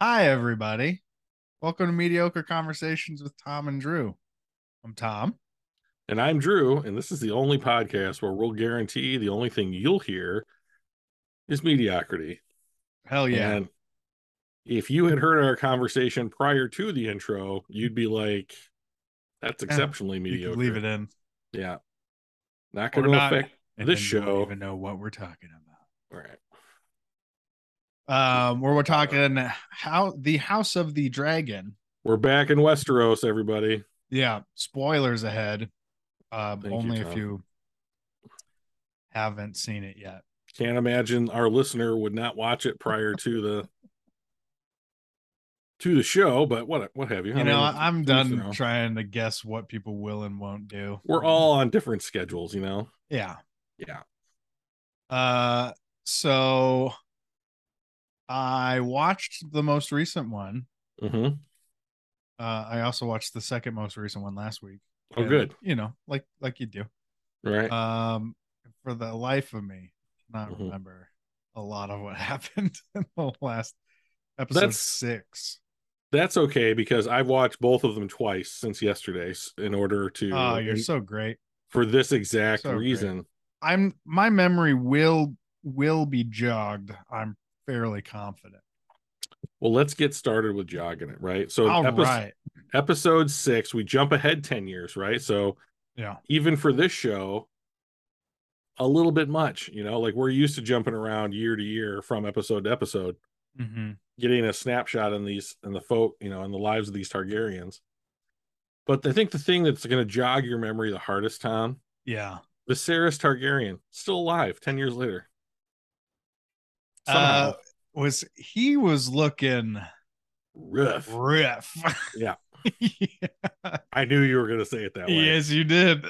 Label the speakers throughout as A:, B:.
A: Hi, everybody. Welcome to Mediocre Conversations with Tom and Drew. I'm Tom.
B: And I'm Drew, and this is the only podcast where we'll guarantee the only thing you'll hear is mediocrity.
A: Hell Oh, yeah.
B: And if you had heard our conversation prior to the intro, you'd be like, that's exceptionally
A: you
B: mediocre.
A: can leave it in.
B: Yeah. Not
A: Or
B: going to
A: not,
B: affect.
A: and
B: This
A: then you won't
B: show-
A: even know what we're talking
B: All right.
A: about. Um,
B: Uh,
A: where we're talking how the House of the Dragon.
B: We're back in Westeros, everybody.
A: Yeah, spoilers ahead. Um,
B: Thank you,
A: only if
B: Tom.
A: you haven't seen it yet.
B: Can't imagine our listener would not watch it prior to the to the show, but what what have you?
A: You know,
B: mean,
A: I'm
B: please
A: done
B: know.
A: trying to guess what people will and won't do.
B: We're all on different schedules, you know.
A: yeah.
B: Yeah.
A: Uh, so I watched the most recent one.
B: Mm-hmm.
A: Uh, I also watched the second most recent one last week.
B: Oh,
A: And,
B: good.
A: You know, like like you do.
B: Right.
A: Um, for the life of me, not
B: Mhm.
A: remember a lot of what happened in the last episode
B: That's-
A: six.
B: That's okay because I've watched both of them twice since yesterday s- in order to
A: Oh, you're so great.
B: for this exact
A: so great.
B: reason.
A: I'm my memory will will be jogged. I'm fairly confident.
B: Well, let's get started with jogging it, right? So
A: All right.
B: epi- episode 6, we jump ahead 10 years, right? So
A: Yeah.
B: even for this show a little bit much, you know, like we're used to jumping around year to year from episode to episode,
A: Mm-hmm.
B: getting a snapshot in these in the folk, you know, in the lives of these Targaryens. But I think the thing that's going to jog your memory the hardest, Tom,
A: Yeah.
B: Viserys Targaryen still alive 10 years later. Somehow.
A: Uh, was he was looking
B: rough.
A: riff.
B: Yeah. I knew you were going to say it that way.
A: Yes, you did.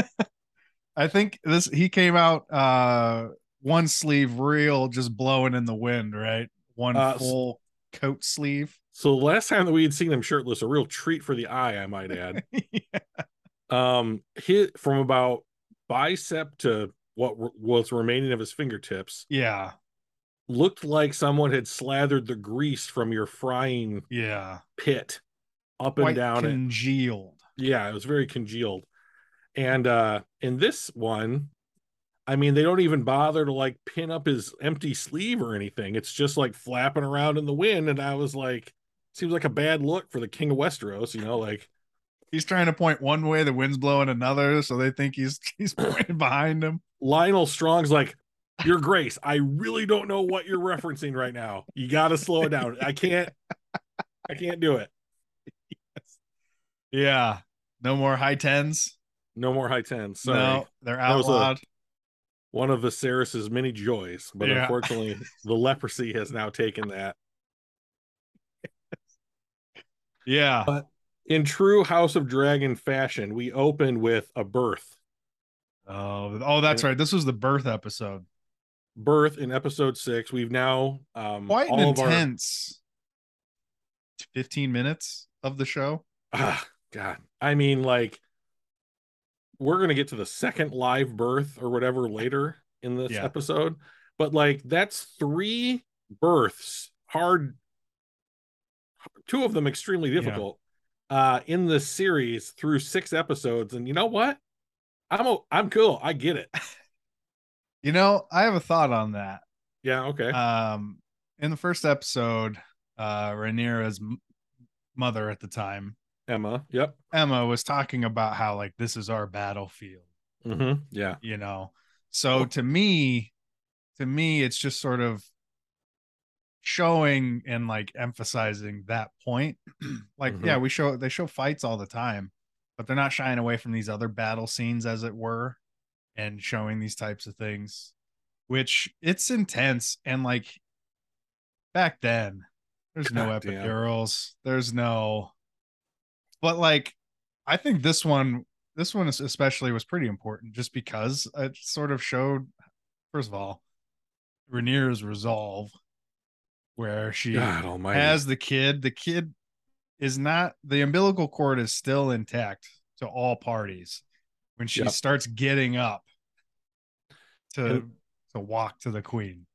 A: I think this he came out uh one sleeve real just blowing in the wind, right? One
B: Uh, s-
A: full coat sleeve.
B: So the last time that we had seen him shirtless, a real treat for the eye, I might add. um, hit from about bicep to what re- was remaining of his fingertips
A: yeah,
B: looked like someone had slathered the grease from your frying
A: yeah.
B: pit up and
A: Quite
B: down it.
A: congealed.
B: Yeah, it was very congealed. And uh in this one, I mean, they don't even bother to like pin up his empty sleeve or anything. It's just like flapping around in the wind. And I was like, seems like a bad look for the King of Westeros, you know, like
A: He's trying to point one way, the wind's blowing another, so they think he's he's pointing behind him.
B: Lionel Strong's like, Your Grace, I really don't know what you're referencing right now. You gotta slow it down. I can't I can't do it.
A: Yeah. No more high tens.
B: No more high tens. Sorry.
A: No, they're
B: That was a-
A: outlawed.
B: One of Viserys's many joys, but
A: Yeah.
B: unfortunately, the leprosy has now taken that.
A: yeah.
B: in true House of Dragon fashion, we open with a birth.
A: Oh, oh, that's
B: Yeah.
A: right. This was the birth episode.
B: Birth in episode six. We've now um
A: Quite an
B: all of our
A: intense 15 minutes of the show.
B: ah, God. I mean, like we're gonna get to the second live birth or whatever later in this
A: Yeah.
B: episode. But like that's three births, hard two of them extremely
A: Yeah.
B: difficult uh in this series through six episodes. And you know what? I'm o- I'm cool. I get it.
A: You know, I have a thought on that.
B: Yeah, okay.
A: Um, in the first episode, uh, Rhaenyra's m- mother at the time,
B: Emma. Yep.
A: Emma, was talking about how, like, this is our battlefield,
B: Mm-hmm. Yeah.
A: you know? So to me, to me, it's just sort of showing and like emphasizing that point. like,
B: Mhm.
A: yeah, we show they show fights all the time, but they're not shying away from these other battle scenes, as it were, and showing these types of things, which it's intense. And like back then, there's no
B: God damn.
A: epidurals, there's no, but like, I think this one, this one is especially was pretty important just because it sort of showed, first of all, Rainier's resolve where she
B: God almighty.
A: has the kid. The kid is not the umbilical cord is still intact to all parties when she
B: Yep.
A: starts getting up to
B: And-
A: to walk to the queen.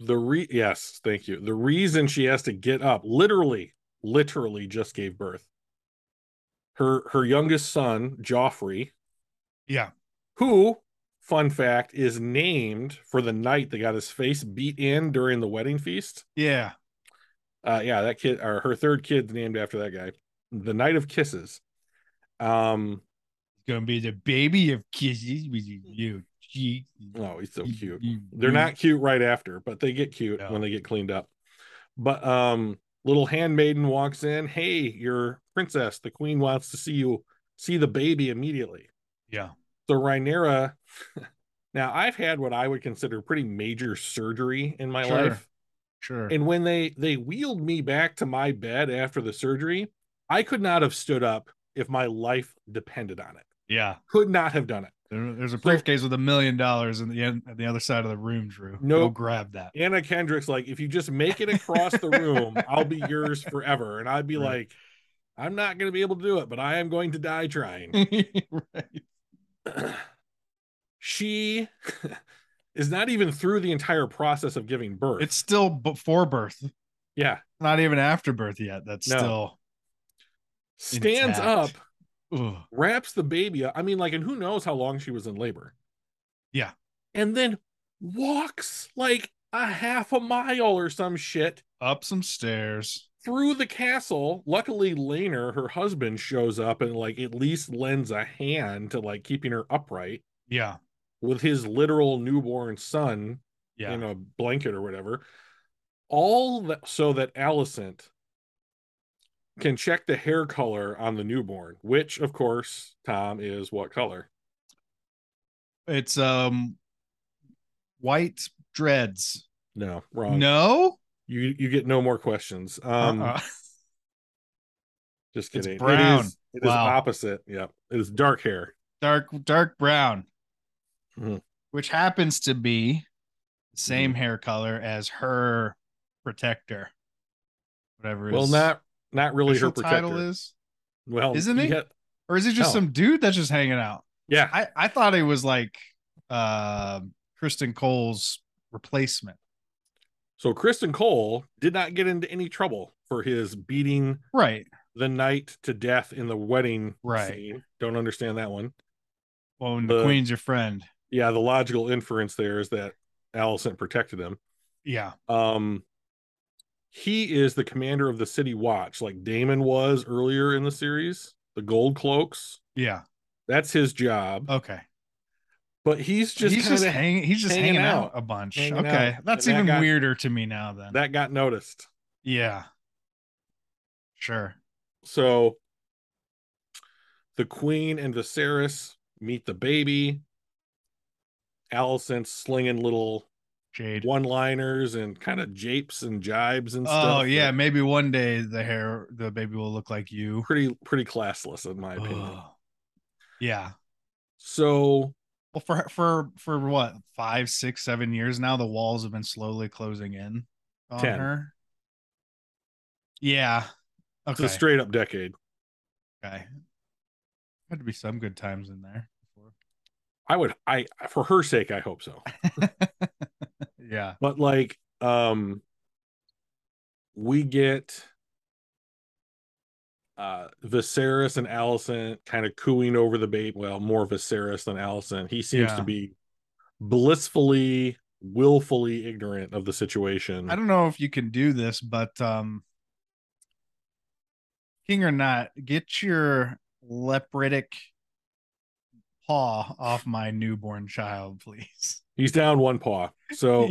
B: the re yes, thank you. The reason she has to get up, literally, literally just gave birth. Her her youngest son, Joffrey,
A: Yeah.
B: who, fun fact, is named for the knight that got his face beat in during the wedding feast.
A: Yeah.
B: Uh, yeah, that kid or her third kid's named after that guy, the Knight of Kisses. Um,
A: Gonna be the baby of kisses with you. Gee.
B: oh, he's so cute. They're
A: Mm-hmm.
B: not cute right after, but they get cute
A: No.
B: when they get cleaned up. But um, little handmaiden walks in. Hey, your princess, the queen wants to see you see the baby immediately.
A: Yeah.
B: So Rhaenyra. Now I've had what I would consider pretty major surgery in my
A: Sure.
B: life.
A: Sure.
B: And when they they wheeled me back to my bed after the surgery, I could not have stood up if my life depended on it.
A: yeah.
B: Could not have done it.
A: There- there's a briefcase with a million dollars in the end at the other side of the room, Drew. Go
B: Nope.
A: grab that.
B: Anna Kendrick's like, if you just make it across the room, I'll be yours forever. And I'd be
A: Right.
B: like, I'm not going to be able to do it, but I am going to die trying.
A: right.
B: she is not even through the entire process of giving birth.
A: It's still before birth,
B: yeah,
A: not even after birth yet. That's
B: No.
A: still
B: stands up,
A: Intact. Ugh.
B: wraps the baby up. I mean, like, and who knows how long she was in labor.
A: Yeah.
B: And then walks like a half a mile or some shit
A: up some stairs.
B: through the castle. Luckily, Laner, her husband, shows up and like at least lends a hand to like keeping her upright
A: Yeah.
B: with his literal newborn son
A: Yeah.
B: in a blanket or whatever. All that so that Alicent can check the hair color on the newborn, which of course, Tom is what color?
A: It's um white dreads.
B: No, wrong.
A: No?
B: You you get no more questions. Um
A: Uh-uh.
B: just
A: It's
B: kidding. It
A: brown.
B: is- It is,
A: Wow.
B: opposite. Yeah. It is dark hair.
A: Dark dark brown.
B: Mhm.
A: Which happens to be
B: Hmm.
A: the same hair color as her protector. Whatever
B: Well,
A: his
B: not not really her
A: official
B: protector.
A: title is.
B: well,
A: Isn't
B: he
A: it?
B: had-
A: Or is it just
B: No.
A: some dude that's just hanging out?
B: yeah.
A: I, I thought it was like um Kristen Cole's replacement.
B: so Kristen Cole did not get into any trouble for his beating
A: Right.
B: the knight to death in the wedding
A: Right.
B: scene. Don't understand that one.
A: Well, when the
B: The-
A: queen's your friend.
B: Yeah, the logical inference there is that Allison protected him.
A: Yeah.
B: Um he is the commander of the city watch, like Damon was earlier in the series, the gold cloaks.
A: Yeah.
B: That's his job.
A: Okay.
B: But he's just
A: he's
B: kind
A: just
B: of
A: hanging. He's just
B: hanging
A: hanging out,
B: out.
A: a bunch.
B: Hanging
A: okay,
B: out.
A: that's
B: And that
A: even
B: got-
A: weirder to me now. Then
B: that got noticed.
A: yeah, sure.
B: So the queen and Viserys meet the baby. Allison slinging little
A: Jade.
B: one liners and kind of japes and jibes and stuff.
A: Oh yeah,
B: They're
A: maybe one day the hair, the baby will look like you.
B: pretty pretty classless in my opinion.
A: Ugh. yeah.
B: So
A: Well, for for for what five, six, seven years now, the walls have been slowly closing in on
B: Ten.
A: her. Yeah.
B: it's
A: Okay.
B: a straight up decade.
A: okay. Had to be some good times in there.
B: I would I for her sake I hope so.
A: Yeah.
B: But like um we get uh Viserys and Allison kind of cooing over the baby. Well, more Viserys than Allison. He seems
A: Yeah.
B: to be blissfully willfully ignorant of the situation.
A: I don't know if you can do this, but um king or not, get your lepritic paw off my newborn child, please.
B: He's down one paw. So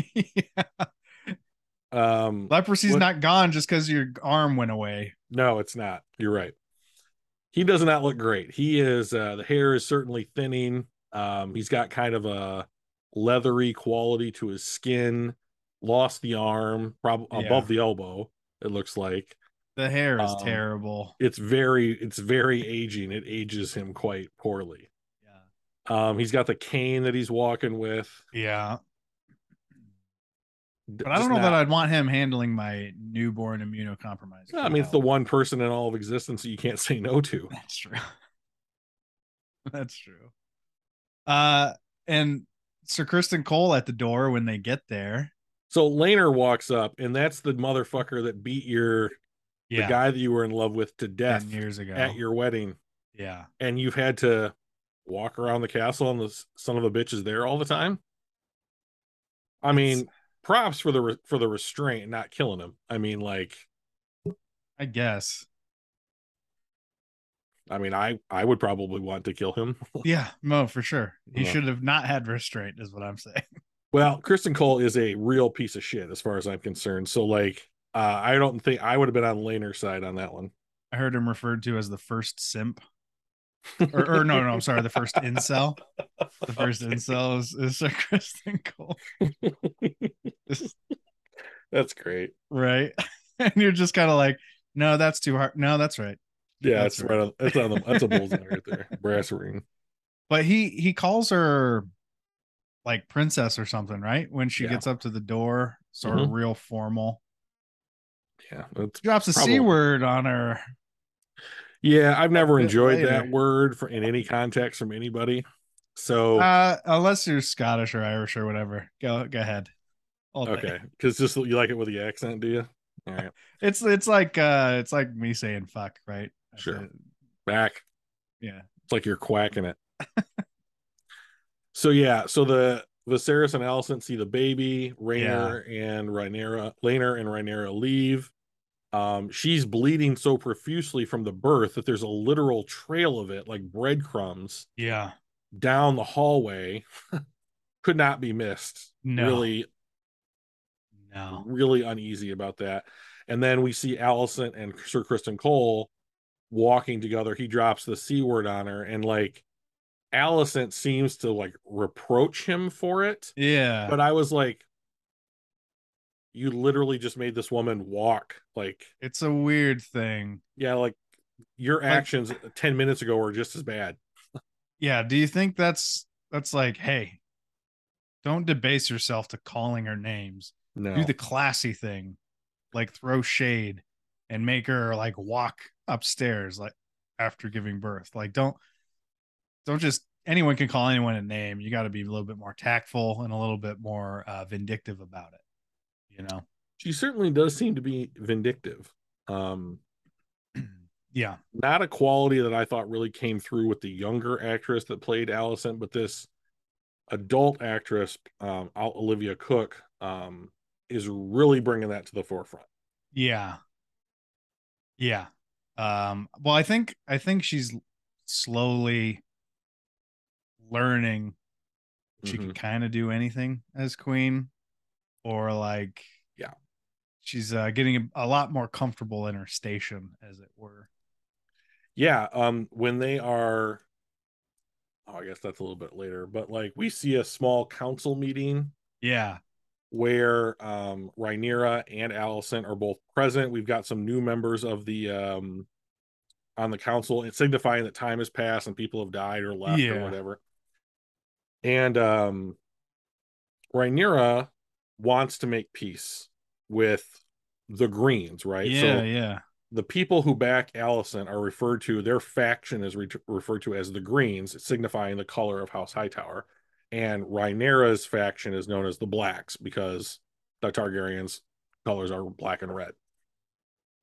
B: um
A: Leprosy's
B: What-
A: not gone just because your arm went away.
B: No, it's not. You're right. He does not look great. He is uh the hair is certainly thinning. Um he's got kind of a leathery quality to his skin. Lost the arm, probably
A: Yeah.
B: above the elbow, it looks like.
A: The hair is
B: Um,
A: terrible.
B: It's very it's very aging. It ages him quite poorly.
A: Yeah.
B: Um he's got the cane that he's walking with.
A: Yeah.
B: D-
A: But I
B: just
A: don't know that
B: not-
A: I'd want him handling my newborn immunocompromised.
B: No, I mean it's the
A: child.
B: one person in all of existence that you can't say no to.
A: That's true. That's true. Uh, and Sir Kristen Cole at the door when they get there.
B: So Laner walks up, and that's the motherfucker that beat your the
A: Yeah,
B: guy that you were in love with to death
A: ten years ago.
B: at your wedding,
A: yeah,
B: and you've had to walk around the castle, and the s- son of a bitch is there all the time. I mean, props for the re- for the restraint, not killing him. I mean, like,
A: I guess.
B: I mean, I I would probably want to kill him.
A: Yeah, no, for sure. He
B: Yeah.
A: should have not had restraint, is what I'm saying.
B: Well, Kristen Cole is a real piece of shit as far as I'm concerned. So like uh, I don't think I would have been on Laner's side on that one.
A: I heard him referred to as the first simp, or, or no, no, I'm sorry, the first incel. The first incel is, is Sir Kristen Cole,
B: That's great.
A: right? And you're just kind of like, no, that's too hard. No, that's right.
B: Yeah,
A: That's
B: that's right. on, that's on the that's a bullseye right there. Brass ring.
A: But he he calls her like princess or something, right? When she
B: Yeah. Mm-hmm.
A: gets up to the door, sort of real formal.
B: Yeah, that's
A: Drops a c
B: Probably.
A: word on her.
B: yeah. I've never
A: bit
B: enjoyed that
A: later.
B: word for in any context from anybody. So
A: Uh, unless you're Scottish or Irish or whatever. Go go ahead. All day.
B: okay, because just you like it with the accent, do you? All right,
A: It's it's like uh it's like me saying fuck, right? That's
B: Sure.
A: it.
B: back.
A: Yeah.
B: It's like you're quacking it. so yeah, so the Viserys and Alicent see the baby. Rainer and Rhaenyra, Laner and Rhaenyra leave. Um, she's bleeding so profusely from the birth that there's a literal trail of it, like breadcrumbs,
A: Yeah.
B: down the hallway. Could not be missed.
A: No.
B: Really,
A: No.
B: really uneasy about that. And then we see Allison and Sir Kristen Cole walking together. He drops the C word on her, and like Allison seems to like reproach him for it.
A: Yeah.
B: But I was like, you literally just made this woman walk. Like,
A: it's a weird thing.
B: yeah, like your
A: Like-
B: actions 10 minutes ago were just as bad.
A: Yeah. Do you think that's that's like, hey, don't debase yourself to calling her names.
B: No.
A: Do the classy thing, like throw shade and make her like walk upstairs like after giving birth. Like don't don't just anyone can call anyone a name. You got to be a little bit more tactful and a little bit more uh, vindictive about it. You know.
B: she certainly does seem to be vindictive. Um,
A: Yeah.
B: not a quality that I thought really came through with the younger actress that played Allison, but this adult actress, um, Al- Olivia Cook, um, is really bringing that to the forefront.
A: Yeah. Yeah. Um well I think I think she's slowly learning she can
B: Mhm.
A: kind of do anything as queen or like
B: Yeah.
A: She's uh, getting a, a lot more comfortable in her station as it were.
B: Yeah. Um, when they are, oh, I guess that's a little bit later, but like we see a small council meeting
A: Yeah.
B: where um, Rhaenyra and Allison are both present. We've got some new members of the um, on the council, it's signifying that time has passed and people have died or left
A: Yeah.
B: or whatever. And um, Rhaenyra wants to make peace with the Greens, right?
A: Yeah, yeah.
B: the people who back Allison are referred to, their faction is re- referred to as the Greens, signifying the color of House Hightower. And Rhaenyra's faction is known as the Blacks because the Targaryens' colors are black and red.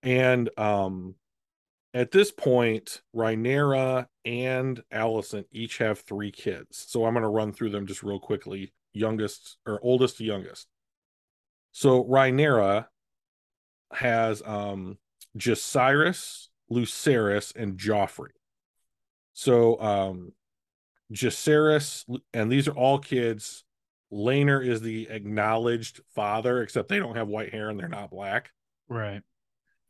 B: And um, at this point, Rhaenyra and Allison each have three kids. So I'm going to run through them just real quickly youngest or oldest to youngest. So Rhaenyra has um, Jacerys, Lucerys, and Joffrey. So um Jacerys, and these are all kids. Laner is the acknowledged father, except they don't have white hair and they're not black.
A: Right.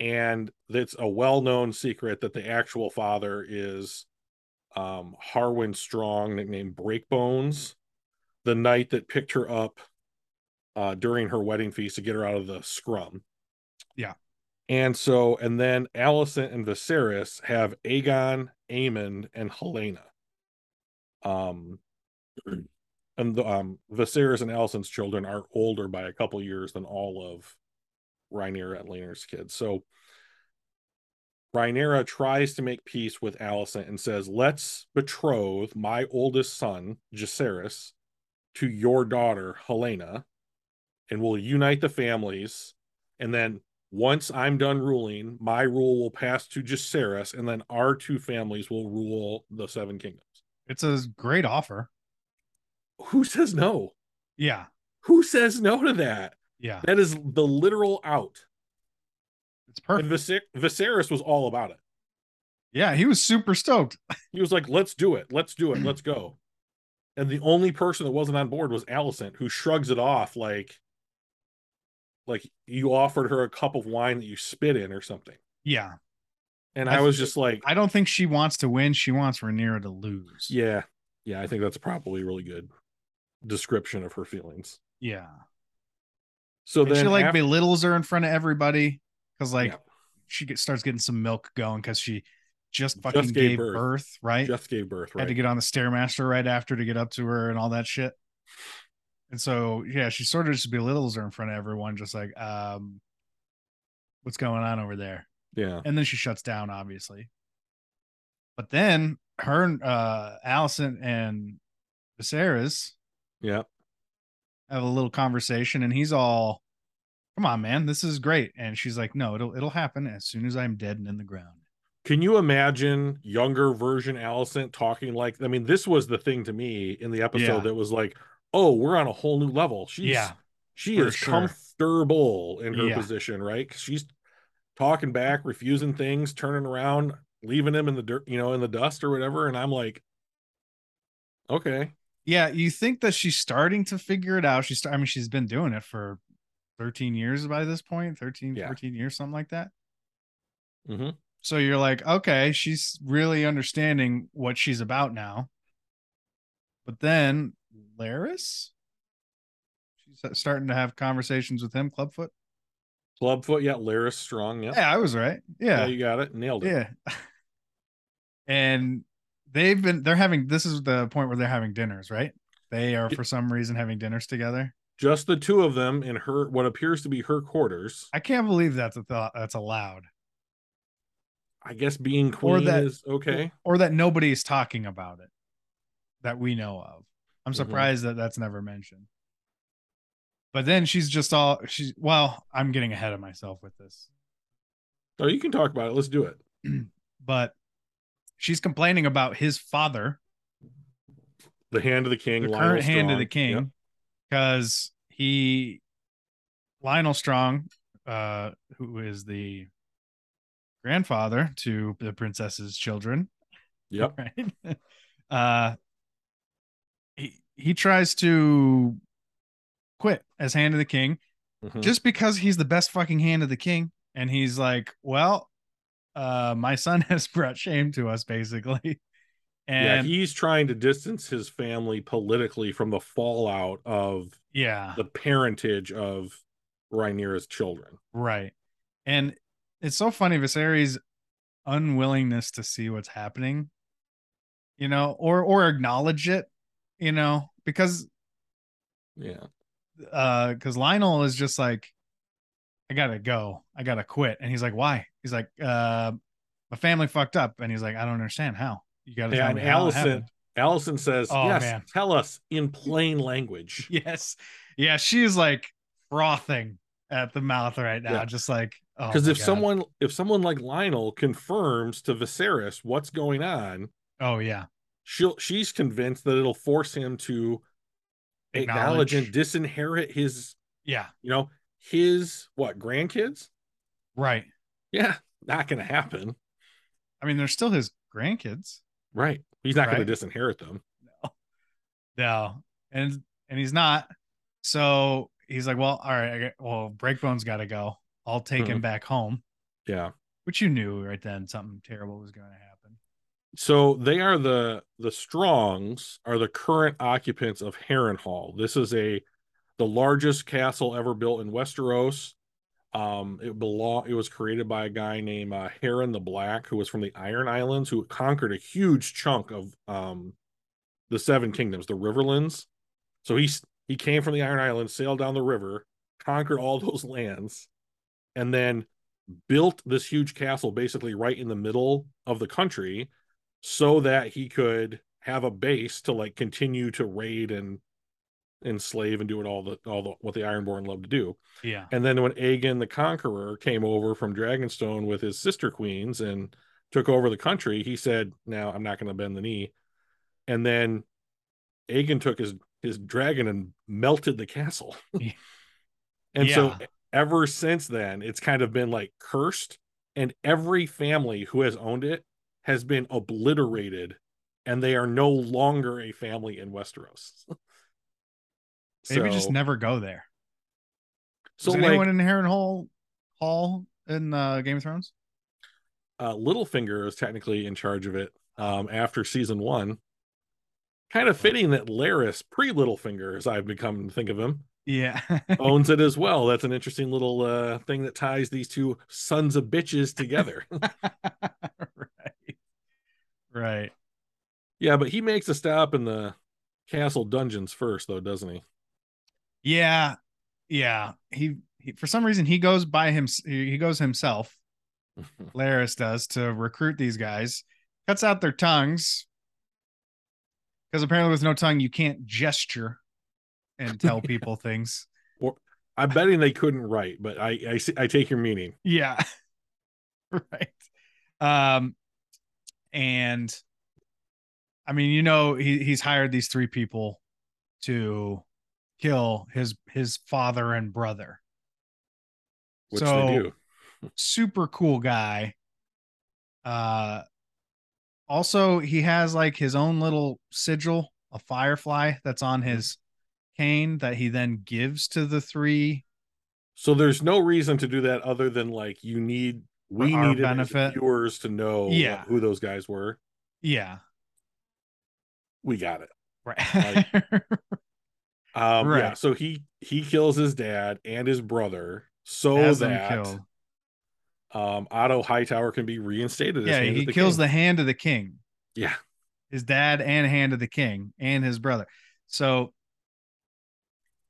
B: And it's a well-known secret that the actual father is um Harwin Strong, nicknamed Breakbones, the knight that picked her up uh during her wedding feast to get her out of the scrum.
A: Yeah.
B: And so, and then Allison and Viserys have Aegon, Aemon, and Helena. Um, and the, um, Viserys and Allison's children are older by a couple years than all of Rhaenyra and Laener's kids. So Rhaenyra tries to make peace with Allison and says, "Let's betroth my oldest son, Jacerys, to your daughter Helena, and we'll unite the families. And then once I'm done ruling, my rule will pass to Jaceres, and then our two families will rule the Seven Kingdoms.
A: It's a great offer.
B: Who says no?
A: Yeah.
B: Who says no to that?
A: Yeah.
B: That is the literal out.
A: It's perfect.
B: And Viser- Viserys was all about it.
A: Yeah. He was super stoked.
B: He was like, let's do it. Let's do it. Let's go. And the only person that wasn't on board was Alicent, who shrugs it off like, like you offered her a cup of wine that you spit in or something.
A: Yeah.
B: And
A: I
B: I, was
A: think-
B: just like,
A: I don't think she wants to win. She wants Rhaenyra to lose.
B: yeah, yeah, I think that's probably a really good description of her feelings.
A: Yeah.
B: So
A: And
B: then
A: she like
B: af-
A: belittles her in front of everybody because like
B: Yeah.
A: she get, starts getting some milk going because she just
B: Just
A: fucking
B: gave
A: gave,
B: birth.
A: birth. right?
B: just gave birth,
A: Had
B: right?
A: to get on the stairmaster right after to get up to her and all that shit. And so yeah, she sort of just belittles her in front of everyone, just like um, what's going on over there?
B: yeah,
A: And then she shuts down, obviously. But then her, and, uh, Allison and Viserys
B: yeah,
A: have a little conversation and he's all come on man this is great and she's like no it'll it'll happen as soon as i'm dead and in the ground
B: Can you imagine younger version Allison talking like? I mean, this was the thing to me in the episode
A: Yeah.
B: that was like, "Oh, we're on a whole new level." She's
A: Yeah,
B: she
A: for
B: is
A: sure.
B: comfortable in her
A: Yeah.
B: position, right? 'Cause She's talking back, refusing things, turning around, leaving him in the dirt, you know, in the dust or whatever. And I'm like, okay,
A: yeah you think that she's starting to figure it out she's i mean she's been doing it for 13 years by this point 13
B: Yeah.
A: 14 years something like that
B: hmm
A: so you're like okay she's really understanding what she's about now but then laris she's uh, starting to have conversations with him clubfoot
B: clubfoot, yeah, Laris strong, yeah.
A: yeah i was right
B: yeah, you got it, nailed it.
A: Yeah. And they've been they're having this is the point where they're having dinners, right? They are for some reason having dinners together.
B: Just the two of them in her what appears to be her quarters.
A: I can't believe that's a thought that's allowed.
B: I guess being queen
A: that-
B: is okay.
A: Or that nobody is talking about it that we know of. I'm
B: Mhm.
A: surprised that that's never mentioned. But then she's just all she's well, I'm getting ahead of myself with this.
B: Oh, you can talk about it. Let's do it.
A: But she's complaining about his father
B: The hand of the king.
A: the
B: Lionel
A: current hand of
B: Strong.
A: the
B: Yep.
A: king because he Lionel Strong, uh, who is the grandfather to the princess's children,
B: Yep.
A: right? uh, he he tries to quit as hand of the king
B: Mhm.
A: just because he's the best fucking hand of the king, and he's like, well, uh, my son has brought shame to us, basically.
B: yeah,
A: And
B: he's trying to distance his family politically from the fallout of
A: yeah,
B: the parentage of Rhaenyra's children.
A: Right. And it's so funny Viserys' unwillingness to see what's happening, you know, or or acknowledge it, you know, because
B: Yeah.
A: uh cuz Lionel is just like I got to go. I got to quit. And he's like, "Why?" He's like, "Uh my family fucked up." And he's like, "I don't understand how." You got to
B: Yeah,
A: tell
B: and
A: me how it happened."
B: Allison Allison says,
A: Oh,
B: Yes,
A: man.
B: tell us in plain language.
A: Yes. Yeah, she's like frothing at the mouth right now,
B: Yeah.
A: just like oh
B: Because
A: my
B: if
A: God.
B: someone if someone like Lionel confirms to Viserys what's going on,
A: Oh yeah.
B: she'll she's convinced that it'll force him to acknowledge and
A: Acknowledge.
B: disinherit his
A: Yeah.
B: you know his what grandkids
A: Right.
B: yeah not gonna happen
A: I mean, they're still his grandkids.
B: right he's not gonna
A: Right.
B: disinherit them
A: No, and and he's not. So he's like, well, all right, I get, well, Breakbone's got to go. I'll take him back home.
B: yeah
A: Which you knew right then something terrible was going to happen.
B: so they are the the strongs are the current occupants of heron hall this is a the largest castle ever built in westeros um it belong it was created by a guy named uh heron the black who was from the iron islands who conquered a huge chunk of um the seven kingdoms the riverlands so he's he came from the iron islands sailed down the river conquered all those lands and then built this huge castle basically right in the middle of the country so that he could have a base to like continue to raid and enslave and doing all the all the what the Ironborn love to do.
A: Yeah.
B: And then when Aegon the Conqueror came over from Dragonstone with his sister queens and took over the country, he said, "Now I'm not going to bend the knee." And then Aegon took his his dragon and melted the castle.
A: Yeah.
B: and so
A: Yeah.
B: ever since then, it's kind of been like cursed, and every family who has owned it has been obliterated, and they are no longer a family in Westeros.
A: Maybe
B: So-
A: just never go there.
B: So
A: Is
B: like,
A: anyone in Heron Hall Hall in uh, Game of Thrones?
B: uh, Littlefinger is technically in charge of it um, after season one. Kind of fitting that Laris, pre Littlefinger, as I've become to think of him,
A: Yeah.
B: owns it as well. That's an interesting little uh, thing that ties these two sons of bitches together.
A: right. Right.
B: yeah, but he makes a stop in the castle dungeons first, though, doesn't he?
A: Yeah, yeah. He, he for some reason he goes by him. He he goes himself. Laris does to recruit these guys. Cuts out their tongues because apparently with no tongue you can't gesture and tell people things.
B: I'm betting they couldn't write, but I I, see- I take your meaning.
A: Yeah, right. Um, and I mean, you know, he he's hired these three people to kill his his father and brother.
B: Which
A: So-
B: they do.
A: super cool guy. Uh also he has like his own little sigil, a firefly that's on his cane that he then gives to the three.
B: So there's no reason to do that other than like you need we
A: our
B: need
A: benefit.
B: viewers to know
A: Yeah.
B: who those guys were.
A: Yeah.
B: We got it.
A: Right.
B: Um, Yeah.
A: Right.
B: So he he kills his dad and his brother so
A: Has them
B: that
A: killed.
B: um, Otto Hightower can be reinstated. as
A: Yeah,
B: Hand of
A: he kills
B: king.
A: the hand of the king.
B: Yeah.
A: His dad and hand of the king and his brother. So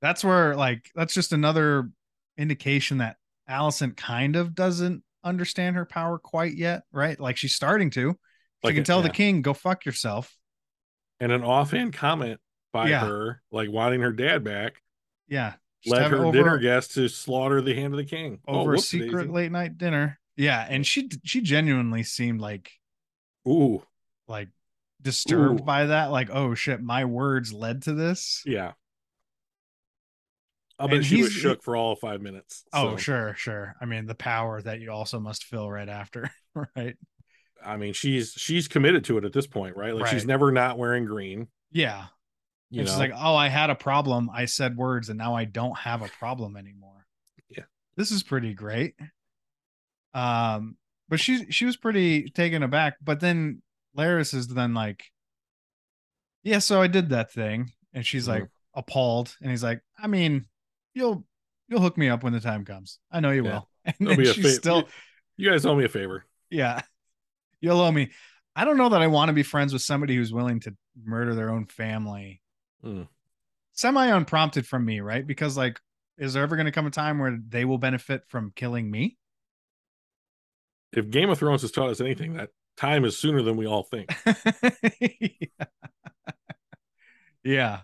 A: that's where like that's just another indication that Allison kind of doesn't understand her power quite yet, right? Like she's starting to.
B: Like
A: she can
B: it-
A: tell the
B: yeah.
A: king, go fuck yourself.
B: and an offhand comment by
A: Yeah.
B: her, like wanting her dad back,
A: Yeah. Just
B: led
A: have
B: her
A: it
B: dinner guest to slaughter the hand of the king
A: over a
B: whoops, Daisy.
A: secret late night dinner. Yeah. And she she genuinely seemed like
B: Ooh,
A: like disturbed
B: Ooh.
A: by that. Like, oh shit, my words led to this.
B: yeah. I bet
A: And
B: she was
A: he's-
B: shook for all of five minutes.
A: Oh,
B: So,
A: sure, sure. I mean, the power that you also must feel right after, right?
B: I mean, she's she's committed to it at this point, right? Like she's
A: Right.
B: never not wearing green.
A: Yeah.
B: You
A: and
B: know?
A: she's like, "Oh, I had a problem. I said words, and now I don't have a problem anymore."
B: Yeah.
A: this is pretty great. Um, but she she was pretty taken aback. But then Laris is then like, "Yeah, so I did that thing," and she's
B: Mm-hmm.
A: like appalled, and he's like, "I mean, you'll you'll hook me up when the time comes. I know you
B: Yeah.
A: will." And
B: It'll
A: then
B: be a
A: she's
B: fa-
A: still,
B: you guys owe me a favor.
A: yeah, you'll owe me. I don't know that I want to be friends with somebody who's willing to murder their own family
B: Mm.
A: semi unprompted from me, right? Because like, is there ever going to come a time where they will benefit from killing me?
B: if Game of Thrones has taught us anything, that time is sooner than we all think.
A: yeah. yeah.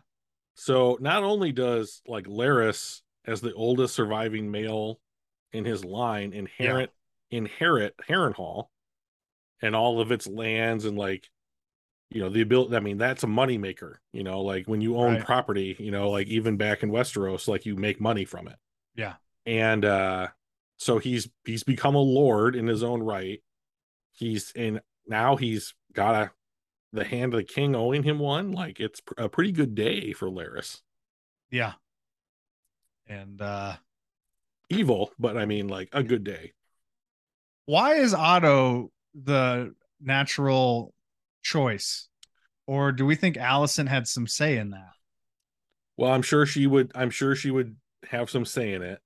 B: So not only does like Laris, as the oldest surviving male in his line, inherit inherit Harrenhal and all of its lands and like you know the ability i mean that's a moneymaker you know like when you own
A: Right.
B: property you know like even back in westeros like you make money from it
A: Yeah.
B: and uh so he's he's become a lord in his own right he's and now he's got a the hand of the king owing him one like it's pr- a pretty good day for laris
A: Yeah. And uh
B: evil but i mean like a good day
A: why is Otto the natural choice? Or do we think Allison had some say in that?
B: well i'm sure she would i'm sure she would have some say in it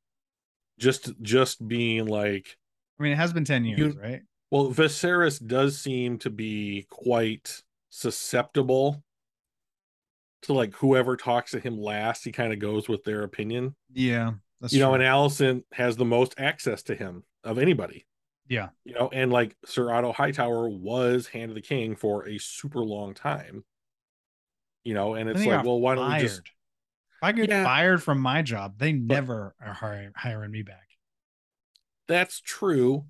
B: just just being like
A: I mean, it has been 10
B: You-
A: years, right?
B: Well, Viserys does seem to be quite susceptible to like whoever talks to him last. He kind of goes with their opinion,
A: Yeah. That's
B: you know.
A: true.
B: And Allison has the most access to him of anybody,
A: yeah.
B: you know. And like Sir Otto Hightower was Hand of the King for a super long time, you know. And
A: Then
B: it's
A: he
B: like,
A: got
B: well, why don't we
A: Fired.
B: just
A: If I get
B: Yeah.
A: fired from my job, they never are hiring, hiring me back.
B: That's true.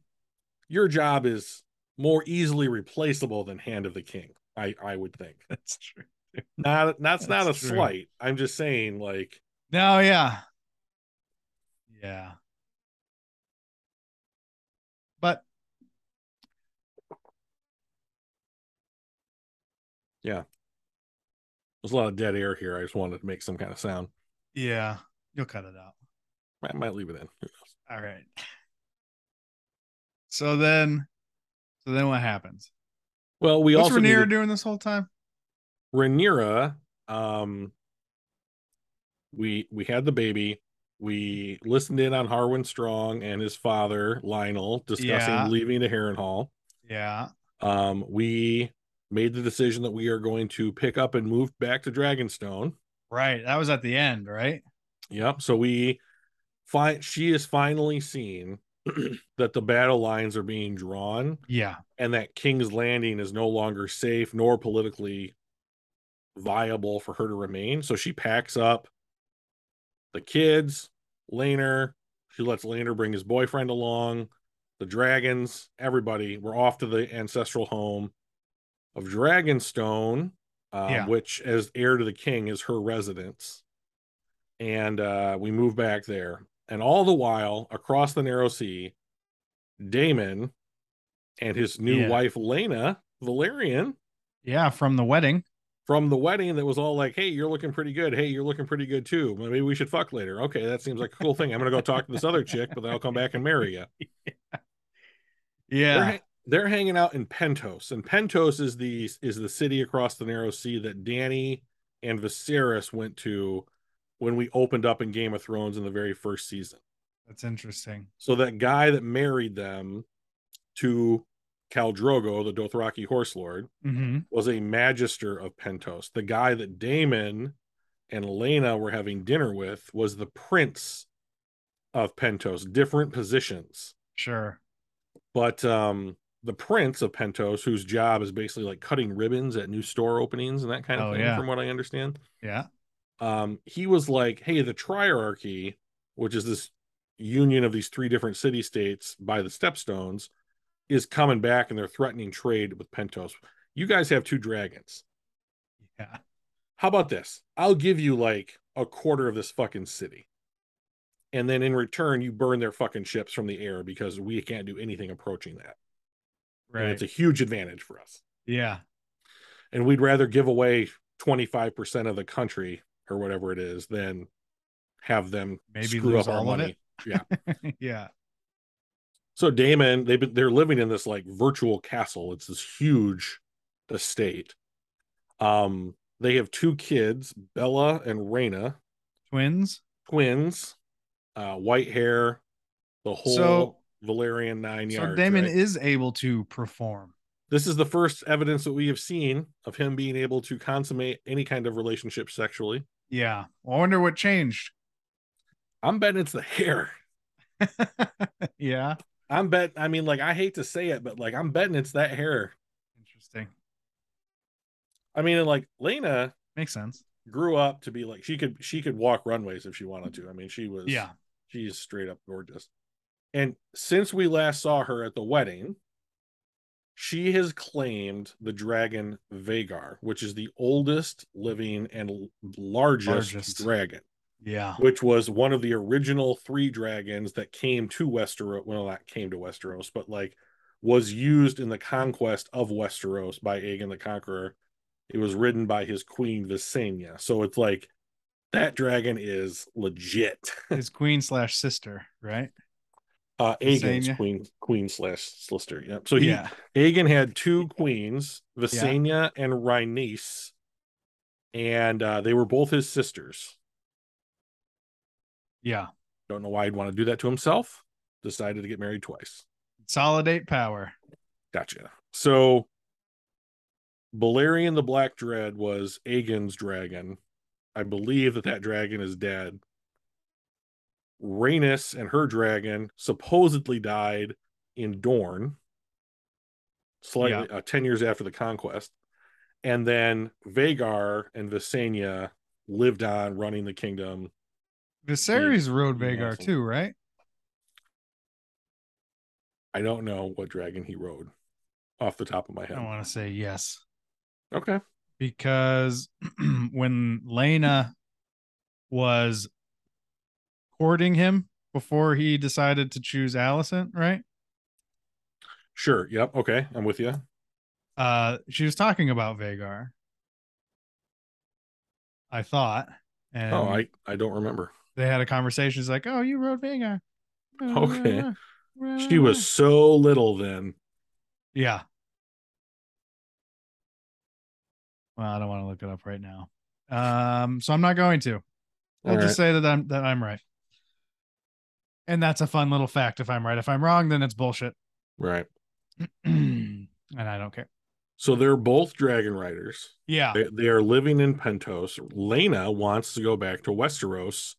B: Your job is more easily replaceable than Hand of the King. I I would think.
A: That's true.
B: Not that's, not a
A: That's true.
B: slight. I'm just saying like
A: No, yeah. Yeah. But
B: there's a lot of dead air here. I just wanted to make some kind of sound.
A: yeah, you'll cut it out.
B: I might leave it in. Who knows?
A: All right. So then so then what happens?
B: Well, we
A: What's
B: also
A: Rhaenyra
B: needed-
A: doing this whole time?
B: Rhaenyra, um, we we had the baby. We listened in on Harwin Strong and his father Lionel discussing
A: Yeah.
B: leaving the Harrenhal.
A: Yeah.
B: Um, we made the decision that we are going to pick up and move back to Dragonstone.
A: Right. That was at the end, right?
B: Yep. So we find she is finally seen that the battle lines are being drawn
A: Yeah.
B: and that King's Landing is no longer safe nor politically viable for her to remain. So she packs up the kids, Laner. She lets Laner bring his boyfriend along, the dragons, everybody. We're off to the ancestral home of Dragonstone, um,
A: Yeah.
B: which, as heir to the king, is her residence. And uh, we move back there. And all the while, across the narrow sea, Damon and his new
A: Yeah.
B: wife, Lena Valerian,
A: Yeah, from the wedding.
B: from the wedding that was all like, "Hey, you're looking pretty good. Hey, you're looking pretty good too. Maybe we should fuck later." Okay, that seems like a cool thing. I'm gonna go talk to this other chick, but then I'll come back and marry you. They're,
A: Yeah.
B: ha- they're hanging out in Pentos, and Pentos is the is the city across the narrow sea that Danny and Viserys went to when we opened up in Game of Thrones in the very first season.
A: That's interesting.
B: So that guy that married them to Cal Drogo, the Dothraki horse lord,
A: Mm-hmm.
B: was a magister of Pentos. The guy that Damon and Elena were having dinner with was the prince of Pentos, different positions.
A: Sure.
B: But um, the prince of Pentos, whose job is basically like cutting ribbons at new store openings and that kind of
A: Oh,
B: thing,
A: yeah.
B: from what I understand,
A: Yeah.
B: um, he was like, hey, the triarchy, which is this union of these three different city states by the stepstones, is coming back and they're threatening trade with Pentos. You guys have two dragons.
A: Yeah.
B: how about this? I'll give you like a quarter of this fucking city. And then in return, you burn their fucking ships from the air because we can't do anything approaching that. And
A: Right.
B: it's a huge advantage for us.
A: Yeah.
B: And we'd rather give away 25% of the country or whatever it is than have them
A: Maybe
B: screw
A: lose
B: up our
A: all of
B: money.
A: yeah.
B: So Damon, they've been they're living in this like virtual castle. It's this huge estate. Um, they have two kids, Bella and Raina.
A: Twins.
B: twins, uh, white hair, the whole
A: So-
B: Valerian nine
A: So
B: yards.
A: Damon
B: right?
A: is able to perform.
B: this is the first evidence that we have seen of him being able to consummate any kind of relationship sexually.
A: Yeah. I wonder what changed.
B: I'm betting it's the hair.
A: yeah.
B: I'm bet. I mean, like, I hate to say it, but like, I'm betting it's that hair.
A: Interesting.
B: I mean, and like, Lena
A: Makes sense.
B: grew up to be like she could she could walk runways if she wanted to. I mean, she was
A: Yeah.
B: she's straight up gorgeous. And since we last saw her at the wedding, she has claimed the dragon Vagar, which is the oldest living and l- largest,
A: Largest.
B: dragon,
A: Yeah.
B: which was one of the original three dragons that came to Westeros. Well, not came to Westeros, but like was used in the conquest of Westeros by Aegon the Conqueror. It was ridden by his queen Visenya. So it's like that dragon is legit.
A: His queen slash sister, right?
B: Uh Aegon's
A: Visenya.
B: queen queen slash Slister. Yep. So he
A: yeah.
B: Aegon had two queens, Visenya and Rhaenys, and uh, they were both his sisters.
A: Yeah.
B: Don't know why he'd want to do that to himself. Decided to get married twice.
A: Consolidate power.
B: Gotcha. So Balerion the Black Dread was Aegon's dragon. I believe that that dragon is dead. Rhaenys and her dragon supposedly died in Dorne, slightly uh, 10 years after the conquest. And then Vagar and Visenya lived on running the kingdom.
A: Viserys rode
B: Yeah,
A: Vagar
B: so-
A: too, right?
B: I don't know what dragon he rode off the top of my head.
A: I want to say yes.
B: Okay.
A: because when Lena was courting him before he decided to choose Allison, right?
B: Sure. Yep. Okay. I'm with you.
A: Uh, she was talking about Vagar. I thought, and
B: oh, I, I don't remember.
A: they had a conversation. She's like, "Oh, you rode Vagar."
B: Okay. She
A: Mm.
B: was so little then.
A: yeah. Well, I don't want to look it up right now, um, so I'm not going to. I'll
B: All
A: just say that I'm that I'm right. And that's a fun little fact. If I'm right, if I'm wrong, then it's bullshit,
B: Right.
A: and I don't care.
B: So they're both dragon riders.
A: Yeah,
B: They, they are living in Pentos. Lena wants to go back to Westeros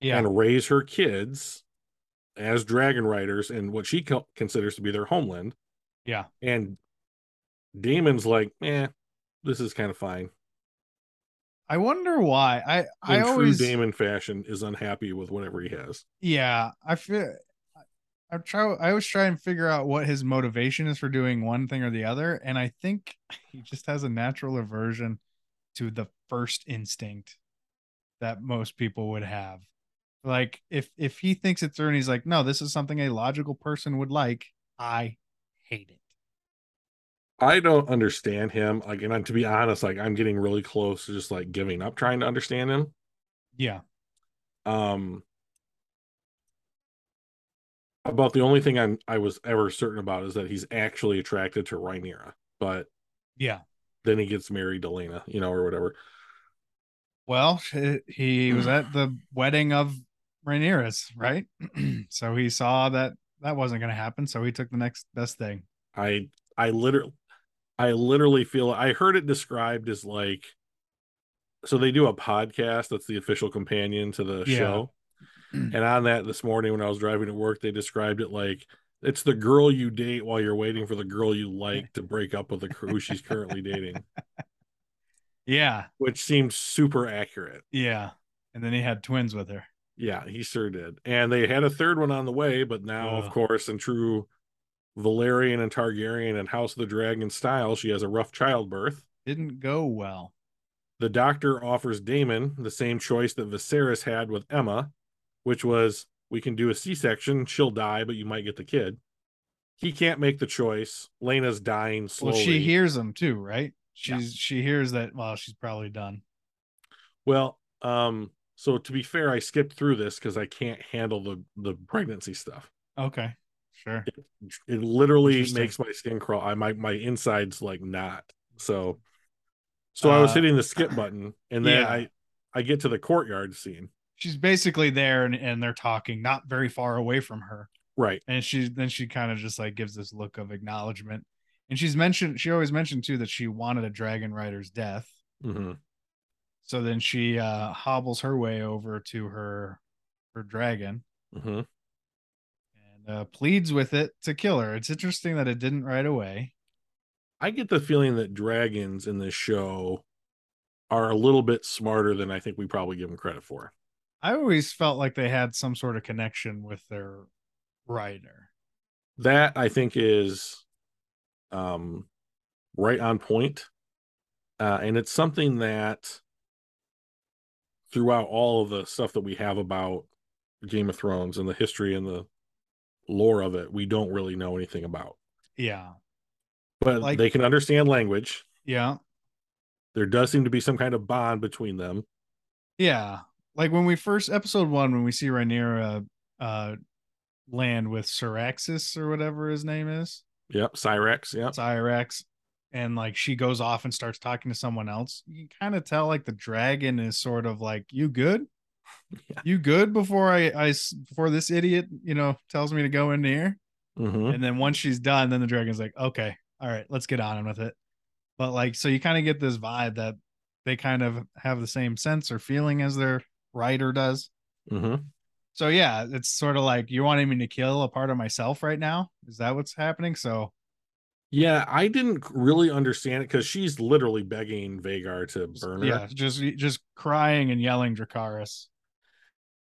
A: yeah,
B: and raise her kids as dragon riders in what she co- considers to be their homeland.
A: Yeah.
B: And Damon's like, eh, this is kind of fine.
A: I wonder why. I
B: In
A: I
B: true
A: always
B: Damon fashion, is unhappy with whatever he has.
A: yeah. I feel I, I try. I always try and figure out what his motivation is for doing one thing or the other, and I think he just has a natural aversion to the first instinct that most people would have. Like if if he thinks it through and he's like, no, this is something a logical person would like, I hate it.
B: I don't understand him. Like, and I- to be honest, like I'm getting really close to just like giving up trying to understand him.
A: Yeah.
B: Um about the only thing I'm I was ever certain about is that he's actually attracted to Rhaenyra, but
A: Yeah.
B: then he gets married to Lena, you know, or whatever.
A: Well, he- he was at the wedding of Rhaenyra's, right? so he saw that that wasn't going to happen, so he took the next best thing.
B: I I literally I literally feel I heard it described as like so they do a podcast that's the official companion to the
A: Yeah.
B: show. And on that this morning when I was driving to work, they described it like it's the girl you date while you're waiting for the girl you like to break up with the who she's currently dating,
A: Yeah.
B: which seemed super accurate.
A: Yeah. And then he had twins with her.
B: Yeah, he sure did. And they had a third one on the way, but now, of
A: Ugh.
B: course, in true Valerian and Targaryen and House of the Dragon style, she has a rough childbirth.
A: Didn't go well.
B: The doctor offers Damon the same choice that Viserys had with Emma, which was we can do a C section, she'll die, but you might get the kid. He can't make the choice. Lena's dying slowly.
A: Well, she hears him too, right?
B: Yeah.
A: She's she hears that. Well, she's probably done.
B: Well, um, so to be fair, I skipped through this because I can't handle the the pregnancy stuff.
A: Okay, sure.
B: it literally
A: Interesting.
B: makes my skin crawl. I my my insides like not. So so I was
A: Uh,
B: hitting the skip button and then
A: yeah.
B: I I get to the courtyard scene.
A: She's basically there, and, and they're talking, not very far away from her.
B: Right.
A: and she then she kind of just like gives this look of acknowledgement and she's mentioned she always mentioned too that she wanted a dragon rider's death Mm-hmm.
B: hmm
A: so then she uh hobbles her way over to her her dragon Mm-hmm.
B: hmm
A: and uh pleads with it to kill her it's interesting that it didn't right away
B: I get the feeling that dragons in this show are a little bit smarter than I think we probably give them credit for.
A: i always felt like they had some sort of connection with their rider
B: That I think is um right on point. Uh, and it's something that throughout all of the stuff that we have about Game of Thrones and the history and the lore of it, we don't really know anything about.
A: yeah
B: But
A: Like-
B: they can understand language.
A: yeah
B: There does seem to be some kind of bond between them.
A: yeah like when we first episode one when we see Rhaenyra uh land with Syraxis or whatever his name is
B: Yep, Cyrex. Yep.
A: it's IRX and like she goes off and starts talking to someone else, you kind of tell like the dragon is sort of like, "You good?
B: Yeah.
A: You good?" Before I, I s- before this idiot, you know, tells me to go in here,
B: hmm
A: and then once she's done, then the dragon's like, "Okay, all right, let's get on with it." But like, so you kind of get this vibe that they kind of have the same sense or feeling as their rider does.
B: hmm
A: So yeah, it's sort of like you wanting me to kill a part of myself right now. Is that what's happening? So
B: Yeah, I didn't really understand it because she's literally begging Vagar to burn her.
A: Yeah, just just crying and yelling Dracaris.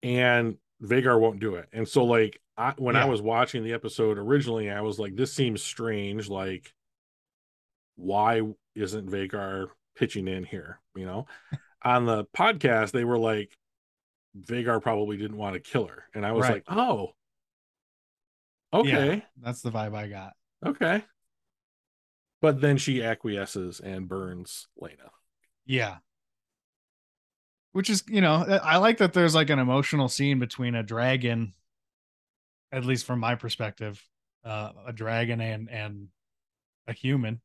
B: and Vagar won't do it. And so, like, I, when I
A: Yeah.
B: was watching the episode originally, I was like, this seems strange. Like, why isn't Vagar pitching in here? You know, on the podcast, they were like, Vagar probably didn't want to kill her. And I was
A: Right.
B: like, oh, okay,
A: That's the vibe I got.
B: okay. But then she acquiesces and burns Lena.
A: Yeah. Which is, you know, I I like that there's like an emotional scene between a dragon, at least from my perspective, uh, a dragon and and a human,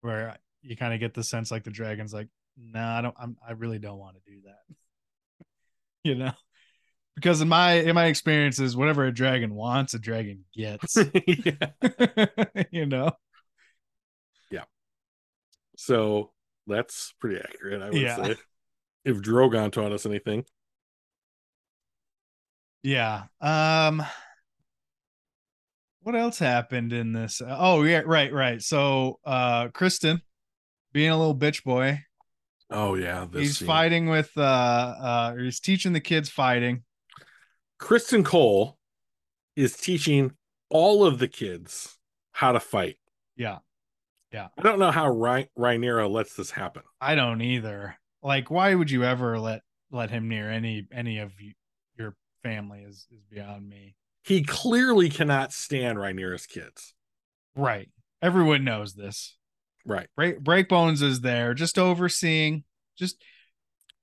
A: where you kind of get the sense like the dragon's like, no, nah, I don't, I'm, I really don't want to do that, you know, because in my in my experiences, whatever a dragon wants, a dragon gets,
B: yeah.
A: you know.
B: So that's pretty accurate, I would
A: Yeah.
B: say. If Drogon taught us anything.
A: Yeah. Um what else happened in this? Oh, yeah, right, right. So uh Kristen being a little bitch boy.
B: Oh yeah, this
A: he's
B: scene.
A: fighting with uh uh or he's teaching the kids fighting.
B: Kristen Cole is teaching all of the kids how to fight.
A: Yeah. Yeah.
B: I don't know how Rhi- Rhaenyra lets this happen.
A: I don't either. Like, why would you ever let let him near any any of you, your family is is beyond me.
B: He clearly cannot stand Rhaenyra's kids.
A: Right. Everyone knows this.
B: Right.
A: Break Breakbones is there, just overseeing, just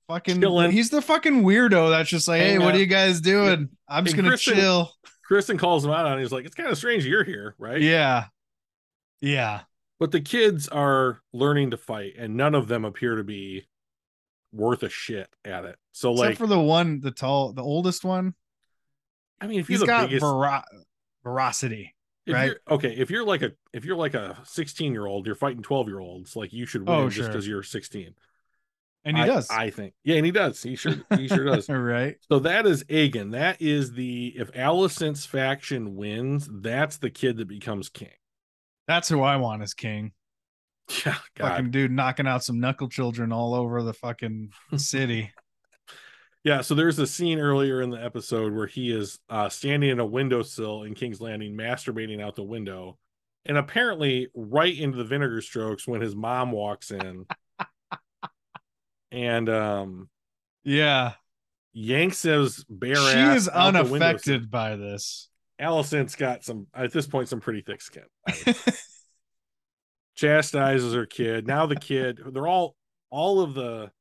A: fucking.
B: Chilling.
A: He's the fucking weirdo that's just like, hey,
B: Hang
A: what
B: out.
A: are you guys doing? I'm just
B: And
A: gonna
B: Kristen-
A: chill.
B: Kristen calls him out on it. He's like, it's kind of strange you're here, right?
A: Yeah, yeah,
B: But the kids are learning to fight, and none of them appear to be worth a shit at it. So
A: except
B: like
A: for the one, the tall, the oldest one.
B: I mean if you're
A: He's
B: the
A: got
B: biggest
A: vero- veracity.
B: if
A: right?
B: you're okay if you're like a if you're like a 16 year old you're fighting 12 year olds like you should win
A: Oh,
B: just
A: sure.
B: because you're 16
A: and he
B: I-
A: does.
B: i think yeah and he does he sure he sure does
A: right.
B: so that is aegon that is the if alicent's faction wins that's the kid that becomes king
A: That's who I want as king.
B: yeah god
A: Fucking dude knocking out some knuckle children all over the fucking city.
B: yeah so there's a scene earlier in the episode where he is uh standing in a windowsill in king's landing masturbating out the window and apparently right into the vinegar strokes when his mom walks in and um
A: yeah,
B: yanks his bare
A: she
B: ass
A: is
B: out the window.
A: unaffected by this.
B: Allison's got some at this point some pretty thick skin. I would say. Chastises her kid. Now the kid, they're all all of the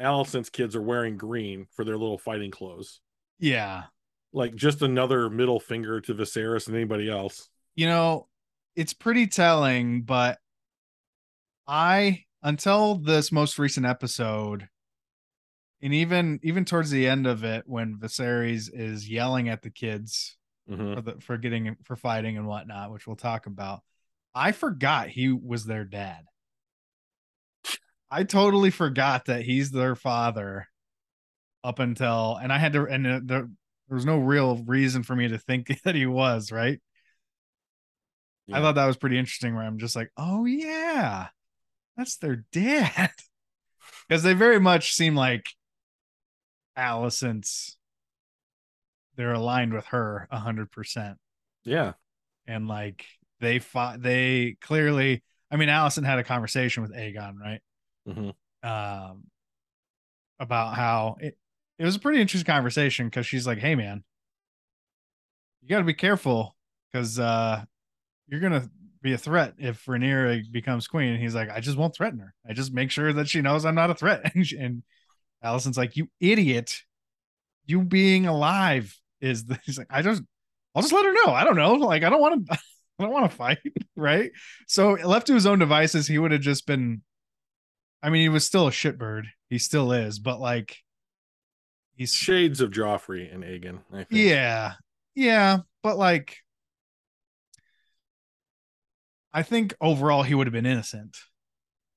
B: Allison's kids are wearing green for their little fighting clothes.
A: Yeah.
B: Like just another middle finger to Viserys and anybody else.
A: you know, it's pretty telling, but I until this most recent episode, and even even towards the end of it, when Viserys is yelling at the kids
B: Mhm.
A: for the for getting for fighting and whatnot, which we'll talk about, I forgot he was their dad. I totally forgot that he's their father up until and I had to and uh, there, there was no real reason for me to think that he was, right? I
B: Yeah.
A: thought that was pretty interesting where I'm just like, oh yeah, that's their dad. Because they very much seem like Allison's they're aligned with her a hundred percent.
B: Yeah.
A: And like they fought they clearly I mean Allison had a conversation with Aegon, right?
B: Mhm.
A: Um about how it, it was a pretty interesting conversation because she's like, Hey man, you gotta be careful because uh you're gonna be a threat if Rhaenyra becomes queen. And he's like, I just won't threaten her. I just make sure that she knows I'm not a threat. And, she, and Allison's like, you idiot. You being alive is the, he's like, I just, I'll just let her know. I don't know. Like, I don't want to, I don't want to fight. Right. So left to his own devices, he would have just been, I mean, he was still a shitbird. He still is, but like he's
B: Shades of Joffrey and Aegon, I think.
A: yeah. Yeah. But like, I think overall he would have been innocent,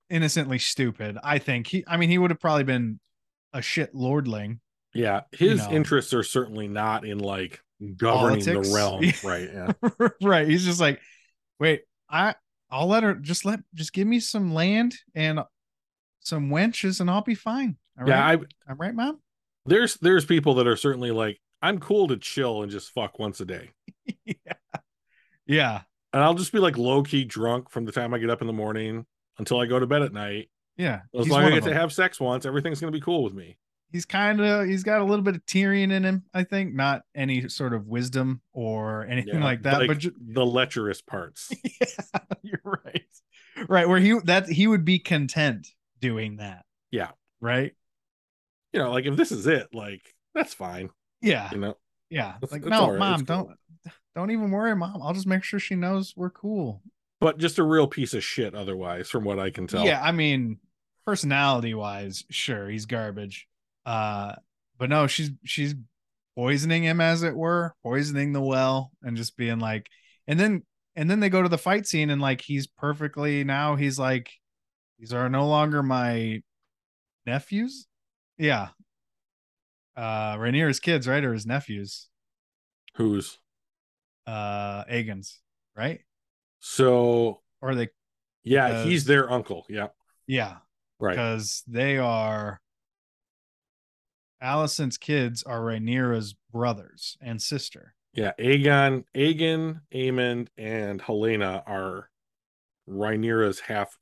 A: innocently stupid. I think he, I mean, he would have probably been a shit lordling.
B: Yeah. His
A: know.
B: interests are certainly not in like governing
A: Politics?
B: the realm. right. Yeah.
A: right. He's just like, wait, I, I'll let her just let just give me some land and some wenches and I'll be fine. All
B: yeah,
A: right?
B: I
A: I'm right, mom.
B: there's there's people that are certainly like I'm cool to chill and just fuck once a day.
A: Yeah.
B: And I'll just be like low key drunk from the time I get up in the morning until I go to bed at night.
A: Yeah.
B: As
A: he's
B: long
A: one
B: as I
A: of
B: get to
A: them.
B: have sex once, everything's gonna be cool with me.
A: he's kind of he's got a little bit of Tyrion in him, I think. Not any sort of wisdom or anything
B: Yeah,
A: like that, but ju-
B: the lecherous parts.
A: you're right. Right, where he that he would be content doing that.
B: Yeah.
A: Right?
B: you know, like if this is it, like that's fine.
A: Yeah.
B: You know,
A: Yeah.
B: It's-
A: like
B: it's
A: no,
B: all right,
A: mom,
B: it's cool.
A: don't don't even worry, mom. I'll just make sure she knows we're cool.
B: but just a real piece of shit otherwise, from what I can tell.
A: Yeah, I mean, personality wise, sure, he's garbage. Uh, but no, she's she's poisoning him as it were, poisoning the well, and just being like, and then and then they go to the fight scene and like he's perfectly now he's like, these are no longer my nephews. Yeah. Uh Rainier's kids, right? Or his nephews,
B: Who's
A: uh Aegon's, right?
B: so
A: Or they
B: yeah,
A: Because-
B: he's their uncle. Yeah.
A: yeah.
B: Right.
A: because they are Allison's kids are Rhaenyra's brothers and sister.
B: Yeah. Aegon, Aegon, Aemond, and Helena are Rhaenyra's half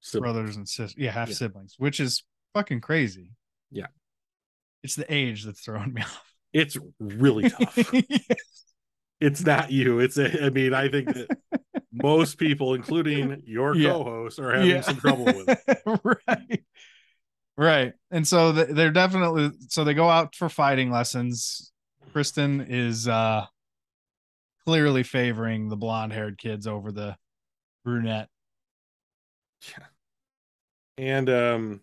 B: siblings.
A: Brothers and sister, yeah, half
B: Yeah.
A: siblings, which is fucking crazy.
B: Yeah.
A: it's the age that's throwing me off.
B: It's really tough. it's not you. It's a, I mean, I think that most people, including your
A: Yeah.
B: co-host, are having some trouble with it.
A: right, right. And so th- they're definitely so they go out for fighting lessons. Kristen is uh clearly favoring the blonde-haired kids over the brunette.
B: And um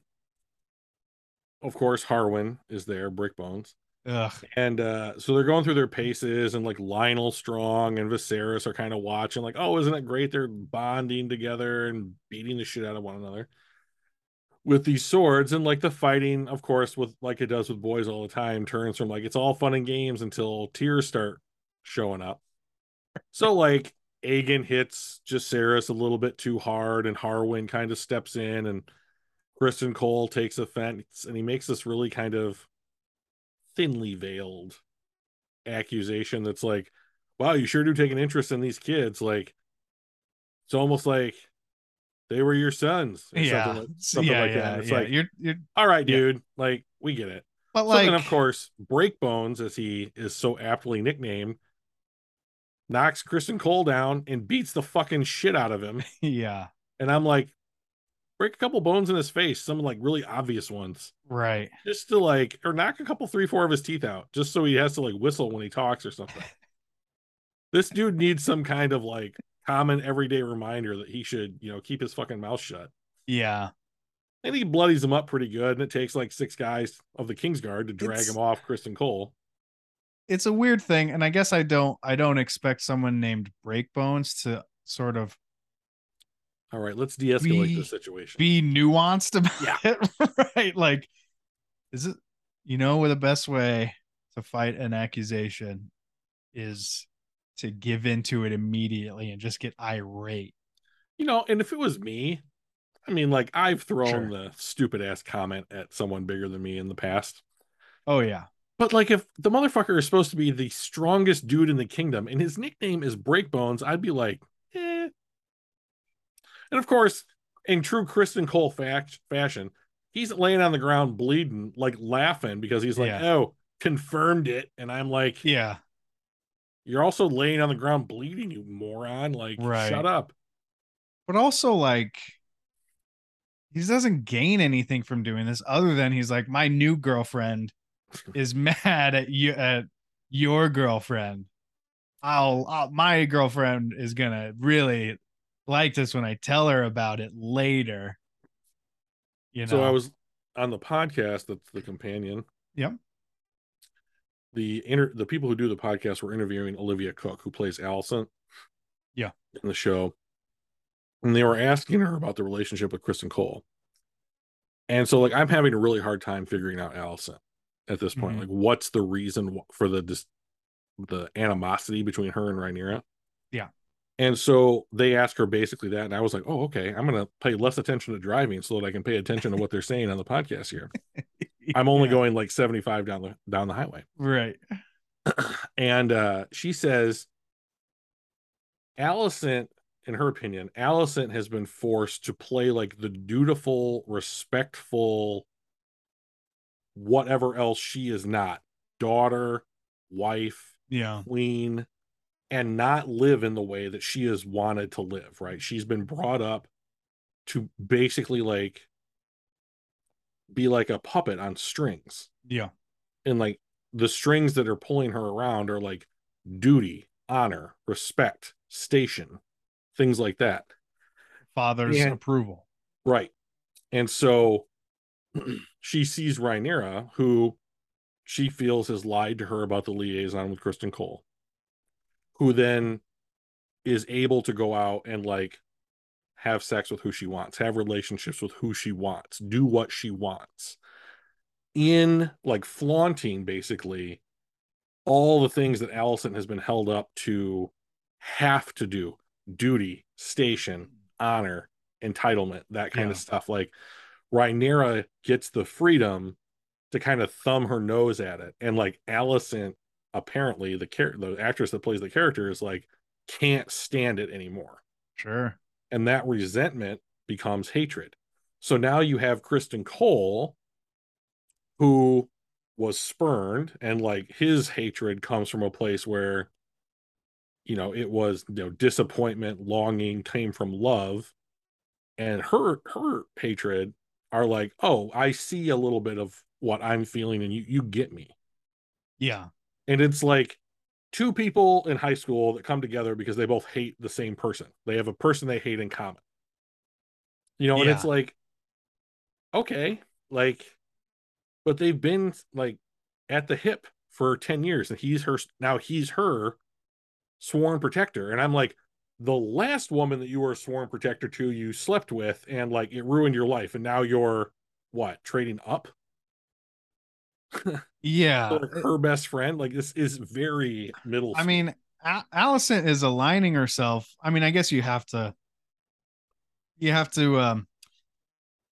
B: of course Harwin is there, Brickbones.
A: Ugh.
B: And uh, so they're going through their paces, and like Lionel Strong and Viserys are kind of watching, like, oh, isn't it great? They're bonding together and beating the shit out of one another with these swords. And like the fighting, of course, with like it does with boys all the time, turns from like it's all fun and games until tears start showing up. So like Aegon hits Jacerys a little bit too hard, and Harwin kind of steps in, and Kristen Cole takes offense, and he makes this really kind of thinly veiled accusation that's like, wow, you sure do take an interest in these kids. Like, it's almost like they were your sons. or
A: yeah,
B: Something like,
A: S-
B: something
A: yeah,
B: like
A: yeah,
B: that. And it's
A: yeah.
B: like,
A: you're, you're,
B: all right,
A: Yeah.
B: dude. Like, we get it.
A: but
B: So
A: like,
B: then, of course, Breakbones, as he is so aptly nicknamed, knocks Kristen Cole down and beats the fucking shit out of him.
A: yeah,
B: And I'm like, break a couple bones in his face, some like really obvious ones
A: right.
B: just to like or knock a couple three four of his teeth out just so he has to like whistle when he talks or something this dude needs some kind of like common everyday reminder that he should you know keep his fucking mouth shut
A: Yeah,
B: and he bloodies him up pretty good and it takes like six guys of the king's guard to drag
A: It's-
B: him off kristen cole
A: it's a weird thing, and I guess I don't, I don't expect someone named Breakbones to sort of
B: all right let's de-escalate
A: Be-
B: this situation
A: be nuanced about it, right? Like, is it, you know, the best way to fight an accusation is to give into it immediately and just get irate.
B: you know and if it was me i mean like i've thrown
A: Sure.
B: the stupid ass comment at someone bigger than me in the past
A: Oh yeah,
B: But like, if the motherfucker is supposed to be the strongest dude in the kingdom, and his nickname is Breakbones, I'd be like, eh. And of course, in true Kristen Cole fact fashion, he's laying on the ground bleeding, like laughing because he's like,
A: Yeah.
B: oh, confirmed it. And I'm like,
A: yeah,
B: you're also laying on the ground bleeding, you moron. Like,
A: Right.
B: shut up.
A: but also like he doesn't gain anything from doing this other than he's like my new girlfriend is mad at you at your girlfriend i'll, I'll my girlfriend is gonna really like this when i tell her about it later you know
B: So I was on the podcast that's the companion.
A: Yep.
B: The inter- the people who do the podcast were interviewing Olivia Cook, who plays Allison.
A: Yeah.
B: In the show. And they were asking her about the relationship with Kristen Cole. And so like I'm having a really hard time figuring out Allison at this point.
A: Mhm.
B: Like what's the reason wh- for the dis- the animosity between her and Rhaenyra?
A: Yeah.
B: And so they asked her basically that, and I was like, "Oh, okay. I'm going to pay less attention to driving so that I can pay attention to what they're saying on the podcast here. I'm only
A: Yeah.
B: going like 75 down the down the highway."
A: right.
B: and uh, she says, Allison, in her opinion, Allison has been forced to play like the dutiful, respectful, whatever else she is not daughter, wife,
A: Yeah.
B: queen, and not live in the way that she has wanted to live, right? She's been brought up to basically like be like a puppet on strings
A: Yeah.
B: and like the strings that are pulling her around are like duty, honor, respect, station, things like that.
A: Father's
B: Yeah.
A: approval.
B: Right. And so she sees Rhaenyra, who she feels has lied to her about the liaison with Kristen Cole, who then is able to go out and like have sex with who she wants, have relationships with who she wants, do what she wants, in like flaunting basically all the things that Allison has been held up to have to do duty, station, honor, entitlement, that kind of
A: Yeah.
B: stuff. Like Rhaenyra gets the freedom to kind of thumb her nose at it. And like Allison, apparently the char- the actress that plays the character is like can't stand it anymore.
A: Sure.
B: And that resentment becomes hatred. So now you have Kristen Cole, who was spurned, and like his hatred comes from a place where, you know, it was you know disappointment, longing came from love, and her her hatred are like, oh, I see a little bit of what I'm feeling, and you you get me,
A: Yeah.
B: and it's like two people in high school that come together because they both hate the same person. They have a person they hate in common. You know, and it's
A: Yeah.
B: like, okay, like, but they've been like at the hip for 10 years and he's her, now he's her sworn protector. And I'm like, the last woman that you were a sworn protector to, you slept with and like it ruined your life. And now you're what, trading up?
A: Yeah.
B: Like, her best friend? Like, this is very middle.
A: Uh, I
B: school.
A: mean, A- Allison is aligning herself. I mean, I guess you have to you have to um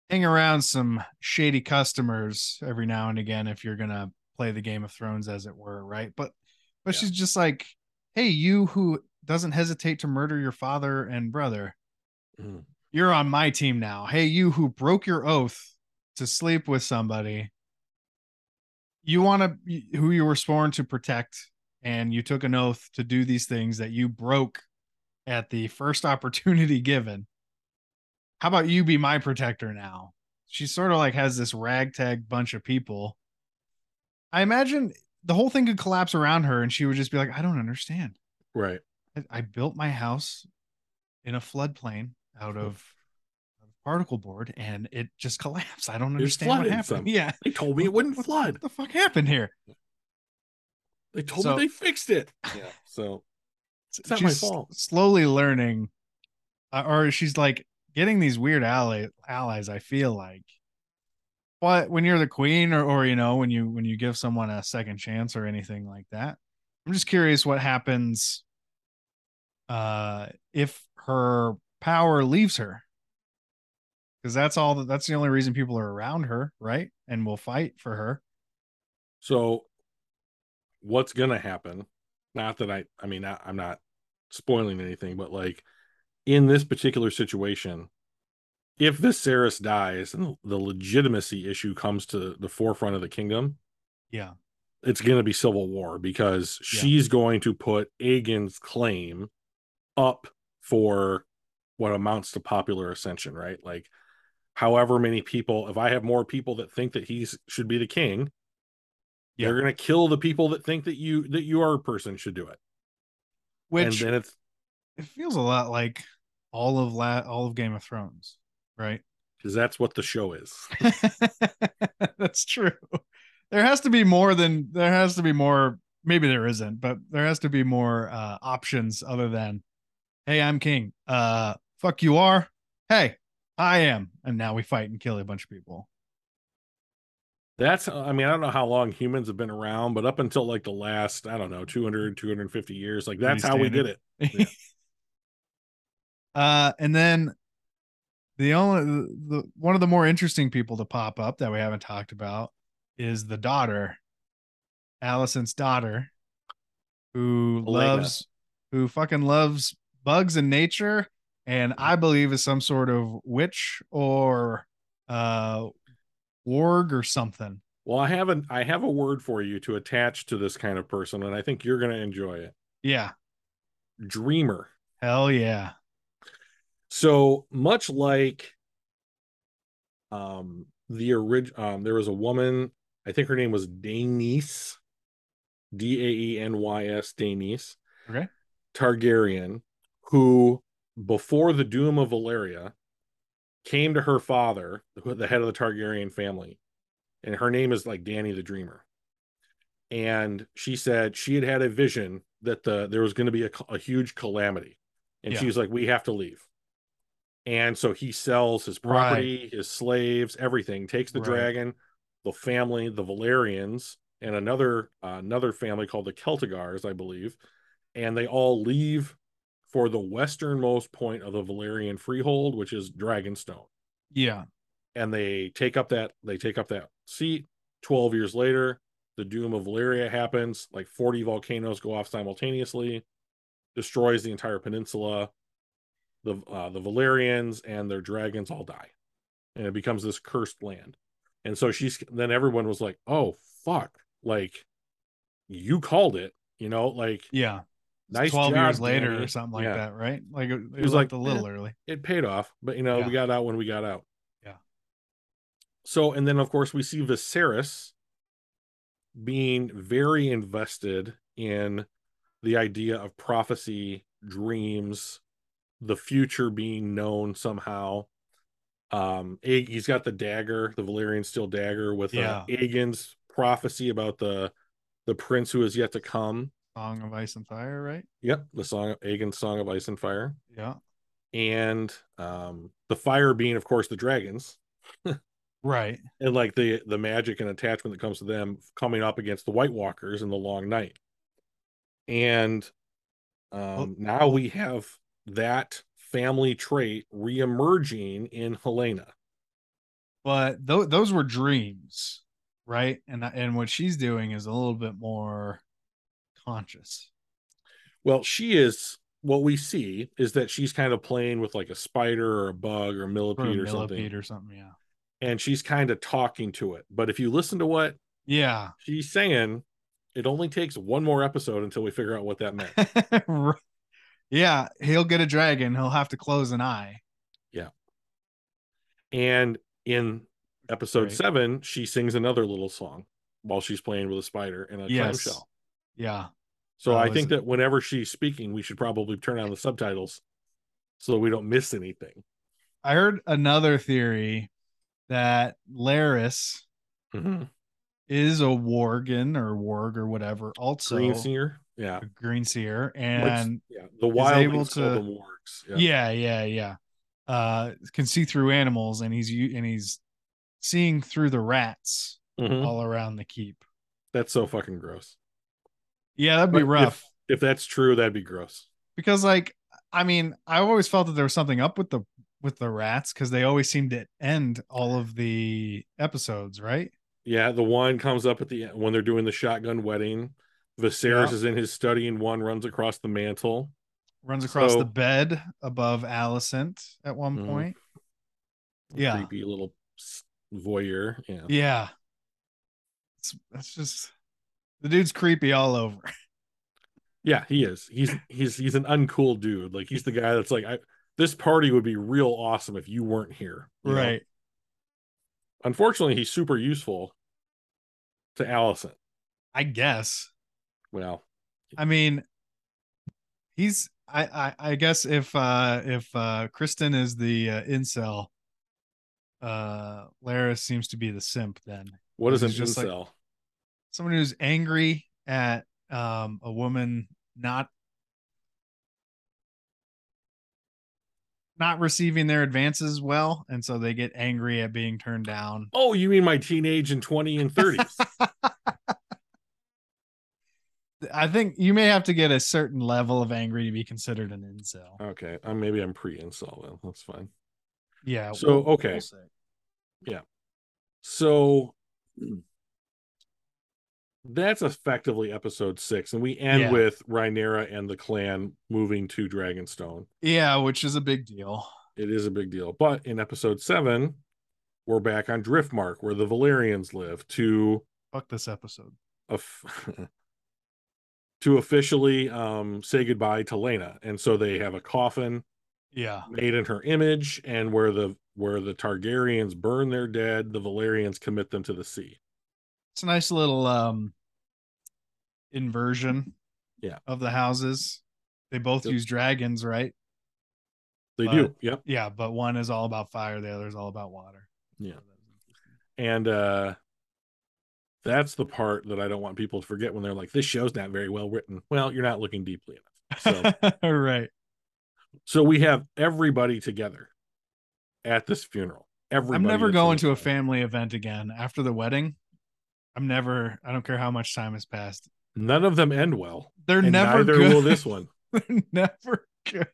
A: hang around some shady customers every now and again if you're going to play the Game of Thrones as it were, right? But but
B: Yeah.
A: she's just like, "Hey, you who doesn't hesitate to murder your father and brother.
B: Mhm.
A: You're on my team now. Hey, you who broke your oath to sleep with somebody. You want to who you were sworn to protect and you took an oath to do these things that you broke at the first opportunity given. How about you be my protector now? She sort of like has this ragtag bunch of people. I imagine the whole thing could collapse around her and she would just be like, I don't understand.
B: Right.
A: I- I built my house in a floodplain out of particle board and it just collapsed. I don't understand what
B: flooded
A: happened.
B: some-
A: Yeah.
B: They told me it wouldn't
A: What-
B: flood.
A: What the fuck happened here?
B: They told
A: So-
B: me they fixed it. Yeah. So It's not my
A: she's
B: fault.
A: Slowly learning, uh, or she's like getting these weird ally allies. I feel like, but when you're the queen, or or you know when you when you give someone a second chance or anything like that, I'm just curious what happens, uh, if her power leaves her, because that's all that that's the only reason people are around her, right? And will fight for her.
B: so what's gonna happen? Not that I I mean I, I'm not spoiling anything, but like in this particular situation, if Viserys dies and the legitimacy issue comes to the forefront of the kingdom,
A: Yeah,
B: it's gonna be civil war because
A: Yeah.
B: she's going to put Aegon's claim up for what amounts to popular ascension, right? Like however many people, if I have more people that think that he should be the king,
A: Yeah.
B: they're gonna kill the people that think that you that you are a person should do it.
A: which
B: and then it's
A: it feels a lot like all of la- all of Game of Thrones, right?
B: because that's what the show is.
A: That's true. There has to be more than there has to be more. Maybe there isn't, but there has to be more uh, options other than, "Hey, I'm king." Uh, fuck you are. Hey, I am, and now we fight and kill a bunch of people.
B: That's I mean, I don't know how long humans have been around, but up until like the last, I don't know, 200, 250 years, like that's how we did
A: standard.
B: it.
A: Uh, and then the only the, the one of the more interesting people to pop up that we haven't talked about is the daughter, Allison's daughter, who
B: Elena.
A: loves who fucking loves bugs and nature, and I believe is some sort of witch or uh warg or something.
B: Well, I have an I have a word for you to attach to this kind of person, and I think you're gonna enjoy it.
A: Yeah.
B: Dreamer.
A: Hell yeah.
B: So much like um the orig um there was a woman, I think her name was Daenerys, D A E N Y S Daenerys.
A: Okay.
B: Targaryen, who before the doom of Valeria came to her father, who- the head of the Targaryen family, and her name is like Danny the Dreamer. And she said she had had a vision that the there was going to be a, co- a huge calamity, and she
A: Yeah.
B: was like, "We have to leave." And so he sells his property, his slaves, everything, takes the
A: Right.
B: dragon, the family, the Valerians, and another uh, another family called the Celtigars, I believe, and they all leave for the westernmost point of the Valerian freehold, which is Dragonstone.
A: Yeah.
B: And they take up that they take up that seat. Twelve years later, the doom of Valeria happens. Like forty volcanoes go off simultaneously, destroys the entire peninsula. The uh, the Valerians and their dragons all die, and it becomes this cursed land. And so she's then everyone was like, "Oh fuck!" Like you called it, you know, like
A: Yeah. It's
B: Nice
A: 12 years
B: job,
A: later
B: Danny.
A: or something like
B: Yeah.
A: that, right? Like it, it
B: was
A: was
B: like, "Eh."
A: like a little early.
B: it paid off, but you know,
A: Yeah.
B: we got out when we got out.
A: Yeah.
B: So, and then of course we see Viserys being very invested in the idea of prophecy, dreams, the future being known somehow. Um, A- he's got the dagger, the Valyrian steel dagger with uh, Aegon's prophecy about the the prince who is yet to come.
A: Song of Ice and Fire, right?
B: Yep, the song Aegon's song of ice and fire
A: Yeah.
B: and um the fire being of course the dragons
A: Right.
B: and like the the magic and attachment that comes to them coming up against the white walkers in the long night and um
A: Well-
B: now we have that family trait reemerging in helena
A: But th- those were dreams, right? And and what she's doing is a little bit more conscious.
B: well she is what we see is that she's kind of playing with like a spider or a bug or a millipede
A: Or a
B: or something
A: millipede or something, yeah.
B: and she's kind of talking to it but if you listen to what
A: Yeah.
B: she's saying it only takes one more episode until we figure out what that meant
A: Right. yeah, he'll get a dragon, he'll have to close an eye.
B: And in episode
A: Right.
B: seven, she sings another little song while she's playing with a spider in a
A: Yes.
B: clamshell.
A: Yeah.
B: So
A: Oh,
B: I
A: is
B: think
A: it-
B: that whenever she's speaking, we should probably turn on the subtitles so that we don't miss anything.
A: I heard another theory that Laris Mm-hmm. is a worgen or warg or whatever also
B: Green singer, yeah,
A: a green seer
B: Which-
A: and
B: yeah. The wild
A: able
B: call
A: to-
B: them wargs. Yeah.
A: yeah yeah yeah uh can see through animals and he's u- and he's seeing through the rats
B: Mhm.
A: all around the keep
B: that's so fucking gross.
A: yeah that'd be
B: But
A: rough
B: If that's true, that'd be gross.
A: because like i mean i always felt that there was something up with the with the rats because they always seem to end all of the episodes right
B: Yeah, the one comes up at the end when they're doing the shotgun wedding. Viserys
A: Yeah.
B: is in his study, and one runs across the mantle.
A: runs across
B: So-
A: the bed above alicent at one
B: Mhm.
A: point yeah
B: creepy little voyeur. Yeah.
A: Yeah. It's, that's just the dude's creepy all over.
B: Yeah, he is. He's he's he's an uncool dude. Like he's the guy that's like, I this party would be real awesome if you weren't here. you know? Unfortunately, he's super useful to Allison.
A: I guess.
B: Well,
A: I mean, he's I I, I guess if uh if uh Kristen is the uh, incel, uh Lara seems to be the simp then.
B: what is an
A: He's just like-
B: incel?
A: Someone who's angry at um a woman not not receiving their advances well and so they get angry at being turned down
B: oh, you mean my teenage and 20 and 30s.
A: Th- I think you may have to get a certain level of angry to be considered an incel.
B: Okay, uh, maybe I'm pre-install then. That's fine.
A: Yeah.
B: So, okay.
A: see.
B: So that's effectively episode six, and we end
A: Yeah.
B: with Rhaenyra and the clan moving to Dragonstone.
A: Yeah, which is a big deal.
B: It is a big deal. But in episode seven, we're back on Driftmark, where the Valerians live, to
A: Fuck this episode.
B: of to officially um, say goodbye to Lena, and so they have a coffin
A: Yeah.
B: made in her image, and where the where the Targaryens burn their dead, the Valerians commit them to the sea.
A: It's a nice little um inversion
B: Yeah.
A: of the houses. They both
B: Yep.
A: use dragons, right?
B: They
A: Uh,
B: do, yep.
A: Yeah, but one is all about fire, the other is all about water.
B: Yeah. And uh that's the part that I don't want people to forget when they're like, this show's not very well written. Well, you're not looking deeply enough. So
A: right.
B: so we have everybody together at this funeral. Everybody
A: I'm never
B: that's
A: going to a
B: involved.
A: family event again after the wedding. I'm never I don't care how much time has passed.
B: None of them end well.
A: They're
B: and
A: never
B: neither
A: good.
B: will this one.
A: They're never good.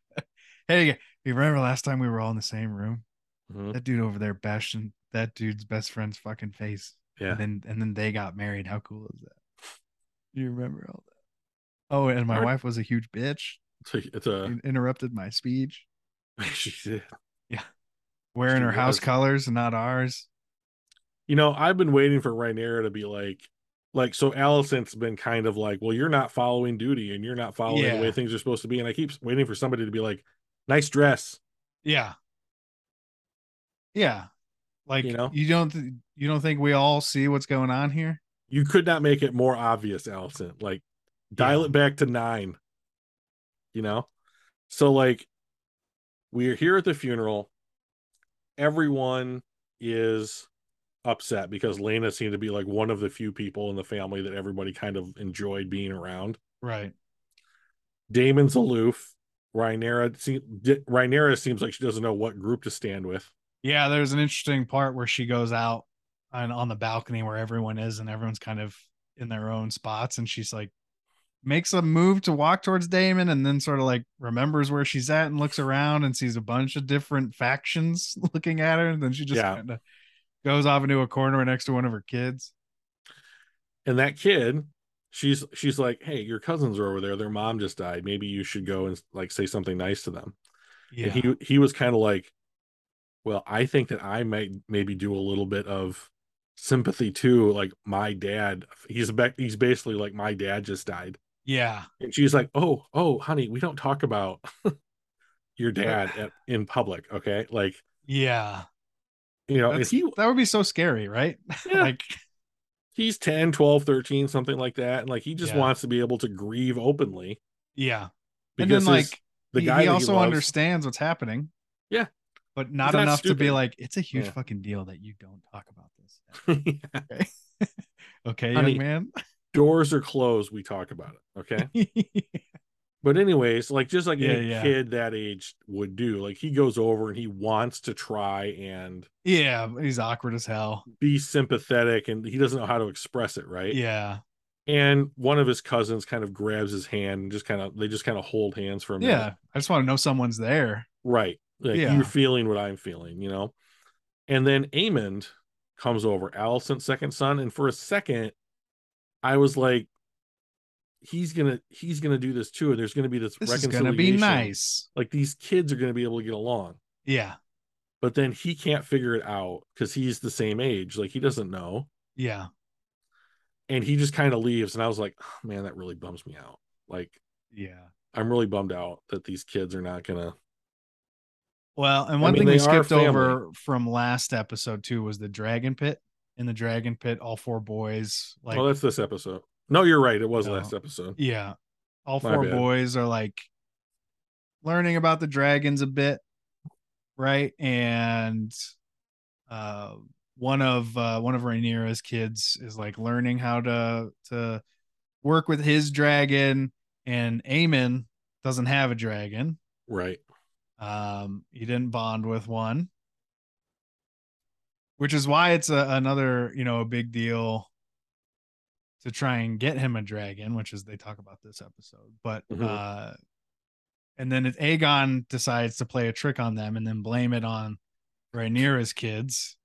A: Hey, you remember last time we were all in the same room?
B: Mhm.
A: That dude over there bashing that dude's best friend's fucking face.
B: Yeah.
A: And then and then they got married. How cool is that? You remember all that? Oh, and my
B: Alright.
A: wife was a huge bitch.
B: It's a, it's a
A: In- interrupted my speech.
B: she did.
A: Wearing
B: she
A: her house
B: was.
A: colors and not ours.
B: you know, I've been waiting for Rhaenyra to be like like so Allison's been kind of like, well, you're not following duty and you're not following the way
A: Yeah.
B: things are supposed to be. And I keep waiting for somebody to be like, nice dress.
A: Yeah. Yeah. Like you,
B: You know?
A: don't th- you don't think we all see what's going on here?
B: you could not make it more obvious, Allison. Like dial
A: Yeah.
B: it back to nine. You know? So like we are here at the funeral. Everyone is upset because Lena seemed to be like one of the few people in the family that everybody kind of enjoyed being around.
A: Right.
B: Damon's aloof. Rhaenyra, se- D- Rhaenyra seems like she doesn't know what group to stand with.
A: Yeah, there's an interesting part where she goes out and on the balcony where everyone is and everyone's kind of in their own spots and she's like makes a move to walk towards Damon and then sort of like remembers where she's at and looks around and sees a bunch of different factions looking at her and then she just
B: Yeah.
A: kind of goes off into a corner next to one of her kids.
B: and that kid she's she's like hey your cousins are over there their mom just died maybe you should go and like say something nice to them
A: Yeah.
B: and he he was kind of like well i think that i might maybe do a little bit of sympathy too like my dad he's back he's basically like my dad just died
A: yeah.
B: and she's like oh oh honey we don't talk about your dad at, in public okay like
A: Yeah.
B: you know and
A: That's-
B: he
A: That would be so scary, right?
B: Yeah.
A: like
B: he's 10 12 13 something like that and like he just
A: Yeah.
B: wants to be able to grieve openly
A: yeah. And then
B: because his-
A: like
B: the
A: he-
B: guy
A: he,
B: that
A: also
B: loves-
A: understands what's happening.
B: Yeah.
A: But not
B: He's not
A: enough to be
B: stupid.
A: like, it's a huge
B: Yeah.
A: fucking deal that you don't talk about this. Okay,
B: Honey.
A: young man.
B: doors are closed we talk about it okay but anyways like just like
A: Yeah,
B: any
A: yeah.
B: kid that age would do like he goes over and he wants to try and
A: yeah, but he's awkward as hell.
B: be sympathetic and he doesn't know how to express it right
A: Yeah.
B: and one of his cousins kind of grabs his hand and just kind of they just kind of hold hands for a minute
A: Yeah. I just want to know someone's there.
B: right like
A: Yeah.
B: you're feeling what i'm feeling you know and then amond comes over allison's second son and for a second i was like he's gonna he's gonna do this too and there's gonna be this,
A: This is
B: reconciliation
A: gonna be nice.
B: like these kids are gonna be able to get along
A: Yeah.
B: but then he can't figure it out because he's the same age like he doesn't know
A: Yeah.
B: and he just kind of leaves and i was like "Oh, man that really bums me out like
A: Yeah.
B: i'm really bummed out that these kids are not gonna oh,
A: Well, and one
B: mean,
A: thing we
B: they are
A: skipped
B: family.
A: over from last episode too was the dragon pit. In the dragon pit, all four boys like
B: oh that's this episode no you're right it was
A: No.
B: last episode
A: Yeah. All
B: My
A: four
B: bad.
A: boys are like learning about the dragons a bit, right? And uh one of uh one of Rhaenyra's kids is like learning how to to work with his dragon and Aemon doesn't have a dragon.
B: right
A: Um he didn't bond with one. Which is why it's a, another, you know, a big deal to try and get him a dragon, which is they talk about this episode. But
B: Mhm.
A: uh and then it, Aegon decides to play a trick on them and then blame it on Rhaenyra's kids,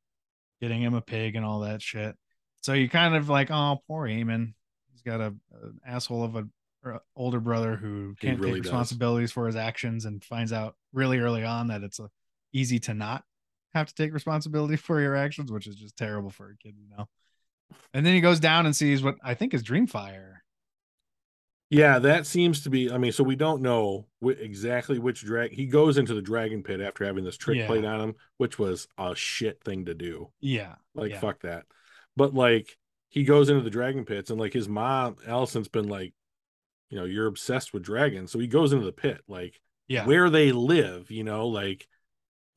A: getting him a pig and all that shit. So you kind of like, oh, poor Aemon. He's got a an asshole of a or a older brother who
B: He
A: can't
B: really
A: take
B: does.
A: responsibilities for his actions and finds out really early on that it's a, easy to not have to take responsibility for your actions, which is just terrible for a kid to know. And then he goes down and sees what I think is Dreamfire.
B: Yeah, that seems to be. I mean, so we don't know wh- exactly which drag he goes into the dragon pit after having this trick
A: Yeah.
B: played on him, which was a shit thing to do.
A: Yeah.
B: Like,
A: Yeah.
B: fuck that. But like, he goes into the dragon pits, and like his mom, Allison's been like, you know, you're obsessed with dragons. So he goes into the pit, like
A: Yeah.
B: where they live. You know, like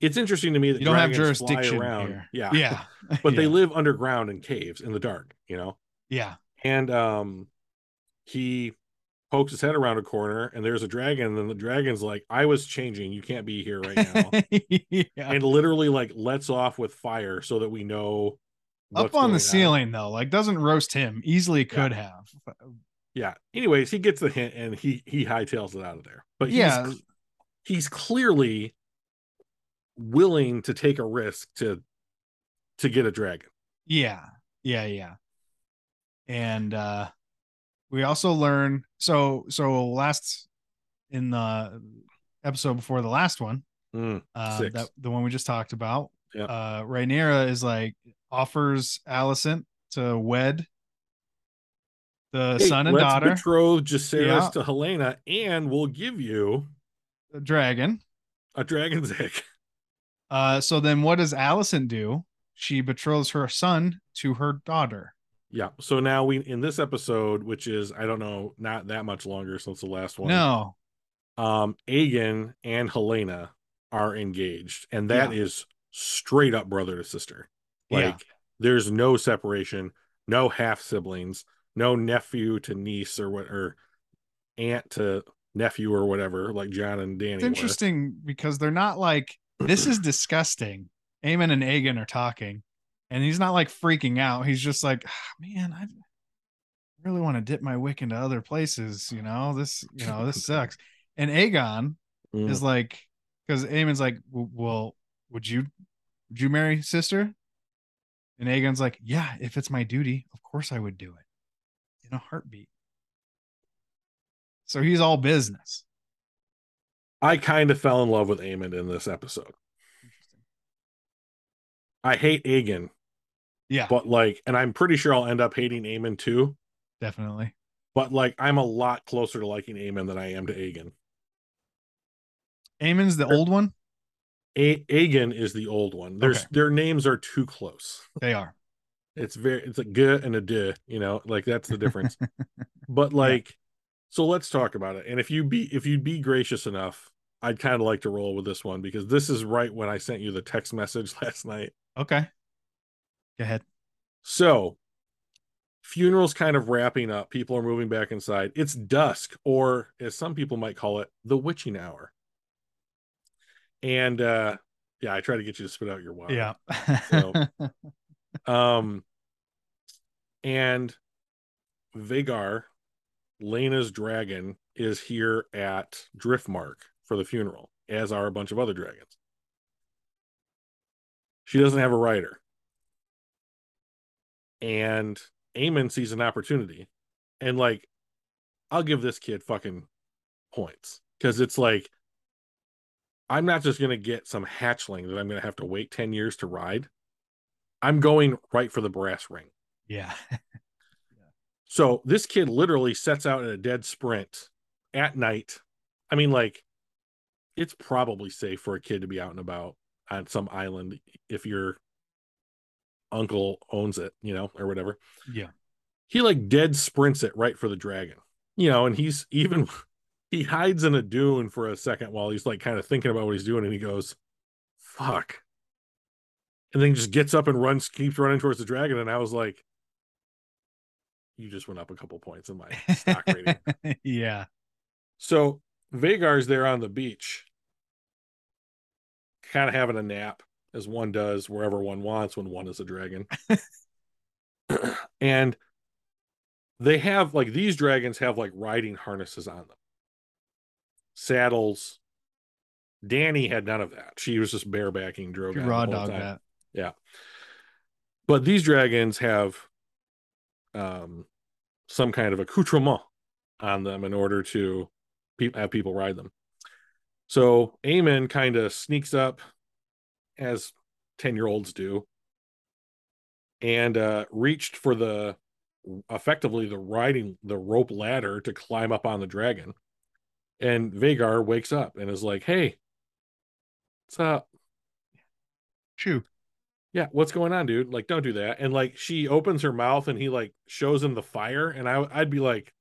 B: it's interesting to me that
A: you don't have
B: dragons fly
A: jurisdiction
B: around.
A: here.
B: Yeah,
A: Yeah.
B: but they
A: Yeah.
B: live underground in caves in the dark. You know,
A: Yeah.
B: and um he pokes his head around a corner and there's a dragon and then the dragon's like i was changing you can't be here right now
A: yeah.
B: and literally like lets off with fire so that we know what's
A: Up on
B: going
A: the ceiling though, like doesn't roast him. Easily could have.
B: yeah anyways he gets the hint and he he hightails it out of there but
A: Yeah.
B: he's, he's clearly willing to take a risk to to get a dragon
A: Yeah. Yeah. Yeah. And uh we also learn so so last in the episode before the last one,
B: Mm,
A: uh,
B: Six.
A: that the one we just talked about.
B: Yeah.
A: Uh, Rhaenyra is like offers Allison to wed the
B: hey,
A: son and
B: let's
A: daughter
B: betroth Jaceres
A: Yeah.
B: to helena and we'll give you
A: the dragon.
B: a dragon's egg
A: Uh, so then what does Allison do? She betroths her son to her daughter.
B: Yeah. So now we in this episode, which is I don't know, not that much longer since the last one.
A: No,
B: Um, Aegon and Helena are engaged, and that is straight up brother to sister. Like
A: Yeah.
B: there's no separation, no half siblings, no nephew to niece or what or aunt to nephew or whatever, like John and Danny.
A: it's
B: were.
A: interesting because they're not like this is disgusting. Aemon and Aegon are talking, and he's not like freaking out. He's just like, "Ah, man, I really want to dip my wick into other places. You know, this, you know, this sucks. And Aegon
B: Mm.
A: is like, because Aemon's like, "W- well, would you, would you marry sister? And Aegon's like, yeah, if it's my duty, of course I would do it in a heartbeat. So he's all business.
B: I kind of fell in love with Aemon in this episode.
A: Interesting.
B: I hate Aegon,
A: Yeah,
B: but like, and I'm pretty sure I'll end up hating Aemon too.
A: definitely.
B: but like I'm a lot closer to liking Aemon than I am to Aegon.
A: Aemon's the old one.
B: A- Aegon is the old one. There's
A: Okay.
B: their names are too close.
A: They are.
B: It's very it's a g and a d, you know, like that's the difference. but like, so let's talk about it. And if you be if you'd be gracious enough, I'd kind of like to roll with this one because this is right when I sent you the text message last night.
A: Okay. Go ahead.
B: So, funeral's kind of wrapping up. People are moving back inside. It's dusk, or as some people might call it, the witching hour. And uh yeah, I try to get you to spit out your water.
A: Yeah.
B: So- Um and Vigar, Lena's dragon, is here at Driftmark for the funeral, as are a bunch of other dragons. She doesn't have a rider. And Aemon sees an opportunity. And like, I'll give this kid fucking points. Cause it's like, I'm not just gonna get some hatchling that I'm gonna have to wait 10 years to ride. I'm going right for the brass ring.
A: yeah.
B: So this kid literally sets out in a dead sprint at night. I mean, like, it's probably safe for a kid to be out and about on some island if your uncle owns it, you know, or whatever.
A: Yeah.
B: He like dead sprints it right for the dragon, you know, and he's even he hides in a dune for a second while he's like kind of thinking about what he's doing and he goes, fuck. And then just gets up and runs, keeps running towards the dragon. And I was like, you just went up a couple points in my stock rating.
A: yeah.
B: So Vagar's there on the beach, kind of having a nap, as one does wherever one wants when one is a dragon. and they have like these dragons have like riding harnesses on them, saddles. Danny had none of that. She was just barebacking drove
A: You
B: on the
A: raw
B: whole
A: dog
B: time.
A: that.
B: But these dragons have um some kind of accoutrement on them in order to pe- have people ride them. So Aemon kind of sneaks up as 10 year olds do and uh reached for the effectively the riding the rope ladder to climb up on the dragon and Vagar wakes up and is like hey what's up
A: Chew.
B: yeah what's going on dude like don't do that and like she opens her mouth and he like shows him the fire and i i'd be like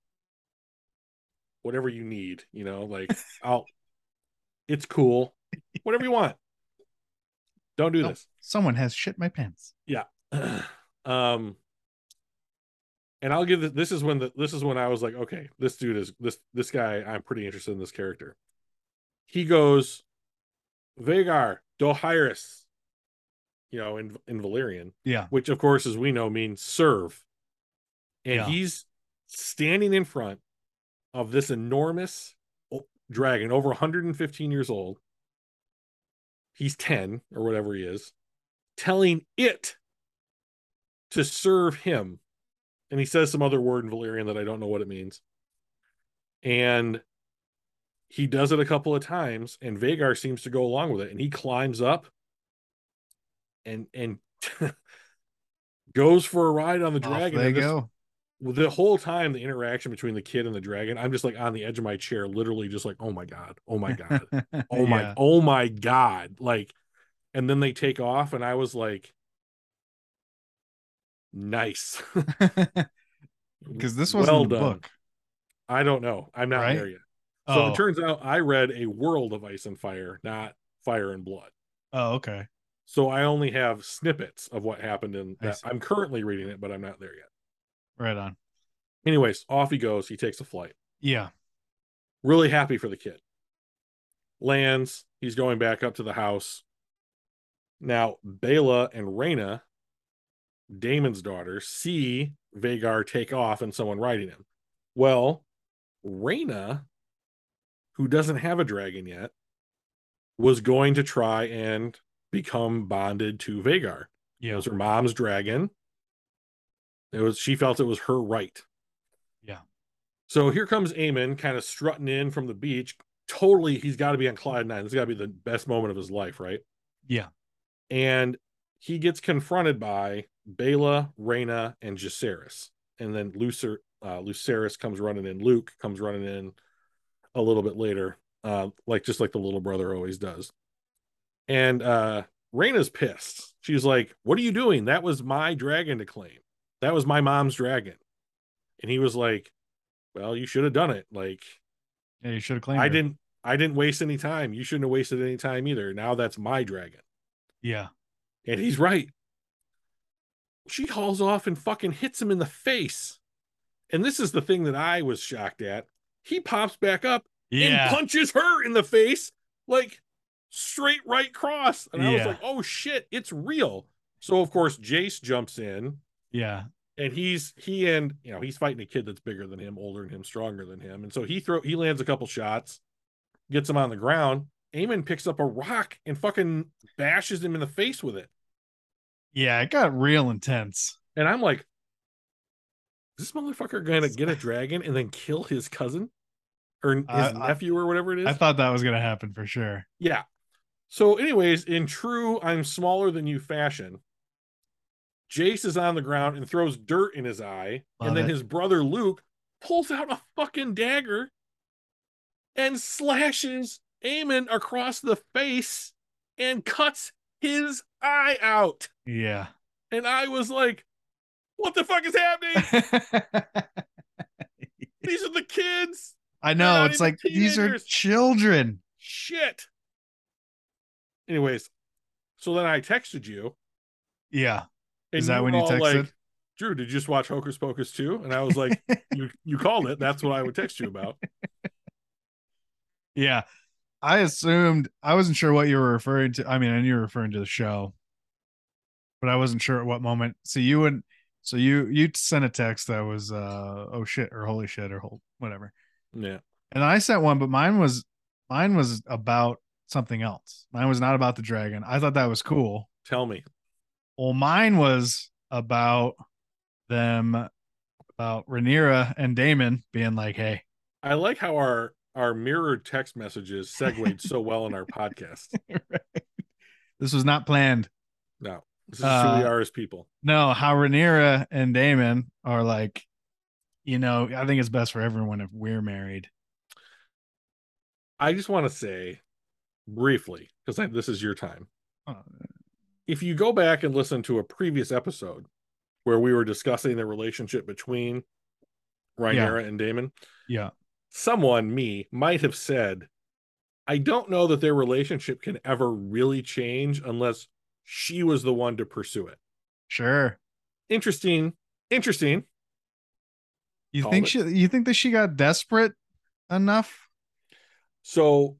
B: whatever you need you know like i'll it's cool whatever you want don't do
A: Nope.
B: this
A: Someone has shit my pants.
B: um and i'll give this, this is when the this is when i was like okay this dude is this this guy i'm pretty interested in this character he goes vagar dohyrus you know in in valyrian
A: Yeah.
B: which of course as we know means serve and
A: Yeah.
B: he's standing in front of this enormous o- dragon over 115 years old he's 10 or whatever he is telling it to serve him and he says some other word in valyrian that i don't know what it means and he does it a couple of times and vagar seems to go along with it and he climbs up and and goes for a ride on the dragon
A: Off they
B: and this-
A: go.
B: well, the whole time the interaction between the kid and the dragon i'm just like on the edge of my chair literally just like oh my god oh my god oh my
A: Yeah.
B: oh my god like and then they take off and i was like nice
A: Because this wasn't
B: Well
A: in the
B: done.
A: book.
B: i don't know i'm not
A: Right?
B: there yet so
A: Oh.
B: it turns out i read a world of ice and fire not fire and blood
A: oh, okay.
B: so i only have snippets of what happened in
A: I
B: that
A: see.
B: i'm currently reading it but i'm not there yet
A: Right on.
B: anyways off he goes he takes a flight
A: Yeah.
B: really happy for the kid. Lands, he's going back up to the house. Now, Bela and Reyna, Damon's daughter, see Vagar take off and someone riding him. Well, Reyna, who doesn't have a dragon yet, was going to try and become bonded to Vagar. It
A: Yeah.
B: was her mom's dragon. It was she felt it was her right.
A: Yeah.
B: So here comes Eamon kind of strutting in from the beach. Totally, he's got to be on Clyde Nine. This has got to be the best moment of his life, right?
A: Yeah.
B: And he gets confronted by Bela, Reyna, and Jaceres. And then Lucer uh Lucerys comes running in. Luke comes running in a little bit later. Uh, like just like the little brother always does. And uh Raina's pissed. She's like, What are you doing? That was my dragon to claim. That was my mom's dragon. And he was like, Well, you should have done it. Like,
A: Yeah, you should have claimed
B: I
A: her.
B: didn't I didn't waste any time. You shouldn't have wasted any time either. Now that's my dragon.
A: Yeah.
B: And he's right. She hauls off and fucking hits him in the face. And this is the thing that I was shocked at. He pops back up and
A: Yeah.
B: punches her in the face, like straight right cross. And I was
A: Yeah.
B: like, oh shit, it's real. So of course Jace jumps in
A: Yeah.
B: and he's he and you know he's fighting a kid that's bigger than him, older than him, stronger than him. And so he throw he lands a couple shots, gets him on the ground. Eamon picks up a rock and fucking bashes him in the face with it.
A: Yeah. It got real intense.
B: And I'm like, is this motherfucker gonna get a dragon and then kill his cousin or his
A: I- I-
B: nephew or whatever it is?
A: I thought that was going to happen for sure.
B: Yeah. So, anyways, in true I'm smaller than you fashion, Jace is on the ground and throws dirt in his eye.
A: Love
B: and then
A: it.
B: his brother Luke pulls out a fucking dagger and slashes Aemon across the face and cuts his eye out.
A: Yeah.
B: And I was like, what the fuck is happening? These are the kids.
A: I
B: They're
A: know.
B: not
A: It's
B: even
A: like these are
B: teenagers.
A: children.
B: Shit. Anyways, so then I texted you.
A: Yeah.
B: And
A: Is that when
B: were
A: you
B: all
A: texted?
B: Like, Drew, did you just watch Hocus Pocus 2? And I was like, you you called it. That's what I would text you about.
A: Yeah. I assumed I wasn't sure what you were referring to. I mean, I knew you were referring to the show, but I wasn't sure at what moment. So you and So you you sent a text that was uh oh shit or holy shit or hold whatever.
B: Yeah.
A: And I sent one, but mine was mine was about something else. Mine was not about the dragon. I thought that was cool.
B: Tell me.
A: Well, mine was about them about Rhaenyra and Damon being like, "Hey,
B: I like how our our mirrored text messages segued so well in our podcast.
A: this was not planned."
B: No, this is who we
A: Uh,
B: are as people.
A: No, how Rhaenyra and Damon are like, you know, I think it's best for everyone if we're married.
B: I just want to say briefly because this is your time.
A: Uh,
B: If you go back and listen to a previous episode where we were discussing the relationship between Rhaenyra and Damon,
A: yeah,
B: someone, me, might have said, I don't know that their relationship can ever really change unless she was the one to pursue it.
A: sure.
B: Interesting. Interesting.
A: You
B: Called
A: think
B: it.
A: she? You think that she got desperate enough?
B: So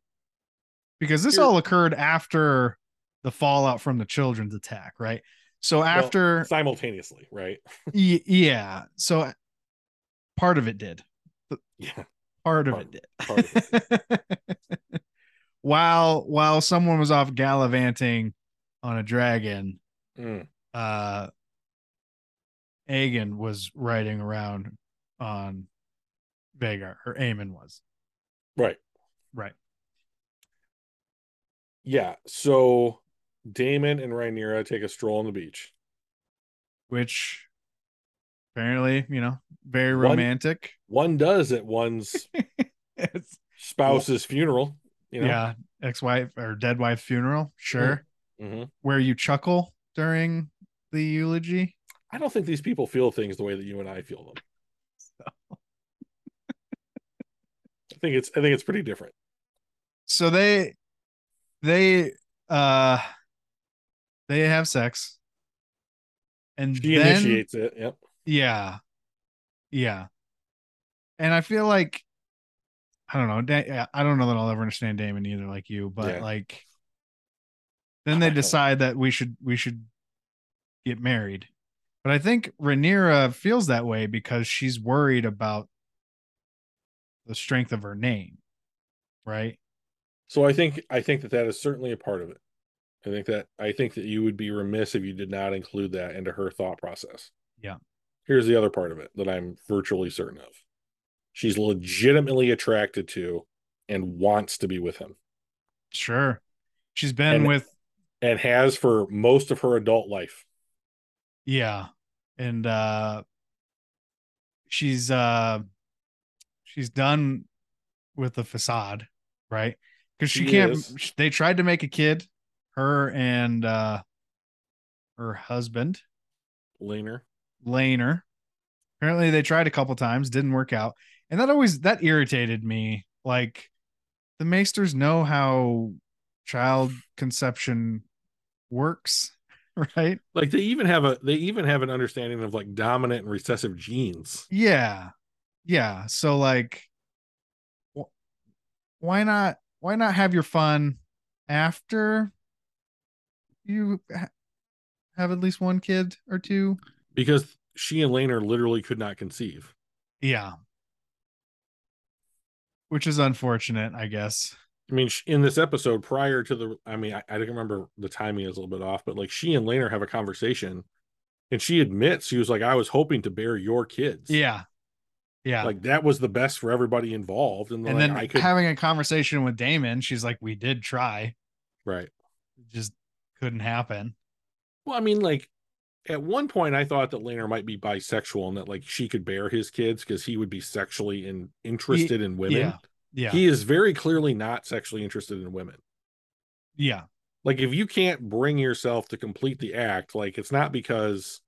A: Because this
B: Here-
A: all occurred after the fallout from the children's attack, right? So after,
B: simultaneously, right?
A: y- yeah. So part of it did.
B: Yeah.
A: Part of
B: Part-
A: it did.
B: part of
A: while while someone was off gallivanting on a dragon,
B: Mm.
A: uh Aegon was riding around on Vagar, or Aemon was.
B: Right.
A: Right.
B: Yeah. So Damon and Rhaenyra take a stroll on the beach.
A: Which apparently, you know, very
B: One-
A: romantic.
B: One does at one's
A: It's-
B: spouse's funeral. You know?
A: Yeah. Ex-wife or dead wife funeral, sure.
B: Mhm.
A: Where you chuckle during the eulogy.
B: I don't think these people feel things the way that you and I feel them. I think it's I think it's pretty different.
A: So they they uh they have sex. And
B: She
A: then,
B: initiates it. Yep.
A: Yeah. Yeah. And I feel like I don't know. Da- yeah, I don't know that I'll ever understand Damon either like you, but
B: Yeah.
A: like then they
B: I don't-
A: decide that we should we should get married. But I think Rhaenyra feels that way because she's worried about the strength of her name. Right?
B: So I think I think that that is certainly a part of it. I think that I think that you would be remiss if you did not include that into her thought process.
A: Yeah.
B: Here's the other part of it that I'm virtually certain of. She's legitimately attracted to and wants to be with him
A: Sure. She's been
B: And-
A: with
B: and has for most of her adult life.
A: Yeah. And uh she's uh she's done with the facade, right? Cuz she,
B: She
A: can't
B: is.
A: sh- they tried to make a kid, her and uh her husband,
B: Laner.
A: Laner. Apparently they tried a couple times, didn't work out. And that always that irritated me. Like the Maesters know how child conception works, right?
B: Like they even have a they even have an understanding of like dominant and recessive genes.
A: Yeah. Yeah. So like wh- why not why not have your fun after you ha- have at least one kid or two?
B: Because she and Laner literally could not conceive.
A: Yeah. Which is unfortunate, I guess.
B: I mean, sh- in this episode, prior to the, I mean, I, I don't remember the timing is a little bit off, but like she and Laner have a conversation, and she admits she was like, "I was hoping to bear your kids."
A: Yeah. Yeah.
B: like that was the best for everybody involved, and,
A: and
B: like,
A: then
B: I could
A: having a conversation with Damon, she's like, We did try,
B: right.
A: it just couldn't happen.
B: Well, I mean, like at one point, I thought that Laner might be bisexual and that like she could bear his kids because he would be sexually in, interested in women.
A: Yeah. Yeah.
B: He is very clearly not sexually interested in women.
A: yeah.
B: like if you can't bring yourself to complete the act like it's not because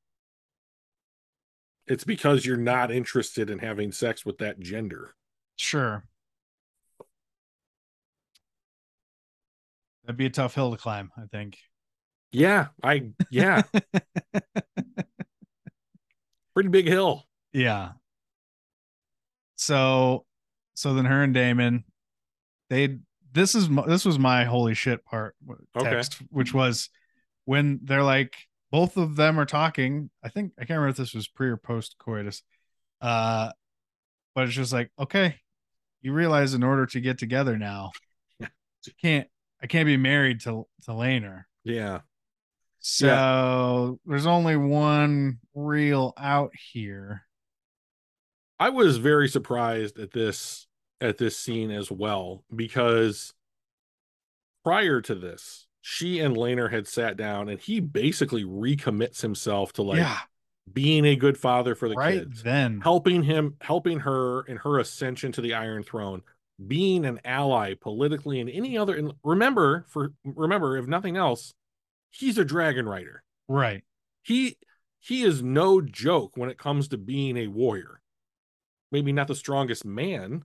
B: it's because you're not interested in having sex with that gender
A: Sure. That'd be a tough hill to climb, I think.
B: yeah i yeah pretty big hill
A: Yeah. So, so then her and Damon, they this is m- this was my holy shit part w-
B: Okay.
A: text, which was when they're like, both of them are talking. I think I can't remember if this was pre or post coitus. Uh but it's just like, okay, you realize in order to get together now,
B: Yeah.
A: you can't I can't be married to to Laner.
B: Yeah.
A: So there's only one real out here.
B: I was very surprised at this at this scene as well because prior to this, she and Laner had sat down and he basically recommits himself to like
A: yeah,
B: being a good father for the
A: right
B: kids,
A: then.
B: helping him, helping her in her ascension to the Iron Throne, being an ally politically and any other and remember for remember if nothing else, he's a dragon rider.
A: Right.
B: he he is no joke when it comes to being a warrior maybe not the strongest man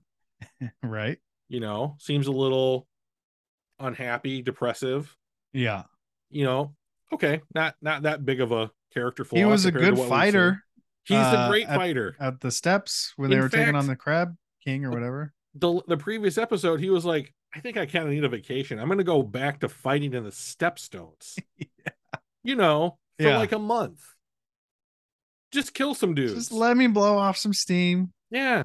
A: Right.
B: you know seems a little unhappy depressive
A: Yeah.
B: you know okay not not that big of a character flaw
A: He was a
B: compared to
A: good
B: what we've
A: fighter
B: seen. he's
A: uh,
B: a great
A: at-
B: fighter
A: at the steps when they
B: In
A: were taking on
B: fact-
A: the crab king or whatever.
B: the the previous episode he was like i think i kind of need a vacation i'm gonna go back to fighting in the stepstones you know for
A: Yeah.
B: like a month just kill some dudes
A: Just let me blow off some steam.
B: Yeah.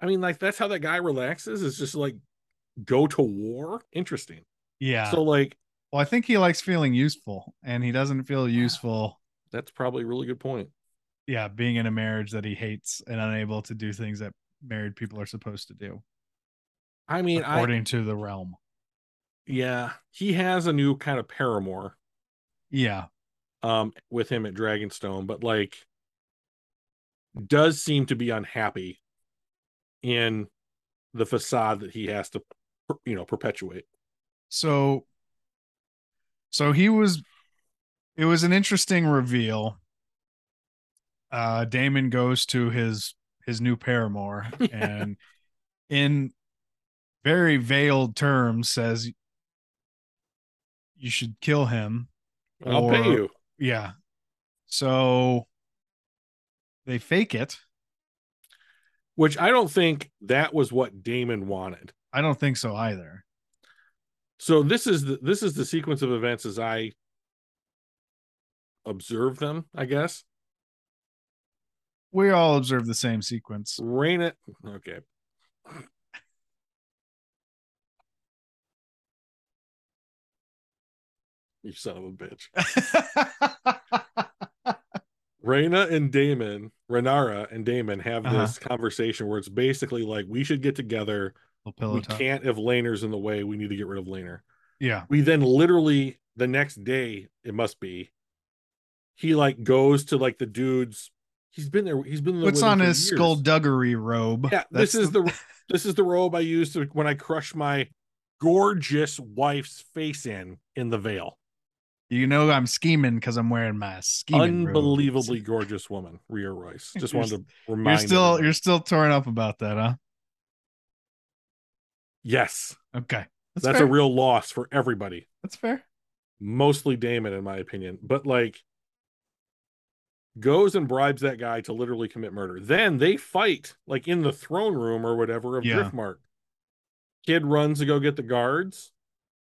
B: I mean, like that's how that guy relaxes is just like go to war. Interesting.
A: Yeah.
B: So like
A: well, I think he likes feeling useful and he doesn't feel useful.
B: that's probably a really good point.
A: Yeah. Being in a marriage that he hates and unable to do things that married people are supposed to do,
B: I mean, I
A: according to the realm.
B: yeah, he has a new kind of paramour
A: Yeah.
B: um with him at Dragonstone, but like does seem to be unhappy in the facade that he has to you know perpetuate.
A: So, so he was, it was an interesting reveal. Uh, Damon goes to his, his new paramour and in very veiled terms says, you should kill him.
B: I'll pay
A: Or-
B: you.
A: Yeah. So they fake it.
B: Which I don't think that was what Damon wanted.
A: I don't think so either.
B: so this is the this is the sequence of events as i observe them i guess
A: We all observe the same sequence.
B: rain it okay you son of a bitch Raina and Damon, Renara and Damon have
A: Uh-huh.
B: this conversation where it's basically like we should get together.
A: Little pillow
B: we
A: talk.
B: can't if Laner's in the way. We need to get rid of Laner.
A: Yeah.
B: we then literally the next day it must be he like goes to like the dude's he's been there he's been there
A: Puts
B: with him
A: on
B: for
A: his
B: years.
A: skullduggery robe.
B: yeah
A: That's
B: this is the this is the robe i used to, when i crush my gorgeous wife's face in in the veil
A: you know I'm scheming because I'm wearing my scheming. robe.
B: unbelievably gorgeous woman Rhea Royce just
A: You're
B: wanted to remind
A: You're still
B: everyone.
A: you're still torn up about that, huh?
B: yes
A: Okay. That's,
B: that's,
A: fair.
B: a real loss for everybody
A: That's fair.
B: mostly Damon in my opinion, but like goes and bribes that guy to literally commit murder. Then they fight like in the throne room or whatever of
A: Yeah.
B: Driftmark. Kid runs to go get the guards.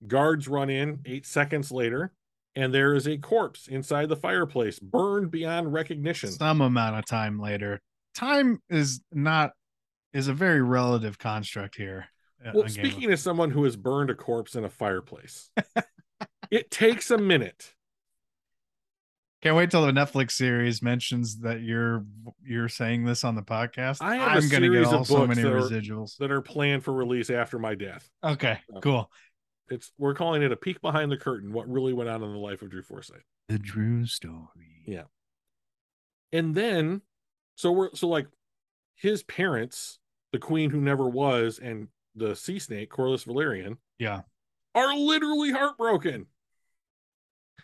B: Guards run in 8 seconds later and there is a corpse inside the fireplace burned beyond recognition.
A: Some amount of time later. Time is not is a very relative construct here. uh,
B: Well,
A: on Game of
B: speaking as someone who has burned a corpse in a fireplace, it takes a minute.
A: Can't wait till the Netflix series mentions that you're you're saying this on the podcast.
B: I have a
A: I'm gonna get
B: series of
A: all so
B: books
A: many
B: that are-
A: residuals.
B: That are planned for release after my death.
A: Okay,
B: Oh.
A: cool.
B: it's we're calling it a peek behind the curtain what really went on in the life of drew forsyth
A: The Drew story.
B: Yeah. and then so we're so like his parents the queen who never was and the sea snake corliss valerian
A: Yeah.
B: are literally heartbroken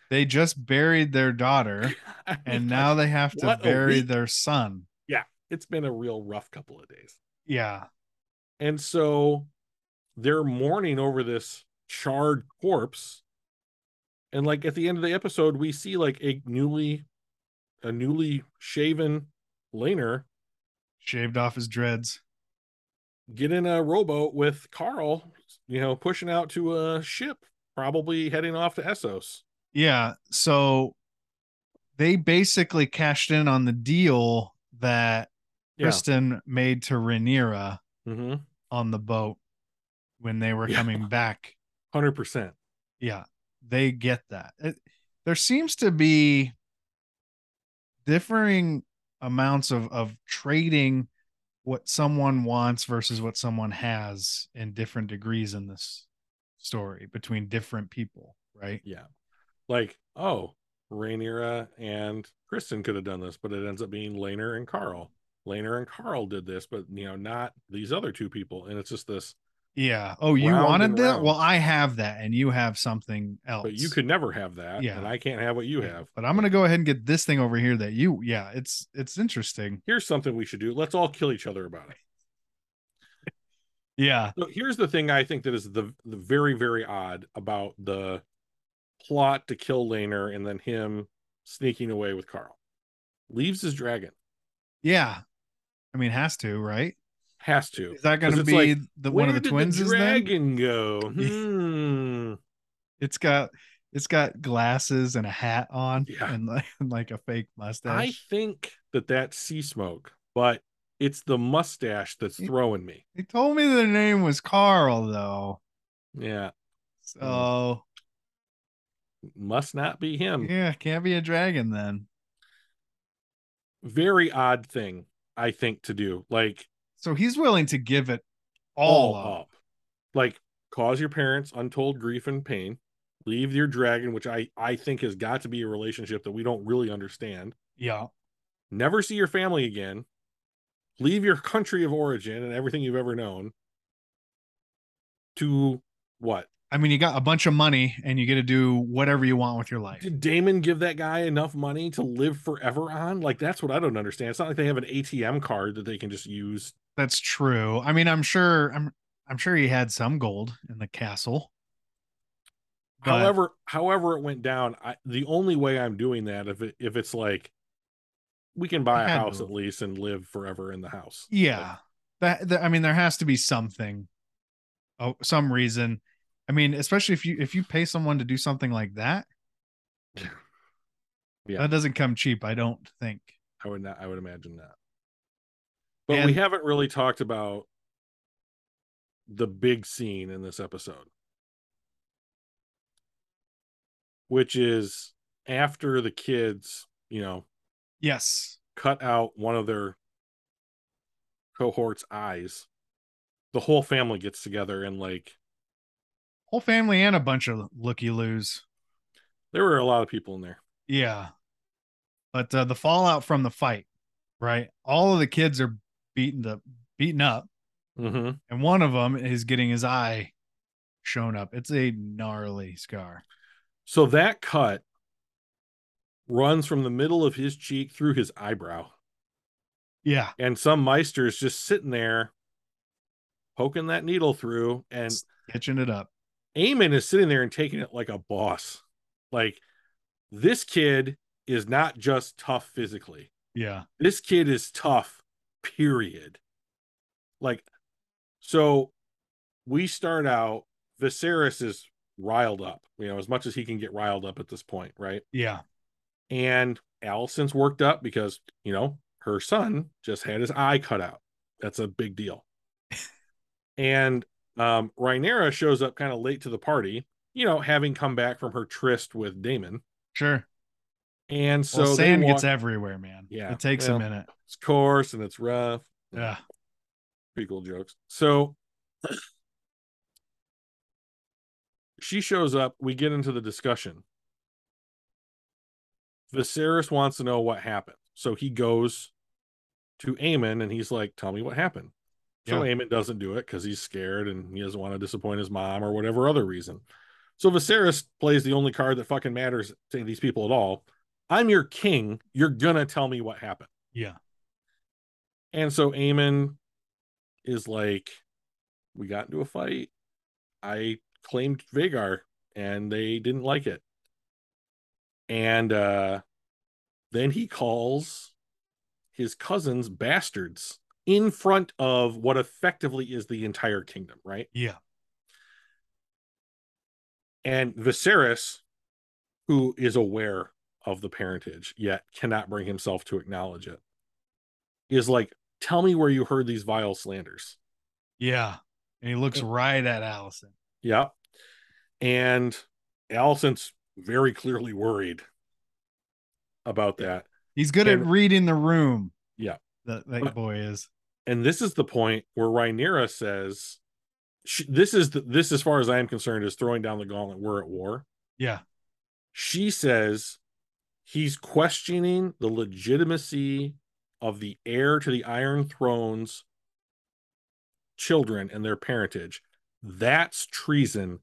A: They just buried their daughter
B: I mean,
A: and now they have to
B: What a
A: bury
B: week.
A: their son.
B: it's been a real rough couple of days
A: Yeah.
B: and so they're mourning over this charred corpse and like at the end of the episode we see like a newly a newly shaven laner
A: Shaved off his dreads.
B: get in a rowboat with Carl, you know, pushing out to a ship, probably heading off to Essos.
A: Yeah. So they basically cashed in on the deal that
B: Yeah.
A: Kristen made to Rhaenyra
B: Mm-hmm.
A: on the boat when they were
B: Yeah.
A: coming back.
B: Hundred percent.
A: Yeah. They get that. It, there seems to be differing amounts of, of trading what someone wants versus what someone has in different degrees in this story between different people, right?
B: Yeah. Like, oh, Rhaenyra and Kristen could have done this, but it ends up being Laner and Carl. Laner and Carl did this, but you know, not these other two people. And it's just this,
A: Yeah. Oh, you
B: Round
A: wanted
B: and
A: that?
B: round.
A: Well, I have that, and you have something else.
B: but you could never have that.
A: Yeah.
B: And I can't have what you
A: Yeah,
B: have.
A: But I'm gonna go ahead and get this thing over here that you. Yeah, it's it's interesting.
B: Here's something we should do. Let's all kill each other about it.
A: Yeah.
B: So here's the thing I think that is the the very very odd about the plot to kill Laner and then him sneaking away with Carl. Leaves his dragon.
A: Yeah. I mean, has to, right?
B: Has to.
A: Is that gonna
B: it's
A: be
B: like,
A: the one of
B: Where
A: the
B: did
A: twins? is then?
B: dragon go. Hmm.
A: It's got it's got glasses and a hat on,
B: Yeah.
A: and like and like a fake
B: I
A: mustache.
B: think that that's sea smoke, but it's the mustache that's
A: It-
B: throwing me.
A: They told me their name was Carl though,
B: Yeah, Mm.
A: so
B: must not be him.
A: yeah, can't be a dragon then.
B: Very odd thing, I think, to do. Like
A: So he's willing to give it all,
B: all
A: up.
B: up, like cause your parents untold grief and pain. Leave your dragon, which I I think has got to be a relationship that we don't really understand.
A: Yeah.
B: Never see your family again. Leave your country of origin and everything you've ever known. To what?
A: I mean, you got a bunch of money and you get to do whatever you want with your life.
B: Did Damon give that guy enough money to live forever on? Like that's what I don't understand. It's not like they have an ATM card that they can just use.
A: That's true. I mean, I'm sure I'm I'm sure he had some gold in the castle. But-
B: however, however it went down, I, the only way I'm doing that if it, if it's like we can buy
A: They
B: a
A: had
B: house
A: to.
B: at least and live forever in the house.
A: Yeah. That, that I mean, there has to be something. Oh, some reason. I mean, especially if you if you pay someone to do something like that.
B: Yeah.
A: That doesn't come cheap, I don't think.
B: I would not. I would imagine that. But
A: And-
B: we haven't really talked about the big scene in this episode, which is after the kids, you know,
A: Yes.
B: cut out one of their cohort's eyes. The whole family gets together and like
A: Whole family and a bunch of looky loos.
B: there were a lot of people in there.
A: Yeah. But uh, the fallout from the fight, right? All of the kids are beaten up beaten up.
B: Mm-hmm.
A: and one of them is getting his eye shown up. It's a gnarly scar.
B: So that cut runs from the middle of his cheek through his eyebrow.
A: Yeah,
B: And some meister is just sitting there poking that needle through. And
A: hitching it up.
B: Eamon is sitting there and taking it like a boss. Like this kid is not just tough physically.
A: Yeah,
B: this kid is tough period like so we start out viserys is riled up you know as much as he can get riled up at this point right
A: yeah,
B: and allison's worked up because you know her son just had his eye cut out that's a big deal and um Rhaenyra shows up kind of late to the party you know having come back from her tryst with damon
A: sure.
B: and so
A: So
B: they
A: sand
B: walk-
A: gets everywhere, man.
B: Yeah,
A: it takes
B: well,
A: a minute.
B: it's coarse and it's rough
A: Yeah,
B: prequel jokes. So she shows up. We get into the discussion. Viserys wants to know what happened. So he goes to Aemon and he's like, Tell me what happened. So
A: Yeah.
B: Aemon doesn't do it because he's scared and he doesn't want to disappoint his mom or whatever other reason. So Viserys plays the only card that fucking matters to these people at all. I'm your king. You're going to tell me what happened.
A: yeah,
B: And so Eamon is like, we got into a fight. I claimed Vagar and they didn't like it. And uh, then he calls his cousins bastards in front of what effectively is the entire kingdom, right?
A: yeah,
B: And Viserys who is aware of the parentage yet cannot bring himself to acknowledge it is like tell me where you heard these vile slanders
A: Yeah. And he looks right at Allison.
B: yeah and allison's very clearly worried about that
A: He's good at
B: And-
A: reading the room.
B: Yeah.
A: That, that
B: But-
A: boy is.
B: and this is the point where Rhaenyra says, she, "This is the, this, as far as I am concerned, is throwing down the gauntlet. We're at war."
A: Yeah.
B: She says, "He's questioning the legitimacy of the heir to the Iron Throne's children and their parentage. That's treason.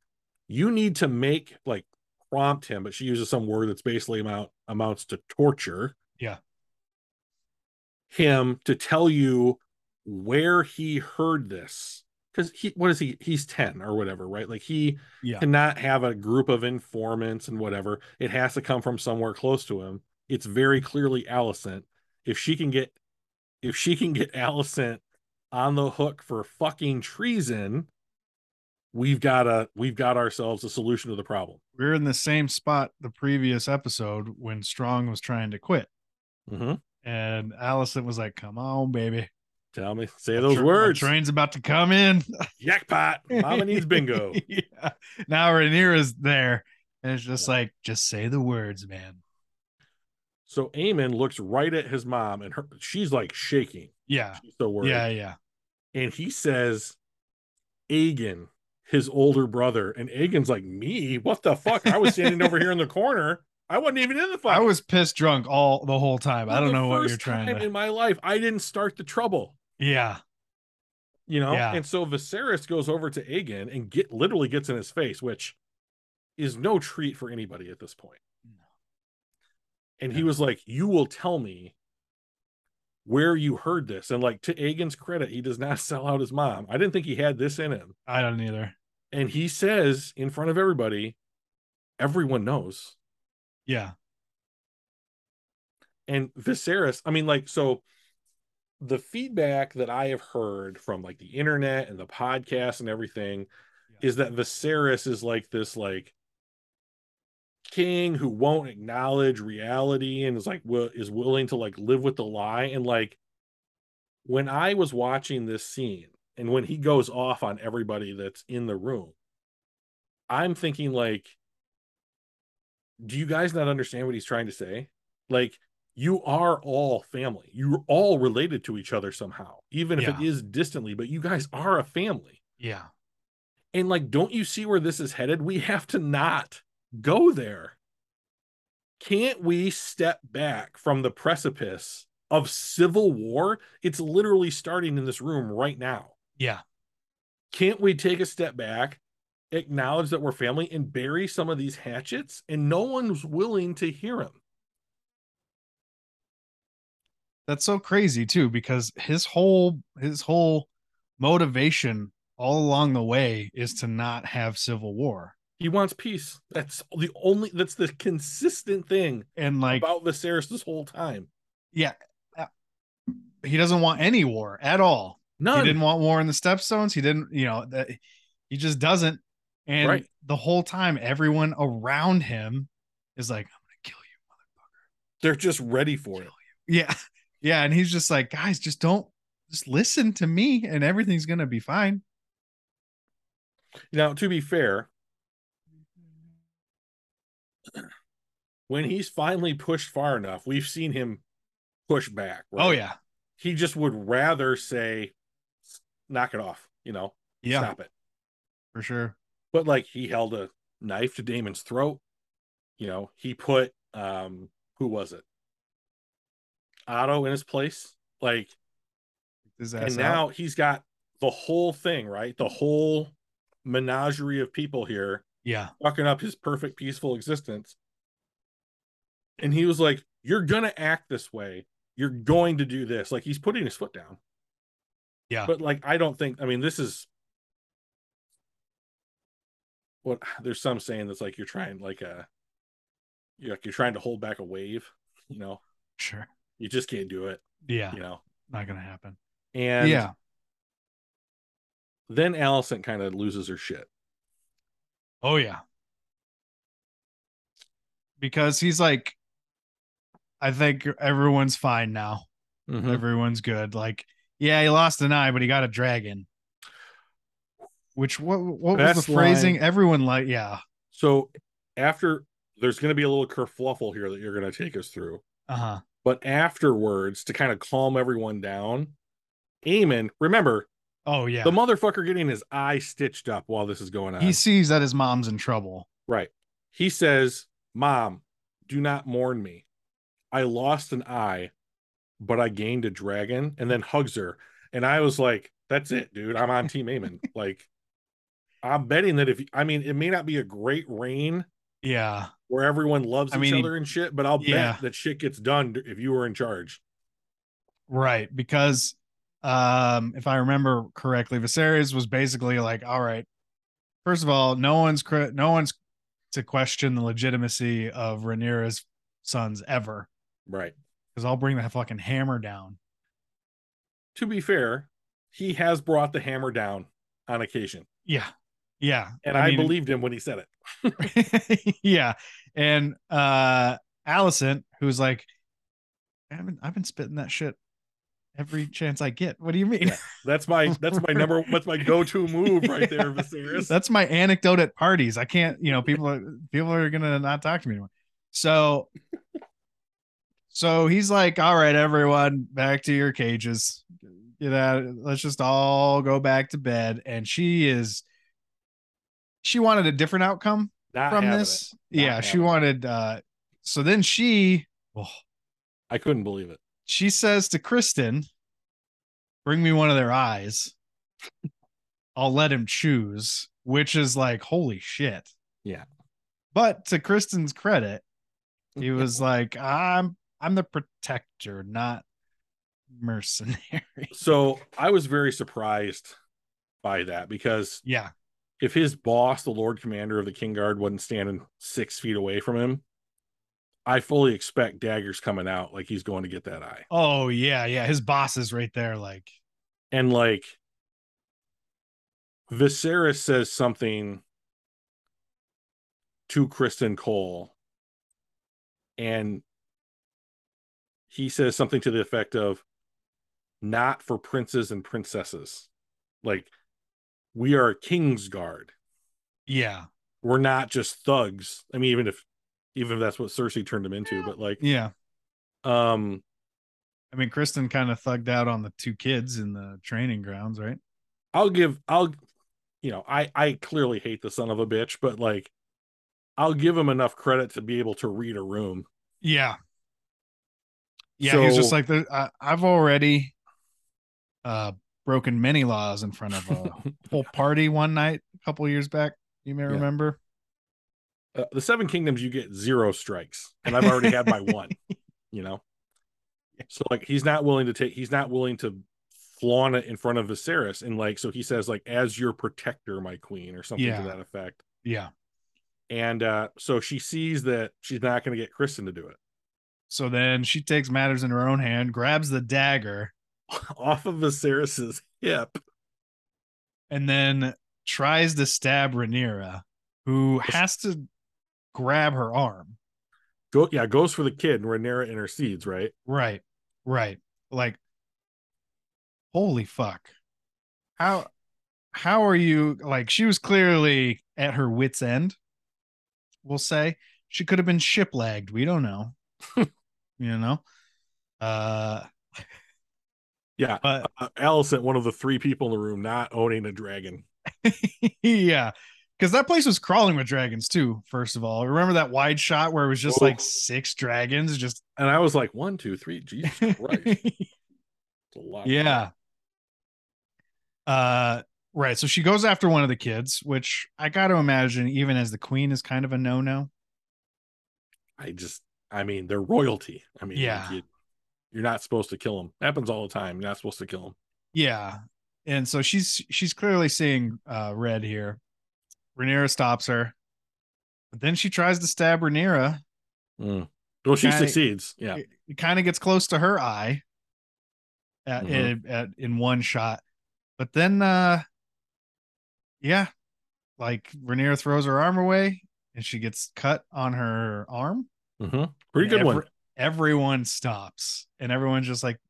B: You need to make like prompt him, but she uses some word that's basically amount amounts to torture.
A: Yeah.
B: Him to tell you where he heard this. Because he what is he? He's 10 or whatever, right? Like he
A: Yeah.
B: cannot have a group of informants and whatever. It has to come from somewhere close to him. It's very clearly Allison. If she can get if she can get Allison on the hook for fucking treason, we've got a we've got ourselves a solution to the problem.
A: We were in the same spot the previous episode when Strong was trying to quit.
B: Mm-hmm.
A: And Allison was like, Come on, baby.
B: Tell me, say
A: My
B: those
A: tr- my
B: words.
A: train's about to come in.
B: Jackpot. Mama needs bingo.
A: yeah. Now Rhaenyra's there. And it's just
B: Yeah.
A: like, just say the words, man.
B: So Eamon looks right at his mom, and her, she's like shaking.
A: Yeah.
B: She's so worried.
A: Yeah. Yeah.
B: And he says, Aegon, his older brother. And Aegon's like, Me? What the fuck? I was standing over here in the corner. I wasn't even in the fight.
A: I was pissed drunk all the whole time. I
B: For
A: don't
B: the
A: know what you're
B: first
A: trying
B: time
A: to.
B: In my life, I didn't start the trouble.
A: yeah.
B: you know
A: Yeah.
B: and so Viserys goes over to Aegon and get literally gets in his face which is no treat for anybody at this point
A: No.
B: and he
A: No.
B: was like you will tell me where you heard this and like to Aegon's credit he does not sell out his mom I didn't think he had this in him
A: I don't either.
B: and he says in front of everybody everyone knows
A: Yeah.
B: and Viserys, I mean, like, so the feedback that I have heard from like the internet and the podcast and everything
A: Yeah.
B: is that Viserys is like this like king who won't acknowledge reality and is like will is willing to like live with the lie. And like when I was watching this scene and when he goes off on everybody that's in the room, I'm thinking like, do you guys not understand what he's trying to say? Like you are all family. You're all related to each other somehow, even if it is distantly, but you guys are a family.
A: Yeah.
B: And like, don't you see where this is headed? We have to not go there. Can't we step back from the precipice of civil war? It's literally starting in this room right now.
A: Yeah.
B: Can't we take a step back, acknowledge that we're family, and bury some of these hatchets? And no one's willing to hear him.
A: That's so crazy too, because his whole his whole motivation all along the way is to not have civil war.
B: He wants peace. That's the only. That's the consistent thing
A: And like
B: about Viserys this whole time.
A: he doesn't want any war at all. He
B: None.
A: didn't want war in the Stepstones. He didn't, you know, that he just doesn't. And
B: Right.
A: the whole time everyone around him is like, I'm gonna kill you.
B: They're just ready for it.
A: Yeah. Yeah. And he's just like, guys, just don't just listen to me and everything's gonna be fine.
B: Now, to be fair, when he's finally pushed far enough, we've seen him push back.
A: Oh
B: right?
A: yeah.
B: He just would rather say, knock it off, you know,
A: Yeah,
B: stop it.
A: for sure.
B: But like he held a knife to Damon's throat. You know, he put um who was it? Otto in his place. Like
A: His
B: and
A: ass
B: now
A: out.
B: he's got the whole thing, right? The whole menagerie of people here
A: yeah,
B: fucking up his perfect peaceful existence. And he was like, You're gonna act this way. You're going to do this. Like he's putting his foot down.
A: Yeah.
B: But like I don't think I mean this is what there's some saying that's like you're trying like a you're like you're trying to hold back a wave, you know.
A: sure.
B: You just can't do it,
A: Yeah,
B: you know.
A: not gonna happen.
B: And
A: yeah,
B: then Allison kind of loses her shit.
A: oh yeah. because he's like, I think everyone's fine now.
B: Mhm.
A: Everyone's good. Like, yeah, he lost an eye, but he got a dragon. Which what what was
B: Best
A: the
B: line.
A: phrasing? Everyone like yeah.
B: So after there's going to be a little kerfluffle here that you're going to take us through,
A: Uh huh.
B: but afterwards to kind of calm everyone down, Eamon, remember
A: Oh yeah.
B: the motherfucker getting his eye stitched up while this is going on.
A: he sees that his mom's in trouble.
B: right. He says, "Mom, do not mourn me. I lost an eye, but I gained a dragon." And then hugs her, and I was like, "That's it, dude. I'm on Team Eamon." like, I'm betting that if I mean, it may not be a great reign.
A: Yeah.
B: where everyone loves
A: I
B: each
A: mean,
B: other and shit, but I'll
A: yeah.
B: bet that shit gets done if you were in charge.
A: Right. Because um if I remember correctly, Viserys was basically like, all right, first of all, no one's cri- no one's to question the legitimacy of Rhaenyra's sons ever.
B: Right.
A: Because I'll bring that fucking hammer down.
B: To be fair, he has brought the hammer down on occasion.
A: Yeah. Yeah.
B: And I,
A: mean,
B: believed him when he said it.
A: yeah. And uh Allison, who's like, I've been I've been spitting that shit every chance I get. What do you mean?
B: Yeah. That's my that's my number that's my go-to move right there,
A: Yeah.
B: Viserys.
A: That's my anecdote at parties. I can't, you know, people are people are gonna not talk to me anymore. So so he's like, All right, everyone, back to your cages. Get out. Let's just all go back to bed. And she is she wanted a different outcome
B: Not
A: from
B: having
A: this.
B: Not
A: Yeah, she
B: having it.
A: wanted. uh So then she oh,
B: it. I couldn't believe it.
A: she says to Kristen, "Bring me one of their eyes. I'll let him choose." Which is like, holy shit.
B: Yeah.
A: But to Kristen's credit, he was like, "I'm I'm the protector, not mercenary."
B: So I was very surprised by that because
A: yeah,
B: if his boss, the Lord Commander of the King Guard, wasn't standing six feet away from him, I fully expect daggers coming out like he's going to get that eye.
A: Oh yeah, yeah. His boss is right there. Like,
B: and like Viserys says something to Kristen Cole, and he says something to the effect of "Not for princes and princesses, like we are a king's guard.
A: yeah,
B: We're not just thugs. I mean, even if even if that's what Cersei turned him into, but like,
A: yeah.
B: um,
A: I mean, Kristen kind of thugged out on the two kids in the training grounds, right?
B: I'll give I'll you know, I I clearly hate the son of a bitch, but like I'll give him enough credit to be able to read a room.
A: Yeah. Yeah, he was just
B: So-
A: like, "There- I, I've already uh, broken many laws in front of a whole party one night a couple years back. You may
B: Yeah.
A: remember.
B: Uh, the Seven Kingdoms you get zero strikes, and I've already had my one, you know. So like he's not willing to take he's not willing to flaunt it in front of Viserys and like so he says like as your protector, my queen, or something
A: Yeah.
B: to that effect.
A: Yeah.
B: And uh so she sees that she's not gonna get Kristen to do it.
A: So then she takes matters in her own hand, grabs the dagger,
B: Off of Viserys's hip.
A: and then tries to stab Rhaenyra, who has to grab her arm.
B: go yeah goes for the kid and Rhaenyra intercedes right
A: Right. Right. Like holy fuck. How how are you like she was clearly at her wits end. We'll say she could have been shiplagged. We don't know. you know. Uh
B: yeah
A: but
B: uh, Alicent one of the three people in the room not owning a dragon
A: yeah. Cuz that place was crawling with dragons too, first of all. Remember that wide shot where it was just
B: Oh.
A: like six dragons just
B: and I was like one two three Jesus Christ it's a lot
A: Yeah. Uh right. So she goes after one of the kids, which I gotta imagine even as the queen is kind of a no-no.
B: I just I mean they're royalty I mean
A: Yeah.
B: like, you, you're not supposed to kill them happens all the time you're not supposed to kill them
A: Yeah. And so she's she's clearly seeing uh red here. Rhaenyra stops her. But then she tries to stab Rhaenyra.
B: well she
A: Guy-
B: succeeds yeah
A: It kind of gets close to her eye at,
B: Mhm.
A: at, at- in one shot. But then uh yeah, like Rhaenyra throws her arm away and she gets cut on her arm.
B: Mhm. Pretty good
A: and
B: one.
A: every- Everyone stops and everyone's just like,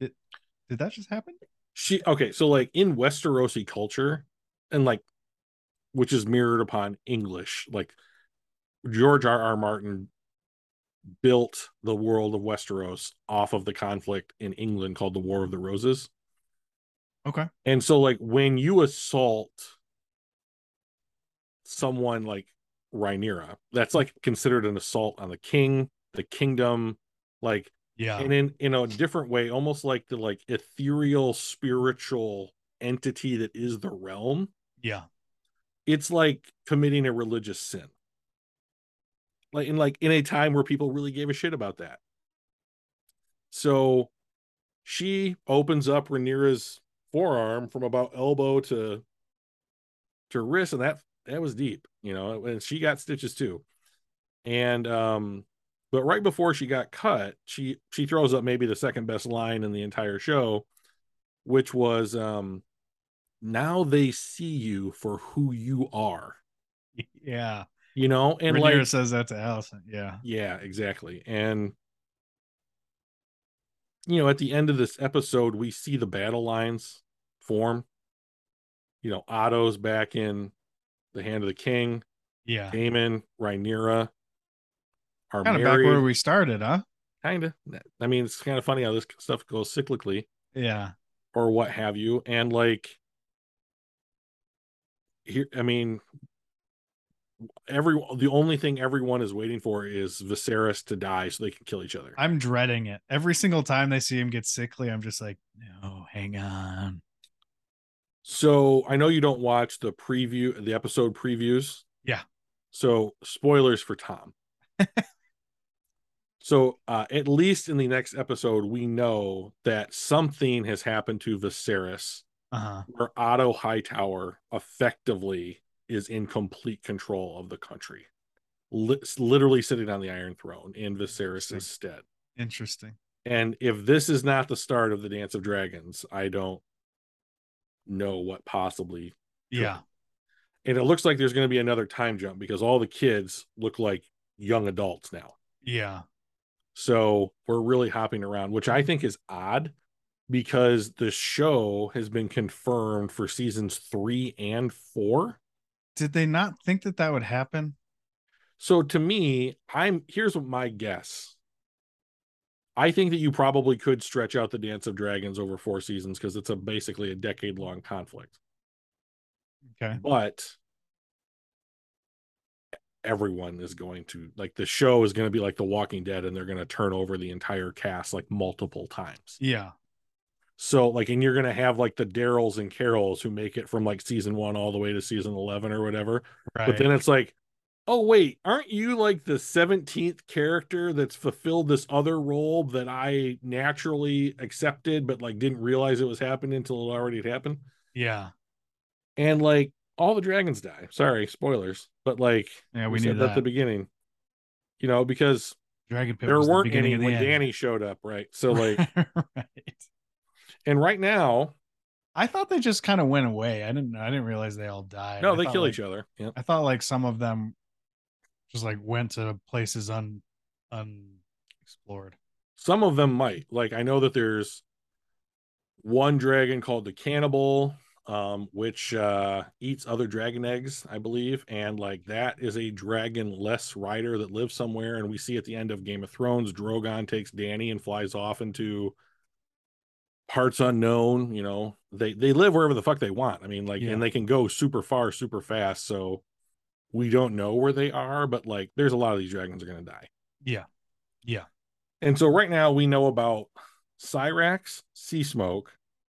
A: did, did that just happen?
B: she okay so like in westerosi culture and like which is mirrored upon english like george r r martin built the world of westeros off of the conflict in england called the war of the roses
A: Okay.
B: and so like when you assault someone like Rhaenyra, that's like considered an assault on the king, the kingdom, like
A: Yeah.
B: and in in a different way almost like the like ethereal spiritual entity that is the realm
A: yeah.
B: it's like committing a religious sin like in like in a time where people really gave a shit about that so she opens up Rhaenyra's forearm from about elbow to to wrist and that that was deep you know and she got stitches too and um but right before she got cut she she throws up maybe the second best line in the entire show which was um now they see you for who you are
A: Yeah.
B: you know and
A: And Rhaenyra
B: like
A: says that to Allison. Yeah.
B: yeah, exactly. And you know, at the end of this episode, we see the battle lines form. You know, Otto's back in the hand of the king,
A: Yeah.
B: Damon, Rhaenyra are
A: Kind of back where we started, huh?
B: kind of. I mean, it's kind of funny how this stuff goes cyclically
A: Yeah.
B: or what have you. And like here, I mean, every the only thing everyone is waiting for is Viserys to die so they can kill each other.
A: I'm dreading it. Every single time they see him get sickly, I'm just like, no, hang on.
B: So I know you don't watch the preview, the episode previews.
A: Yeah.
B: So spoilers for Tom. so uh, at least in the next episode, we know that something has happened to Viserys,
A: Uh huh.
B: where Otto Hightower effectively is in complete control of the country, Li- literally sitting on the Iron Throne in
A: Interesting.
B: Viserys' stead.
A: Interesting.
B: And if this is not the start of the Dance of Dragons, I don't know what possibly
A: Yeah.
B: and it looks like there's going to be another time jump because all the kids look like young adults now.
A: Yeah.
B: So we're really hopping around, which I think is odd because the show has been confirmed for seasons three and four.
A: Did they not think that that would happen?
B: So to me, I'm here's my guess. I think that you probably could stretch out the Dance of Dragons over four seasons because it's a basically a decade long conflict.
A: Okay.
B: but everyone is going to like the show is going to be like the walking dead and they're going to turn over the entire cast like multiple times
A: Yeah.
B: so like and you're going to have like the daryls and carols who make it from like season one all the way to season 11 or whatever
A: Right.
B: but then it's like oh wait aren't you like the 17th character that's fulfilled this other role that i naturally accepted but like didn't realize it was happening until it already had happened
A: yeah.
B: and like all the dragons die. Sorry, spoilers, but like
A: Yeah. We,
B: we,
A: knew
B: said that at
A: that.
B: the beginning, you know, because
A: Dragon Pit.
B: there
A: was the
B: weren't
A: beginning
B: any
A: and
B: when
A: the end.
B: Danny showed up, right? So like,
A: right.
B: and right now,
A: I thought they just kind of went away. I didn't. I didn't realize they all died.
B: no,
A: I
B: they
A: thought,
B: kill
A: like,
B: each other. Yeah,
A: I thought like some of them just like went to places un unexplored.
B: some of them might. Like, I know that there's one dragon called the Cannibal, um, which uh eats other dragon eggs, I believe, and like that is a dragon-less rider that lives somewhere. And we see at the end of Game of Thrones, Drogon takes Danny and flies off into parts unknown you know they they live wherever the fuck they want i mean like
A: Yeah.
B: and they can go super far super fast so we don't know where they are but like there's a lot of these dragons are going to die
A: Yeah. Yeah.
B: and so right now we know about cyrax sea smoke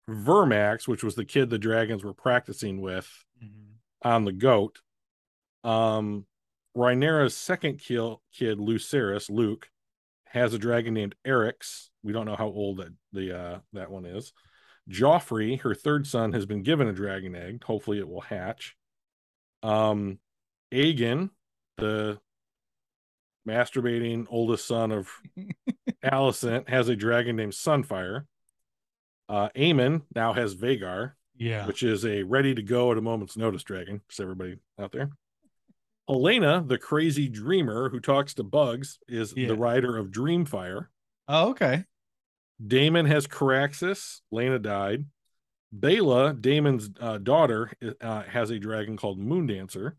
B: vermax which was the kid the dragons were practicing with on the goat um Rhaenyra's second kill kid lucerus luke has a dragon named Eric's. We don't know how old that the uh, that one is. Joffrey, her third son, has been given a dragon egg. Hopefully, it will hatch. Um, Aegon, the masturbating oldest son of Alicent, has a dragon named Sunfire. Uh, Aemon now has Vagar,
A: Yeah.
B: which is a ready to go at a moment's notice dragon. Just everybody out there. Elena, the crazy dreamer who talks to bugs, is
A: Yeah.
B: the rider of Dreamfire.
A: Oh, okay.
B: Damon has Caraxes. Lena died. Bela, Damon's uh, daughter, uh, has a dragon called Moondancer.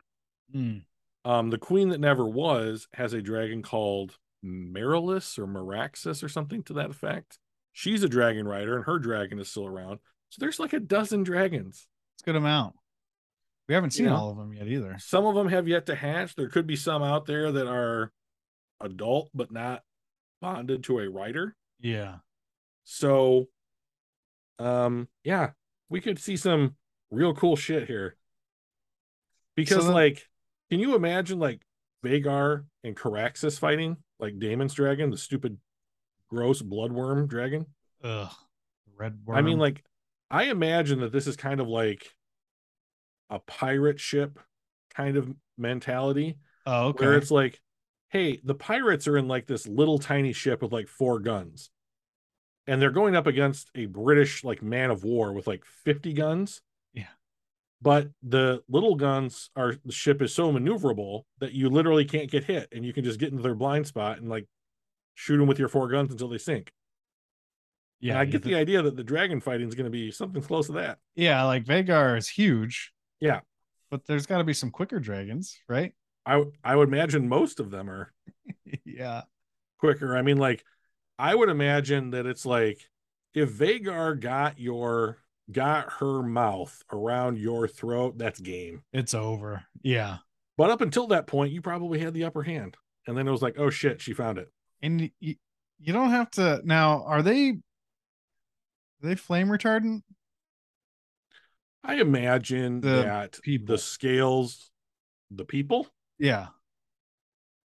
A: Hmm.
B: Um, the queen that never was has a dragon called Merilus or Meraxis or something to that effect. She's a dragon rider, and her dragon is still around. So there's like a dozen dragons.
A: It's a good amount. We haven't seen
B: Yeah.
A: all of them yet either.
B: Some of them have yet to hatch. There could be some out there that are adult but not bonded to a rider.
A: Yeah.
B: So, um, yeah, we could see some real cool shit here. Because,
A: then-
B: like, can you imagine like Vagar and Caraxes fighting like Damon's dragon, the stupid, gross bloodworm dragon?
A: Ugh. Red
B: I mean,
A: worm.
B: like, I imagine that this is kind of like a pirate ship kind of mentality
A: oh, okay.
B: where it's like, hey, the pirates are in like this little tiny ship with like four guns, and they're going up against a British like man of war with like 50 guns.
A: Yeah.
B: But the little guns are the ship is so maneuverable that you literally can't get hit and you can just get into their blind spot and like shoot them with your four guns until they sink. Yeah.
A: yeah,
B: I
A: yeah,
B: get
A: the-
B: the idea that the dragon fighting is going to be something close to that.
A: yeah, like Vagar is huge.
B: Yeah.
A: But there's got to be some quicker dragons, right?
B: I w- I would imagine most of them are
A: yeah.
B: quicker. I mean, like, I would imagine that it's like if Vagar got your got her mouth around your throat, that's game.
A: It's over. Yeah.
B: But up until that point, you probably had the upper hand. And then it was like, oh shit, she found it.
A: And you, you don't have to. Now, are they. are they flame retardant?
B: I imagine
A: The
B: that
A: people.
B: the scales, the people.
A: Yeah.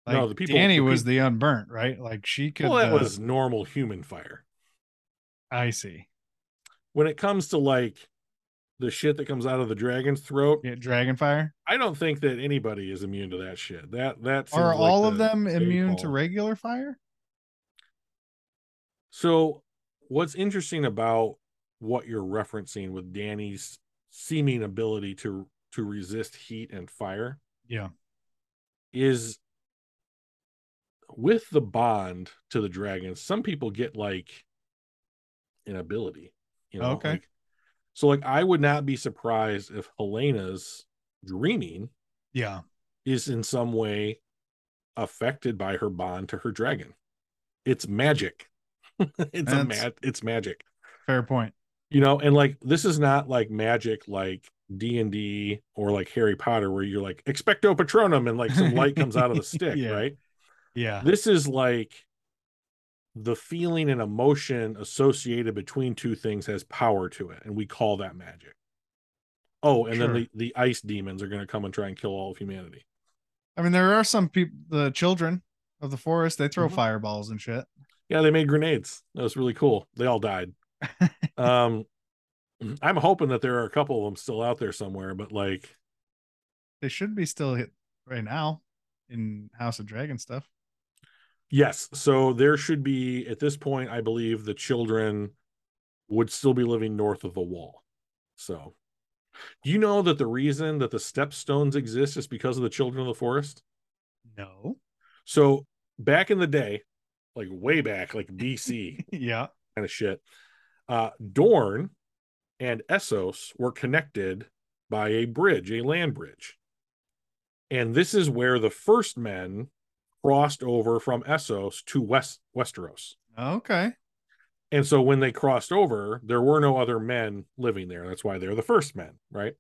A: Like
B: No, the people-
A: Danny
B: the
A: was
B: peop-
A: the unburnt, right? Like she could.
B: well, that
A: uh,
B: was normal human fire.
A: I see.
B: When it comes to like the shit that comes out of the dragon's throat,
A: Yeah, dragon fire.
B: I don't think that anybody is immune to that shit. That that seems
A: Are
B: like
A: all of
B: the
A: them
B: safe
A: immune to
B: call.
A: regular fire?
B: So, what's interesting about what you're referencing with Danny's seeming ability to to resist heat and fire
A: Yeah.
B: is with the bond to the dragons. Some people get like an ability, you know.
A: Okay.
B: like- so, like, I would not be surprised if Helena's dreaming
A: Yeah.
B: is in some way affected by her bond to her dragon. It's magic. it's a
A: That's-
B: mag- it's magic.
A: Fair point.
B: You know, and like this is not like magic like D&D or like Harry Potter where you're like expecto patronum and like some light comes out of the stick,
A: Yeah.
B: right?
A: Yeah.
B: This is like the feeling and emotion associated between two things has power to it and we call that magic. Oh, and then
A: Sure.
B: the, the ice demons are going to come and try and kill all of humanity.
A: I mean, there are some people, the children of the forest, they throw
B: Mhm.
A: fireballs and shit.
B: Yeah, they made grenades. That was really cool. They all died. um, I'm hoping that there are a couple of them still out there somewhere, but like,
A: They should be still hit right now in House of Dragon stuff.
B: yes. So there should be, at this point, I believe the children would still be living north of the wall. So, do you know that the reason that the stepstones exist is because of the children of the forest?
A: No.
B: So, back in the day, like way back, like BC,
A: Yeah.
B: kind of shit. Uh, Dorn and Essos were connected by a bridge, a land bridge. And this is where the first men crossed over from Essos to West Westeros.
A: Okay.
B: And so when they crossed over, there were no other men living there. That's why they're the first men, right?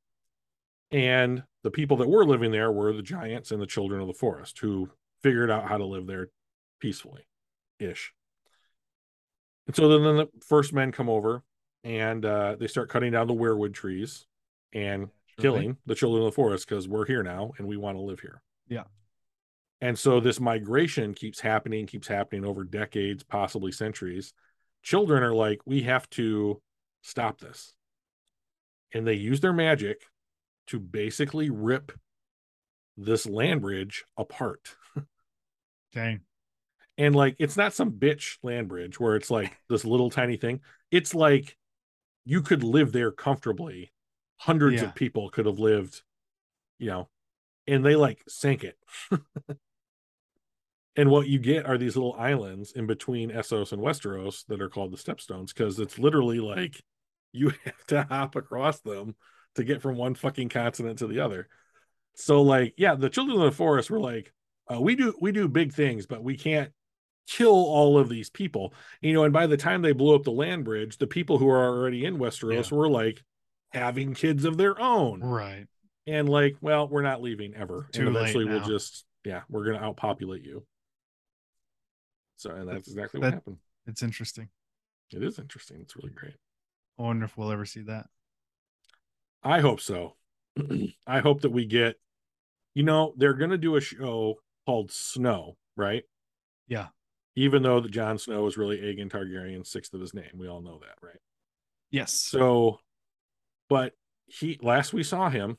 B: And the people that were living there were the giants and the children of the forest who figured out how to live there peacefully ish. And so then, then the first men come over and uh, they start cutting down the weirwood trees and killing the children of the forest because we're here now and we want to live here.
A: Yeah.
B: And so this migration keeps happening, keeps happening over decades, possibly centuries. Children are like, we have to stop this. And they use their magic to basically rip this land bridge apart
A: Dang.
B: and like it's not some bitch land bridge where it's like this little tiny thing it's like you could live there comfortably hundreds
A: Yeah.
B: of people could have lived you know and they like sank it. and what you get are these little islands in between Essos and Westeros that are called the Stepstones because it's literally like you have to hop across them to get from one fucking continent to the other. So like, yeah, the Children of the Forest were like, uh, we do we do big things, but we can't kill all of these people. You know, and by the time they blew up the land bridge, the people who are already in Westeros were like having kids of their own
A: Right.
B: and like, well, we're not leaving ever.
A: Mm. Too
B: and
A: late
B: eventually
A: now.
B: we'll just yeah, we're gonna outpopulate you. So and that's exactly what
A: That-
B: happened.
A: It's interesting.
B: It is interesting. It's really great.
A: I wonder if we'll ever see that.
B: I hope so. I hope that we get you know, they're gonna do a show called Snow, right?
A: Yeah.
B: Even though the Jon Snow is really Aegon Targaryen, sixth of his name. We all know that, right?
A: Yes.
B: So, but he last we saw him,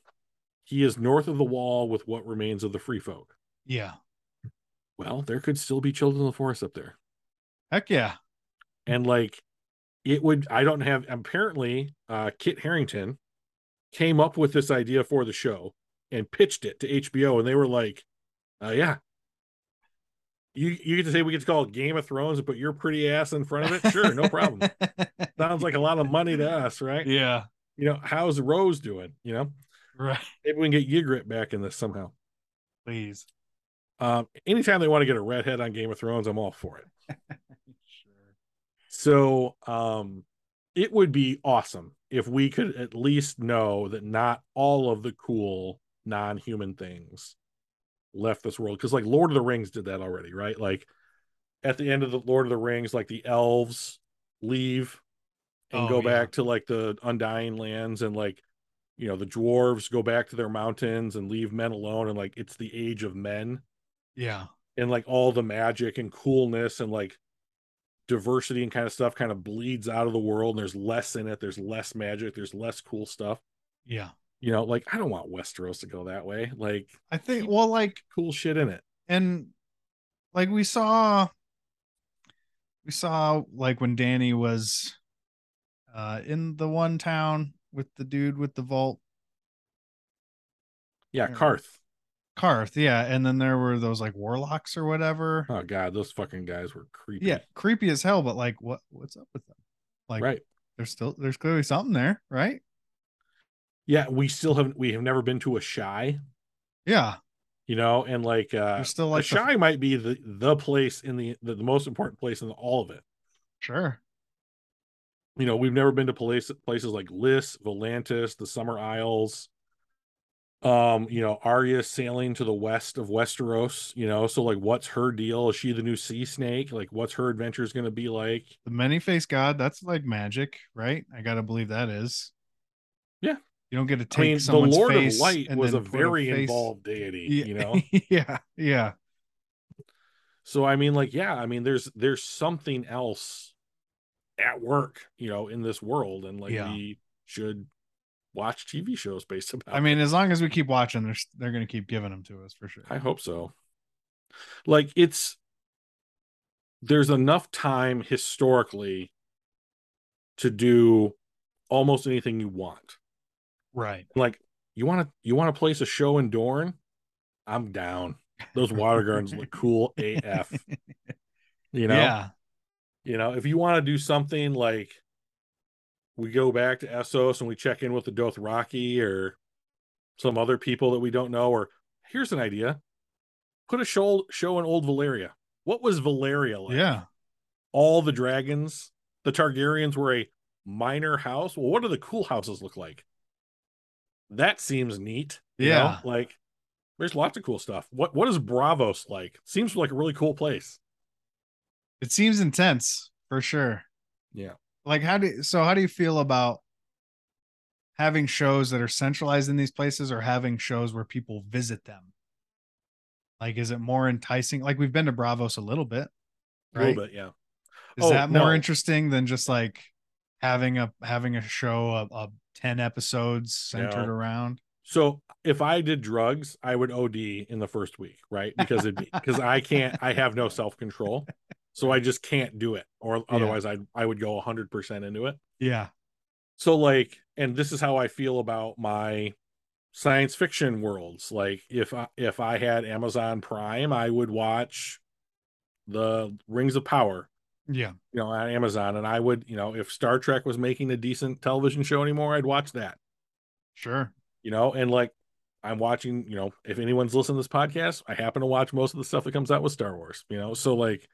B: he is north of the wall with what remains of the free folk.
A: yeah.
B: Well, there could still be children of the forest up there.
A: Heck yeah.
B: And like it would, I don't have apparently uh Kit Harrington came up with this idea for the show and pitched it to HBO, and they were like, uh yeah. You you get to say we get to call it Game of Thrones and put your pretty ass in front of it? Sure, no problem. Sounds like a lot of money to us, right?
A: yeah.
B: You know, how's Rose doing? You know?
A: Right.
B: Maybe we can get Ygritte back in this somehow.
A: Please.
B: Um, anytime they want to get a redhead on Game of Thrones, I'm all for it.
A: Sure.
B: So um, it would be awesome if we could at least know that not all of the cool non-human things left this world. Because like Lord of the Rings did that already, right? Like at the end of the Lord of the Rings, like the elves leave and
A: Oh,
B: go
A: yeah.
B: back to like the Undying Lands and like you know the dwarves go back to their mountains and leave men alone and like it's the age of men
A: Yeah.
B: and like all the magic and coolness and like diversity and kind of stuff kind of bleeds out of the world and there's less in it there's less magic there's less cool stuff
A: Yeah.
B: you know like i don't want westeros to go that way like
A: I think well like
B: cool shit in it
A: and like we saw we saw like when Danny was uh in the one town with the dude with the vault
B: yeah
A: Yeah.
B: karth
A: Karth, yeah, and then there were those like warlocks or whatever.
B: oh god those fucking guys were creepy
A: Yeah, creepy as hell, but like what what's up with them? Like
B: right
A: there's still there's clearly something there, right?
B: yeah we still haven't we have never been to a shy
A: Yeah.
B: you know and like uh
A: There's still
B: a
A: like the-
B: shy might be the the place in the the, the most important place in all of it
A: sure.
B: you know, we've never been to place, places like Lys, Volantis, the Summer Isles. Um, you know, Arya sailing to the west of Westeros, you know, so like what's her deal? Is she the new sea snake? Like what's her adventures going to be like?
A: The many faced god, that's like magic, right? I gotta believe that is.
B: Yeah.
A: You don't get to
B: I
A: take
B: mean, the
A: someone's
B: Lord of
A: face
B: Light
A: and
B: was a
A: then put
B: very
A: face-
B: involved deity,
A: Yeah,
B: you know.
A: yeah, yeah,
B: so I mean like yeah, I mean there's there's something else at work, you know, in this world and like
A: Yeah.
B: we should watch TV shows based about
A: I mean, as long as we keep watching, they're they're gonna keep giving them to us for sure.
B: I hope so. Like it's there's enough time historically to do almost anything you want.
A: Right.
B: Like you want to you want to place a show in Dorne? I'm down. Those water gardens look cool AF. You know,
A: Yeah.
B: you know, if you want to do something like we go back to Essos and we check in with the Dothraki or some other people that we don't know, or here's an idea: put a show show in old Valeria. What was Valeria like?
A: Yeah.
B: all the dragons, the Targaryens were a minor house. Well, what do the cool houses look like? That seems neat. you
A: Yeah.
B: know? like there's lots of cool stuff. What what is Bravos like? Seems like a really cool place.
A: It seems intense for sure.
B: Yeah.
A: Like how do so how do you feel about having shows that are centralized in these places or having shows where people visit them? Like is it more enticing? Like we've been to Bravos a little bit,
B: A
A: right?
B: little bit, yeah.
A: Is
B: Oh,
A: that more
B: no.
A: interesting than just like having a having a show of, of 10 episodes centered
B: No.
A: around?
B: So if I did drugs, I would OD in the first week, right? Because it'd be because I can't, I have no self control, so I just can't do it. Or otherwise, I I would go hundred percent into it.
A: Yeah.
B: So like, and this is how I feel about my science fiction worlds. Like if I, if I had Amazon Prime, I would watch the Rings of Power,
A: Yeah.
B: you know, on Amazon, and I would, you know, if Star Trek was making a decent television show anymore, I'd watch that.
A: Sure.
B: You know, and like I'm watching, you know, if anyone's listening to this podcast, I happen to watch most of the stuff that comes out with Star Wars. You know, so like.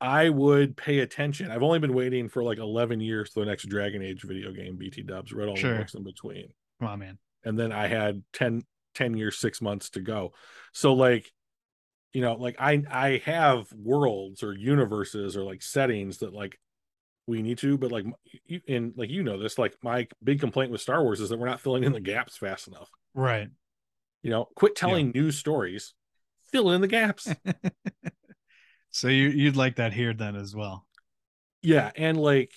B: I would pay attention. I've only been waiting for like 11 years for the next Dragon Age video game, BT dubs, read all
A: Sure.
B: the books in between
A: Come on, man.
B: and then i had 10 10 years six months to go so like you know like i i have worlds or universes or like settings that like we need to but like m- you and like you know this like my big complaint with star wars is that we're not filling in the gaps fast enough
A: Right.
B: you know quit telling new stories fill in the gaps
A: so you you'd like that here then as well.
B: yeah and like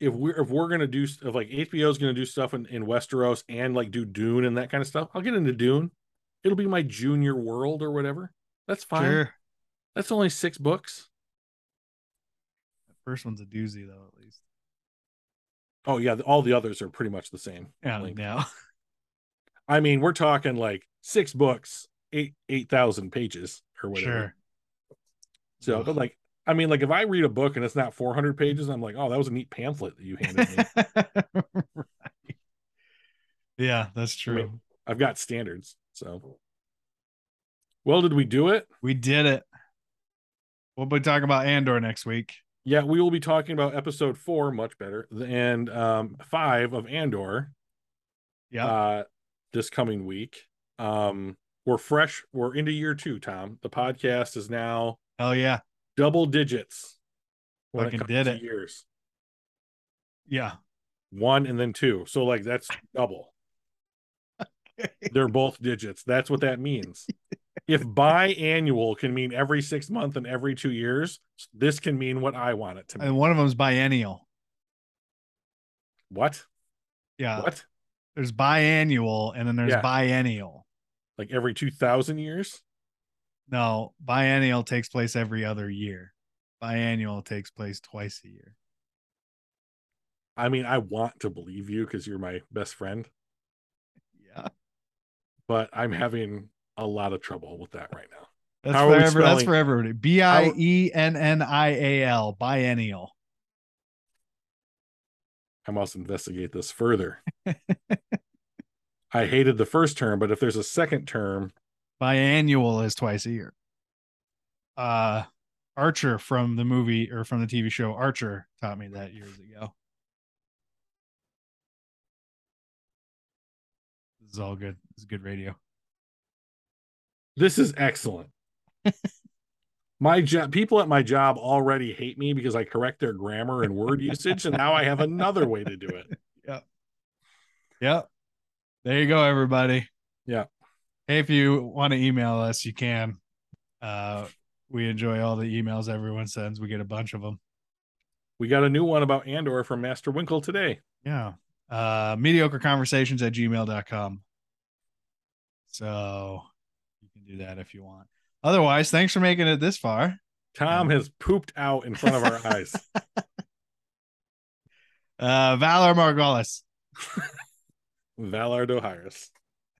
B: if we're if we're gonna do s- if like hbo's gonna do stuff in, in westeros and like do dune and that kind of stuff i'll get into dune it'll be my junior world or whatever that's fine
A: Sure.
B: that's only six books
A: That first one's a doozy though, at least.
B: oh yeah th- all the others are pretty much the same
A: Yeah.
B: Like,
A: Yeah.
B: i mean we're talking like six books eight eight thousand pages or whatever
A: Sure.
B: so but like i mean like if i read a book and it's not 400 pages i'm like oh that was a neat pamphlet that you handed me
A: Right. Yeah, that's true.
B: mean, i've got standards so well did we do it
A: we did it. We'll be talking about Andor next week.
B: Yeah, we will be talking about episode four, much better, and um, five of Andor
A: Yeah.
B: uh, this coming week. Um, we're fresh. We're into year two, Tom. The podcast is now
A: Hell yeah.
B: double digits. when
A: Fucking
B: comes
A: did
B: to
A: it.
B: Years
A: Yeah.
B: one and then two. So like that's double. They're both digits. That's what that means. if biannual can mean every six months and every two years, this can mean what I want it to mean.
A: And one of them's biennial.
B: What?
A: Yeah.
B: what?
A: There's biannual and then there's
B: Yeah.
A: biennial.
B: Like every two thousand years?
A: No, biennial takes place every other year. Biannual takes place twice a year.
B: I mean, I want to believe you because you're my best friend,
A: Yeah.
B: but I'm having a lot of trouble with that right now.
A: That's
B: How are we
A: forever. That's
B: spelling-
A: for everybody. B I E N N I A L. Biennial.
B: I must investigate this further. I hated the first term, but if there's a second term,
A: Biannual is twice a year. Uh Archer from the movie or from the TV show Archer taught me that years ago. This is all good. This is good radio.
B: this is excellent. my job, people at my job already hate me because I correct their grammar and word usage, and now I have another way to do it.
A: Yep. There you go, everybody.
B: Yeah.
A: Hey, if you want to email us, you can. Uh, we enjoy all the emails everyone sends. We get a bunch of them.
B: We got a new one about Andor from Master Winkle today.
A: Yeah. Uh, mediocre conversations at gmail.com. So you can do that if you want. Otherwise, thanks for making it this far.
B: Tom has pooped out in front of our eyes.
A: Uh, Valor Margolis.
B: Valardo Harris.